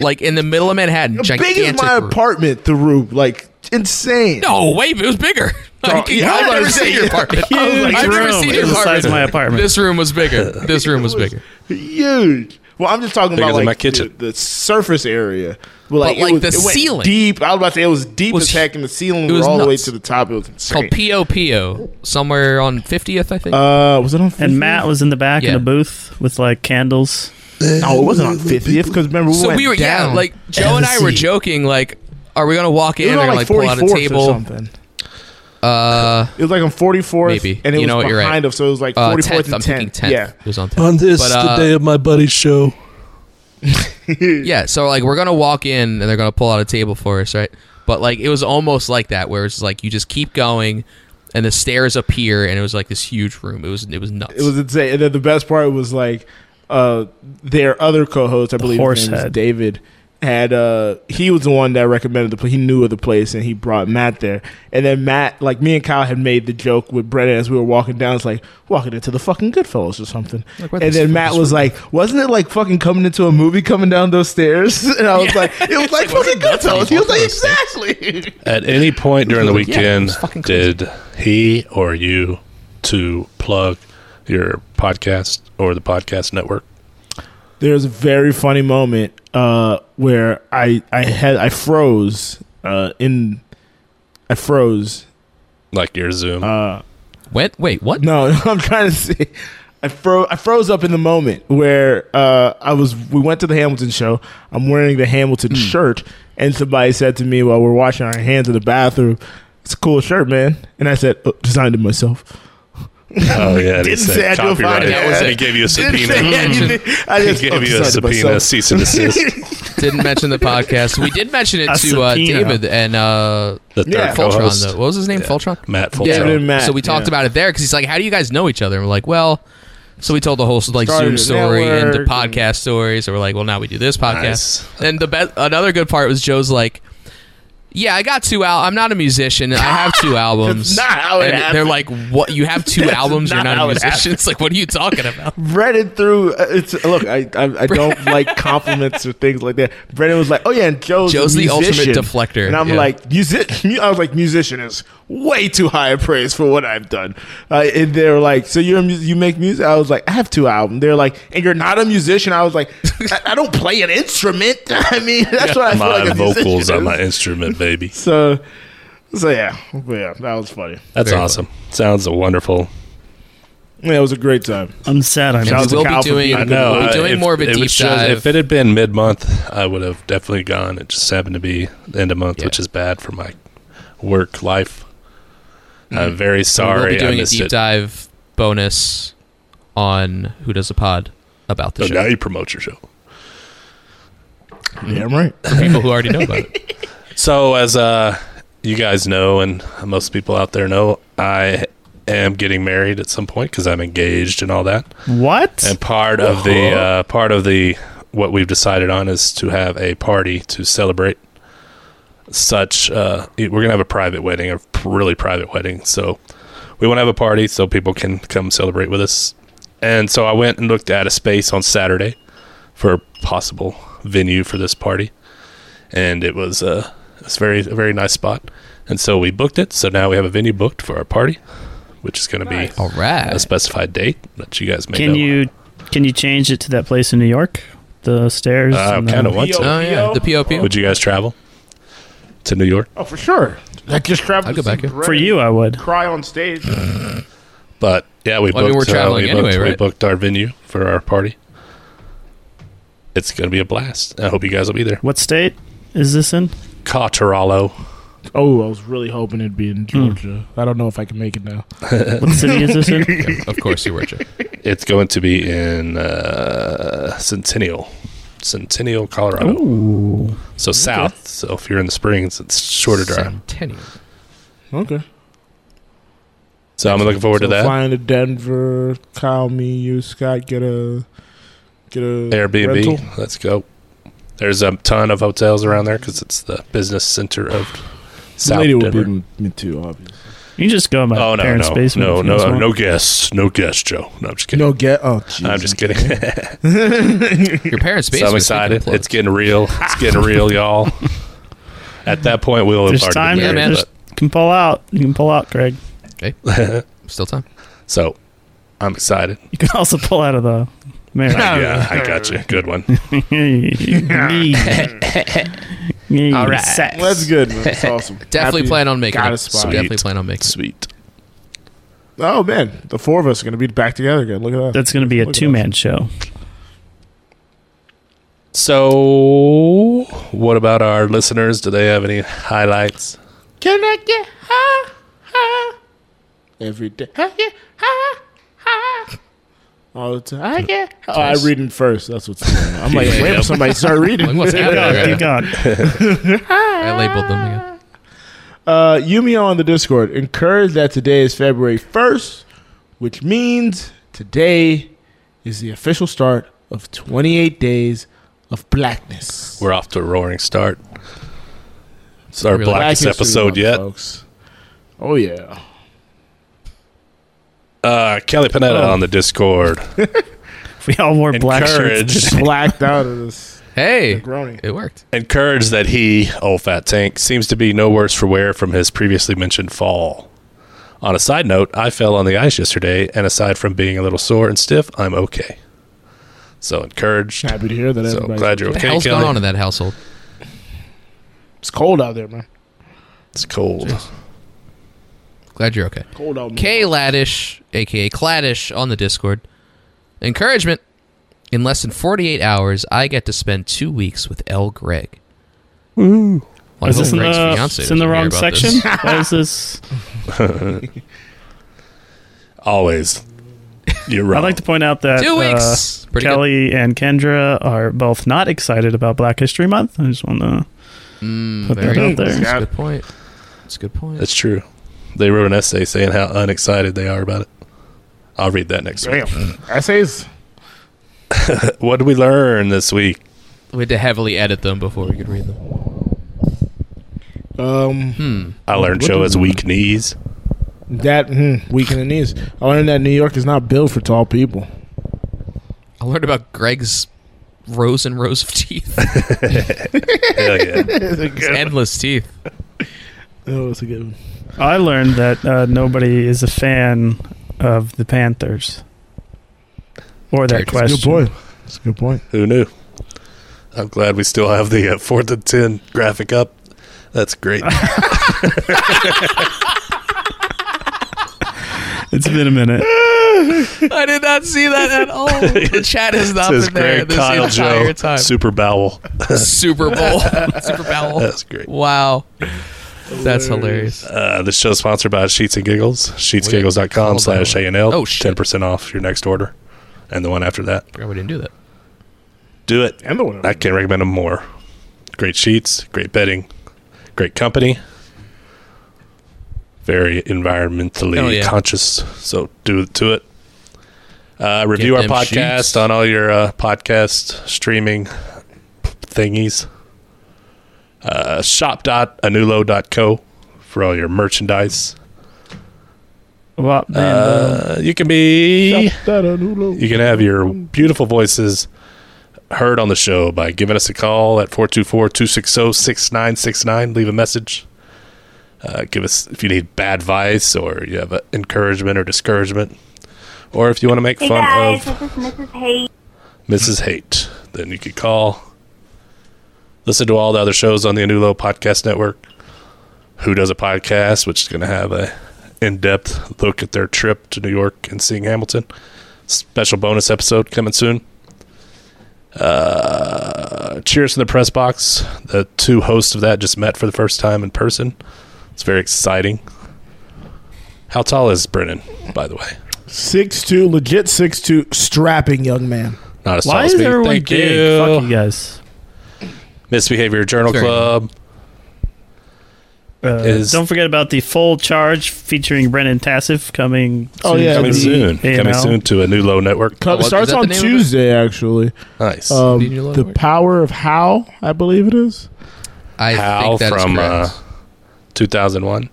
Speaker 1: like in the middle of Manhattan.
Speaker 2: up.
Speaker 1: gigantic
Speaker 2: Big as my
Speaker 1: room.
Speaker 2: apartment, the room, like insane.
Speaker 1: No, wait, it was bigger. [LAUGHS] Like,
Speaker 2: yeah,
Speaker 1: I've
Speaker 2: I
Speaker 1: never
Speaker 2: was
Speaker 1: seen your
Speaker 2: saying-
Speaker 1: apartment.
Speaker 2: I was
Speaker 1: [LAUGHS]
Speaker 2: like,
Speaker 1: Uh, I've never
Speaker 2: room.
Speaker 1: seen
Speaker 2: It
Speaker 1: your
Speaker 2: was the
Speaker 1: apartment.
Speaker 2: size of my apartment.
Speaker 1: This room was bigger. This room was
Speaker 2: [LAUGHS]
Speaker 1: bigger.
Speaker 2: huge. Well, I'm just talking
Speaker 1: Bigger
Speaker 2: about
Speaker 1: than
Speaker 2: like
Speaker 1: my kitchen.
Speaker 2: The, the surface area,
Speaker 1: But, like,
Speaker 2: it
Speaker 1: the
Speaker 2: it went
Speaker 1: ceiling.
Speaker 2: deep. I was about to say it was deep
Speaker 1: Was
Speaker 2: as heck, and the ceiling
Speaker 1: it
Speaker 2: was
Speaker 1: was
Speaker 2: all the way
Speaker 1: nuts.
Speaker 2: to the top. It was
Speaker 1: It's called
Speaker 2: insane.
Speaker 1: POPO, somewhere on 50th, I think.
Speaker 2: Uh, was it on? 50th?
Speaker 5: And Matt was in the back in
Speaker 1: Yeah.
Speaker 5: a booth with like candles.
Speaker 2: No, it wasn't on 50th because remember we
Speaker 1: so
Speaker 2: went
Speaker 1: we were,
Speaker 2: down.
Speaker 1: yeah, like Joe and I were joking, like, are we going to walk
Speaker 2: It
Speaker 1: in?
Speaker 2: was
Speaker 1: They're
Speaker 2: on
Speaker 1: going
Speaker 2: like
Speaker 1: to like pull out a
Speaker 2: 44th or
Speaker 1: table.
Speaker 2: something.
Speaker 1: Uh,
Speaker 2: It was like on 44th,
Speaker 1: maybe.
Speaker 2: and it
Speaker 1: you
Speaker 2: was
Speaker 1: know what, you're
Speaker 2: behind
Speaker 1: right.
Speaker 2: us, so it was like
Speaker 1: Uh,
Speaker 2: 44th
Speaker 1: 10th,
Speaker 2: and
Speaker 1: I'm thinking
Speaker 2: 10th. Yeah.
Speaker 1: It was on 10th.
Speaker 3: On this,
Speaker 1: But, uh,
Speaker 3: the day of my buddy's show.
Speaker 1: yeah, so like we're gonna walk in and they're gonna pull out a table for us, right? But like it was almost like that, where it's like you just keep going, and the stairs appear, and it was like this huge room. It was it was nuts.
Speaker 2: It was insane. And then the best part was like uh, their other co-host, I believe, his name was
Speaker 5: Horsehead.
Speaker 2: David. Had uh, he was the one that recommended the place. He knew of the place, and he brought Matt there. And then Matt, like me and Kyle, had made the joke with Brennan as we were walking down. It's like walking into the fucking Goodfellas or something.
Speaker 1: Like, what
Speaker 2: and
Speaker 1: the
Speaker 2: then
Speaker 1: fuck
Speaker 2: Matt
Speaker 1: is
Speaker 2: was like, "Wasn't it like fucking coming into a movie, coming down those stairs?" [LAUGHS] And I was like, "It was like, fucking Goodfellas." He was like, "Exactly."
Speaker 3: At any point during the
Speaker 2: Yeah, it was
Speaker 3: weekend,
Speaker 2: fucking crazy.
Speaker 3: did he or you to plug your podcast or the podcast network?
Speaker 2: There's a very funny moment uh, where I I had I froze uh, in I froze.
Speaker 3: Like your Zoom?
Speaker 2: Uh,
Speaker 1: Went wait
Speaker 2: [LAUGHS]
Speaker 1: what?
Speaker 2: No, I'm trying to see. I froze I froze up in the moment where uh, I was. We went to the Hamilton show. I'm wearing the
Speaker 3: Hmm.
Speaker 2: Hamilton shirt, and somebody said to me while we're washing our hands in the bathroom, "It's a cool shirt, man." And I said, oh, "Designed it myself."
Speaker 3: Oh yeah,
Speaker 2: Didn't say I do a Mm.
Speaker 3: copyright.
Speaker 2: podcast. That was
Speaker 3: He
Speaker 2: it.
Speaker 3: gave you
Speaker 2: Didn't
Speaker 3: a subpoena.
Speaker 2: say anything. [LAUGHS] I just-
Speaker 3: he
Speaker 2: oh,
Speaker 3: gave you a
Speaker 2: decided
Speaker 3: subpoena,
Speaker 2: myself.
Speaker 3: cease and desist.
Speaker 1: Didn't mention the podcast. We did mention it
Speaker 3: A
Speaker 1: to uh,
Speaker 3: subpoena.
Speaker 1: David and uh,
Speaker 3: The third
Speaker 1: yeah.
Speaker 3: co-host.
Speaker 1: Fultron. Though. What was his name? Fultron.
Speaker 3: Matt Fultron.
Speaker 1: Yeah.
Speaker 3: David and Matt,
Speaker 1: so we talked
Speaker 3: yeah.
Speaker 1: about it there because he's like, "How do you guys know each other?" And we're like, "Well." So we told the whole like
Speaker 2: Started
Speaker 1: Zoom
Speaker 2: a
Speaker 1: story and the
Speaker 2: network
Speaker 1: podcast story. So we're like, "Well, now we do this
Speaker 3: Nice.
Speaker 1: podcast." And the best, another good part was Joe's like, "Yeah, I got two al. I'm not a musician. I have two albums."
Speaker 2: not how it
Speaker 1: and
Speaker 2: happened.
Speaker 1: they're like, "What? You have two
Speaker 2: That's
Speaker 1: albums? You're not
Speaker 2: not
Speaker 1: a
Speaker 2: how it
Speaker 1: musician?"
Speaker 2: happened.
Speaker 1: It's [LAUGHS] like, "What are you talking about?"
Speaker 2: Brennan threw. uh, It's look. I
Speaker 1: [LAUGHS]
Speaker 2: I, I don't like compliments or things like that. Brennan was like, "Oh yeah, and Joe's, a
Speaker 1: Joe's the ultimate
Speaker 2: musician."
Speaker 1: deflector,
Speaker 2: and I'm
Speaker 1: yeah.
Speaker 2: like, "Music." I was like, "Musician is way too high a praise for what I've done." Uh, and they were like, "So you're a mu- you make music?" I was like, "I have two albums." They're like, "And you're not a musician?" I
Speaker 1: [LAUGHS]
Speaker 2: was like, "I, I don't play an instrument." [LAUGHS] I mean, that's what I feel
Speaker 3: my
Speaker 2: like a musician
Speaker 3: vocals [LAUGHS] on
Speaker 2: is.
Speaker 3: my instrument, baby.
Speaker 2: So, so yeah, But, yeah, that was funny.
Speaker 3: That's
Speaker 2: Very
Speaker 3: awesome. Sounds wonderful.
Speaker 2: Yeah, it was a great time.
Speaker 5: I'm sad. I'm
Speaker 2: Shout out
Speaker 5: not.
Speaker 2: to Kyle for being
Speaker 3: I
Speaker 2: a good
Speaker 3: know.
Speaker 2: boy.
Speaker 3: I-
Speaker 1: doing more of a
Speaker 3: uh, it
Speaker 1: deep
Speaker 3: was just-
Speaker 1: dive.
Speaker 3: if it had been mid month, I would have definitely gone. It just happened to be the end of month, which is bad for my work life. I'm very sorry.
Speaker 1: We'll be
Speaker 3: I
Speaker 1: doing a
Speaker 3: missed
Speaker 1: deep
Speaker 3: it.
Speaker 1: dive bonus on Who Does a Pod about the
Speaker 3: So
Speaker 1: show.
Speaker 3: now you promote your show.
Speaker 2: Yeah, I'm right.
Speaker 1: For people who already know about it.
Speaker 3: So, as uh, you guys know, and most people out there know, I am getting married at some point because I'm engaged and all that.
Speaker 5: What?
Speaker 3: And part of the uh, part of the what we've decided on is to have a party to celebrate. Such uh, it- we're gonna have a private wedding, a p- really private wedding. So we want to have a party so people can come celebrate with us. And so I went and looked at a space on Saturday for a possible venue for this party, and it was uh, it's very a very nice spot. And so we booked it. So now we have a venue booked for our party, which is going to be
Speaker 1: all right.
Speaker 3: a specified date that you guys may
Speaker 5: Can
Speaker 3: know.
Speaker 5: you can you change it to that place in New York? The stairs.
Speaker 3: I
Speaker 5: and the-
Speaker 3: kind of want to.
Speaker 1: Oh, yeah. The POP.
Speaker 3: Would you guys travel to New York?
Speaker 2: Oh, for sure. I just traveled.
Speaker 1: I'd go
Speaker 2: to see
Speaker 1: back here. Mm.
Speaker 2: Brennan
Speaker 5: For you, I would.
Speaker 2: Cry on stage.
Speaker 3: But yeah, we
Speaker 1: Well, I mean,
Speaker 3: booked.
Speaker 1: we're
Speaker 3: uh,
Speaker 1: traveling
Speaker 3: we booked,
Speaker 1: anyway,
Speaker 3: we
Speaker 1: right?
Speaker 3: booked our venue for our party. It's gonna be a blast. I hope you guys will be there.
Speaker 5: What state is this in?
Speaker 3: Cotterallo.
Speaker 2: Oh, I was really hoping it'd be in Georgia. I don't know if I can make it now.
Speaker 3: [LAUGHS] of course, Your
Speaker 1: [LAUGHS]
Speaker 3: Worship. It's going to be in uh, Centennial, Centennial, Colorado. So south. So if you're in the Springs, it's shorter drive.
Speaker 1: Centennial.
Speaker 2: Okay.
Speaker 3: So I'm looking forward
Speaker 2: So
Speaker 3: to that.
Speaker 2: Flying to Denver, Kyle, me, you, Scott, get a get a
Speaker 3: Airbnb.
Speaker 2: rental.
Speaker 3: Let's go. There's a ton of hotels around there because it's the business center of South
Speaker 2: lady will
Speaker 3: Denver.
Speaker 2: be m- me too, obviously.
Speaker 5: You just go in my
Speaker 3: oh no,
Speaker 5: parents'
Speaker 3: no,
Speaker 5: basement.
Speaker 3: no,
Speaker 5: Uh, if you guys
Speaker 3: no,
Speaker 5: want.
Speaker 3: no guests, no guests, Joe. No, I'm just kidding.
Speaker 2: No get. Oh,
Speaker 3: I'm just
Speaker 5: [LAUGHS]
Speaker 3: kidding.
Speaker 1: Your parents'
Speaker 3: so
Speaker 1: basement.
Speaker 3: I'm excited. It's getting real. It's getting real, y'all.
Speaker 5: [LAUGHS]
Speaker 3: At that point, we'll have
Speaker 5: There's
Speaker 3: already
Speaker 5: time.
Speaker 3: been
Speaker 5: Yeah,
Speaker 3: married,
Speaker 5: man.
Speaker 3: but-
Speaker 5: Just can pull out. You can pull out, Greg.
Speaker 3: Okay.
Speaker 1: Still time.
Speaker 3: So I'm
Speaker 5: [LAUGHS]
Speaker 3: excited.
Speaker 5: You can also pull out of the marriage. [LAUGHS]
Speaker 3: yeah, I got you. Good one. [LAUGHS]
Speaker 5: All right. sex.
Speaker 2: Well, that's good. Man. [LAUGHS] That's awesome.
Speaker 1: Definitely
Speaker 2: Happy-
Speaker 1: plan on making
Speaker 2: Got a
Speaker 1: it.
Speaker 2: spot.
Speaker 1: Definitely plan on making
Speaker 3: Sweet.
Speaker 2: Oh man, the four of us are going to be back together again. Look at that.
Speaker 5: That's going to be a
Speaker 2: Look at
Speaker 5: two man show.
Speaker 3: So, what about our listeners? Do they have any highlights?
Speaker 2: Can I get high, high every day? I get high, high all the time. I get. Oh, I read in first. That's what's. Going on. I'm
Speaker 3: [LAUGHS]
Speaker 2: like,
Speaker 1: Yep.
Speaker 2: wait, till somebody start reading.
Speaker 1: Like, what's happening? Keep going, I labeled them again.
Speaker 2: Uh, Yumio on the Discord encouraged that today is February 1st, which means today is the official start of 28 days of blackness.
Speaker 3: We're off to a roaring start. It's our
Speaker 2: Really?
Speaker 3: blackest
Speaker 2: Black History
Speaker 3: episode
Speaker 2: Month,
Speaker 3: yet.
Speaker 2: folks. Oh, yeah.
Speaker 3: Uh, Kelly Panetta
Speaker 5: Oh.
Speaker 3: on the Discord.
Speaker 5: We all wore black
Speaker 3: Encouraged.
Speaker 5: shirts.
Speaker 2: Just blacked out of this.
Speaker 1: Hey,
Speaker 2: Negroni.
Speaker 1: it worked.
Speaker 3: Encouraged that he, old fat tank, seems to be no worse for wear from his previously mentioned fall. On a side note, I fell on the ice yesterday, and aside from being a little sore and stiff, I'm okay. So encouraged.
Speaker 2: Happy to hear that.
Speaker 3: So
Speaker 2: everybody's-
Speaker 3: glad you're
Speaker 1: What the
Speaker 3: okay,
Speaker 1: hell's
Speaker 3: Kelly.
Speaker 1: going on in that household?
Speaker 2: It's cold out there, man.
Speaker 3: It's cold.
Speaker 1: Glad you're okay.
Speaker 2: Cold out. man.
Speaker 1: K Laddish, aka Claddish, on the Discord. Encouragement. In less than 48 hours, I get to spend two weeks with L. Greg. Woo.
Speaker 5: Is this in the, it's in the wrong section? Why is this?
Speaker 3: Always. You're right.
Speaker 5: I'd like to point out that
Speaker 1: Two
Speaker 5: uh,
Speaker 1: weeks. Pretty good.
Speaker 5: Kelly and Kendra are both not excited about Black History Month. I just want to put that
Speaker 1: Mm, Very
Speaker 5: out
Speaker 1: good. That's
Speaker 5: there.
Speaker 1: a good point. That's a good point.
Speaker 3: That's true. They wrote an essay saying how unexcited they are about it. I'll read that next week.
Speaker 2: Damn. Essays.
Speaker 3: What did we learn this week?
Speaker 1: We had to heavily edit them before we could read them.
Speaker 2: Um,
Speaker 3: I learned
Speaker 2: What
Speaker 3: Joe
Speaker 2: did
Speaker 3: has
Speaker 2: we
Speaker 3: weak knees.
Speaker 2: that mm, weak in the knees. I learned that New York is not built for tall people.
Speaker 1: I learned about Greg's rows and rows of [LAUGHS] teeth.
Speaker 2: [LAUGHS]
Speaker 3: Hell yeah.
Speaker 1: His endless teeth.
Speaker 2: Oh, that's a good one.
Speaker 5: I learned that uh, nobody is a fan of the Panthers. Or that
Speaker 1: That's a good
Speaker 5: question.
Speaker 2: Good point. That's a good point.
Speaker 3: Who knew? I'm glad we still have the uh, fourth and ten graphic up.
Speaker 1: [LAUGHS]
Speaker 3: That's great.
Speaker 5: It's been a minute.
Speaker 1: [LAUGHS] I did not see that at all. [LAUGHS] The chat has not
Speaker 3: Says
Speaker 1: been there
Speaker 3: Greg
Speaker 1: this
Speaker 3: Kyle
Speaker 1: entire
Speaker 3: Joe
Speaker 1: time.
Speaker 3: Super Bowel.
Speaker 1: Super Bowl. [LAUGHS] Super Bowl.
Speaker 3: That's great.
Speaker 1: Wow. That's hilarious.
Speaker 3: Uh, this show's sponsored by Sheets and Giggles.
Speaker 1: Call
Speaker 3: Sheetsgiggles.com
Speaker 1: that
Speaker 3: slash A
Speaker 1: one.
Speaker 3: and L.
Speaker 1: Oh, shit.
Speaker 3: Ten percent off your next order, and the one after that.
Speaker 1: Forgot we didn't do that.
Speaker 3: Do it.
Speaker 2: And the one.
Speaker 3: I can't recommend them more. Great sheets, great bedding, great company, very environmentally
Speaker 1: Hell yeah.
Speaker 3: conscious. So do do it. Uh, review
Speaker 1: Get
Speaker 3: our
Speaker 1: them
Speaker 3: podcast
Speaker 1: sheets.
Speaker 3: on all your uh, podcast streaming thingies. Uh, shop.anulo.co for all your merchandise.
Speaker 5: What band, uh,
Speaker 3: Uh, you can be you can have your beautiful voices heard on the show by giving us a call at oh, 424-260-6969 leave a message uh, give us if you need bad advice or you have uh encouragement or discouragement or if you want to make fun of
Speaker 13: this is Mrs. Hayes.
Speaker 3: mrs hate then you could call listen to all the other shows on the anulo podcast network who does a podcast which is going to have a in-depth look at their trip to new york and seeing hamilton special bonus episode coming soon. Uh, Cheers from the press box. The two hosts of that just met for the first time in person. It's very exciting. How tall is Brennan, by the way?
Speaker 2: Six two, legit six two, strapping young man.
Speaker 3: Not as
Speaker 2: Why
Speaker 3: tall as
Speaker 2: is
Speaker 3: me.
Speaker 2: everyone
Speaker 3: Thank
Speaker 2: big?
Speaker 3: you.
Speaker 2: Fuck
Speaker 5: you guys.
Speaker 3: Misbehavior Journal
Speaker 5: Sorry.
Speaker 3: Club.
Speaker 5: Uh,
Speaker 3: Is-
Speaker 5: don't forget about the full charge featuring Brennan Tassif coming.
Speaker 2: Oh,
Speaker 5: soon to
Speaker 3: coming
Speaker 5: the
Speaker 3: soon. Coming
Speaker 5: AML.
Speaker 3: soon to a new low network.
Speaker 2: Co- starts on Tuesday, actually.
Speaker 3: Nice.
Speaker 2: Um,
Speaker 3: Did you look
Speaker 2: the power of how I believe it is.
Speaker 1: I
Speaker 3: Hal
Speaker 1: think that's
Speaker 3: from uh,
Speaker 1: correct.
Speaker 3: 2001.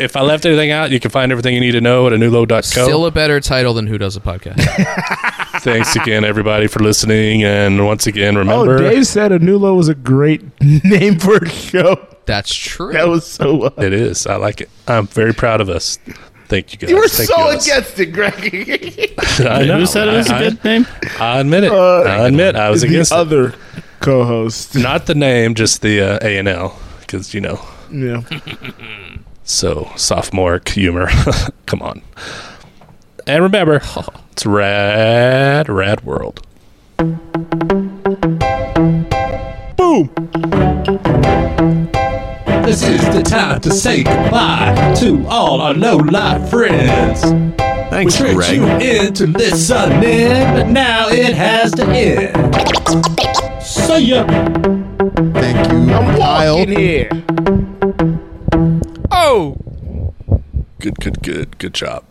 Speaker 3: if I left anything out, you can find everything you need to know at anulo.co.
Speaker 1: Still a better title than Who Does a [LAUGHS] Podcast.
Speaker 3: Thanks again, everybody, for listening. And once again, remember.
Speaker 2: Oh, Dave said Anulo was a great [LAUGHS] name for a show.
Speaker 1: That's true.
Speaker 2: That was so.
Speaker 3: It is. I like it. I'm very proud of us. Thank you guys.
Speaker 2: You were
Speaker 3: Thank
Speaker 2: so
Speaker 3: you guys.
Speaker 2: against it, Greg. [LAUGHS]
Speaker 3: I know.
Speaker 5: Who said it was a
Speaker 3: I-
Speaker 5: good name?
Speaker 3: I admit it. I admit I was
Speaker 2: Uh, the
Speaker 3: against it.
Speaker 2: other co-host.
Speaker 3: Not the name, just the uh, A and L, because you know.
Speaker 2: Yeah.
Speaker 3: So sophomoric humor. [LAUGHS] Come on.
Speaker 4: [LAUGHS]
Speaker 3: And remember, it's rad, rad world.
Speaker 4: Boom! This is the time to say goodbye to all our low life friends. Thanks, we tricked
Speaker 13: Greg.
Speaker 4: you into listening, but now it has to end. See ya. Thank you, I'm
Speaker 2: walking here.
Speaker 1: Oh.
Speaker 3: Oh! Good, good, good, good job.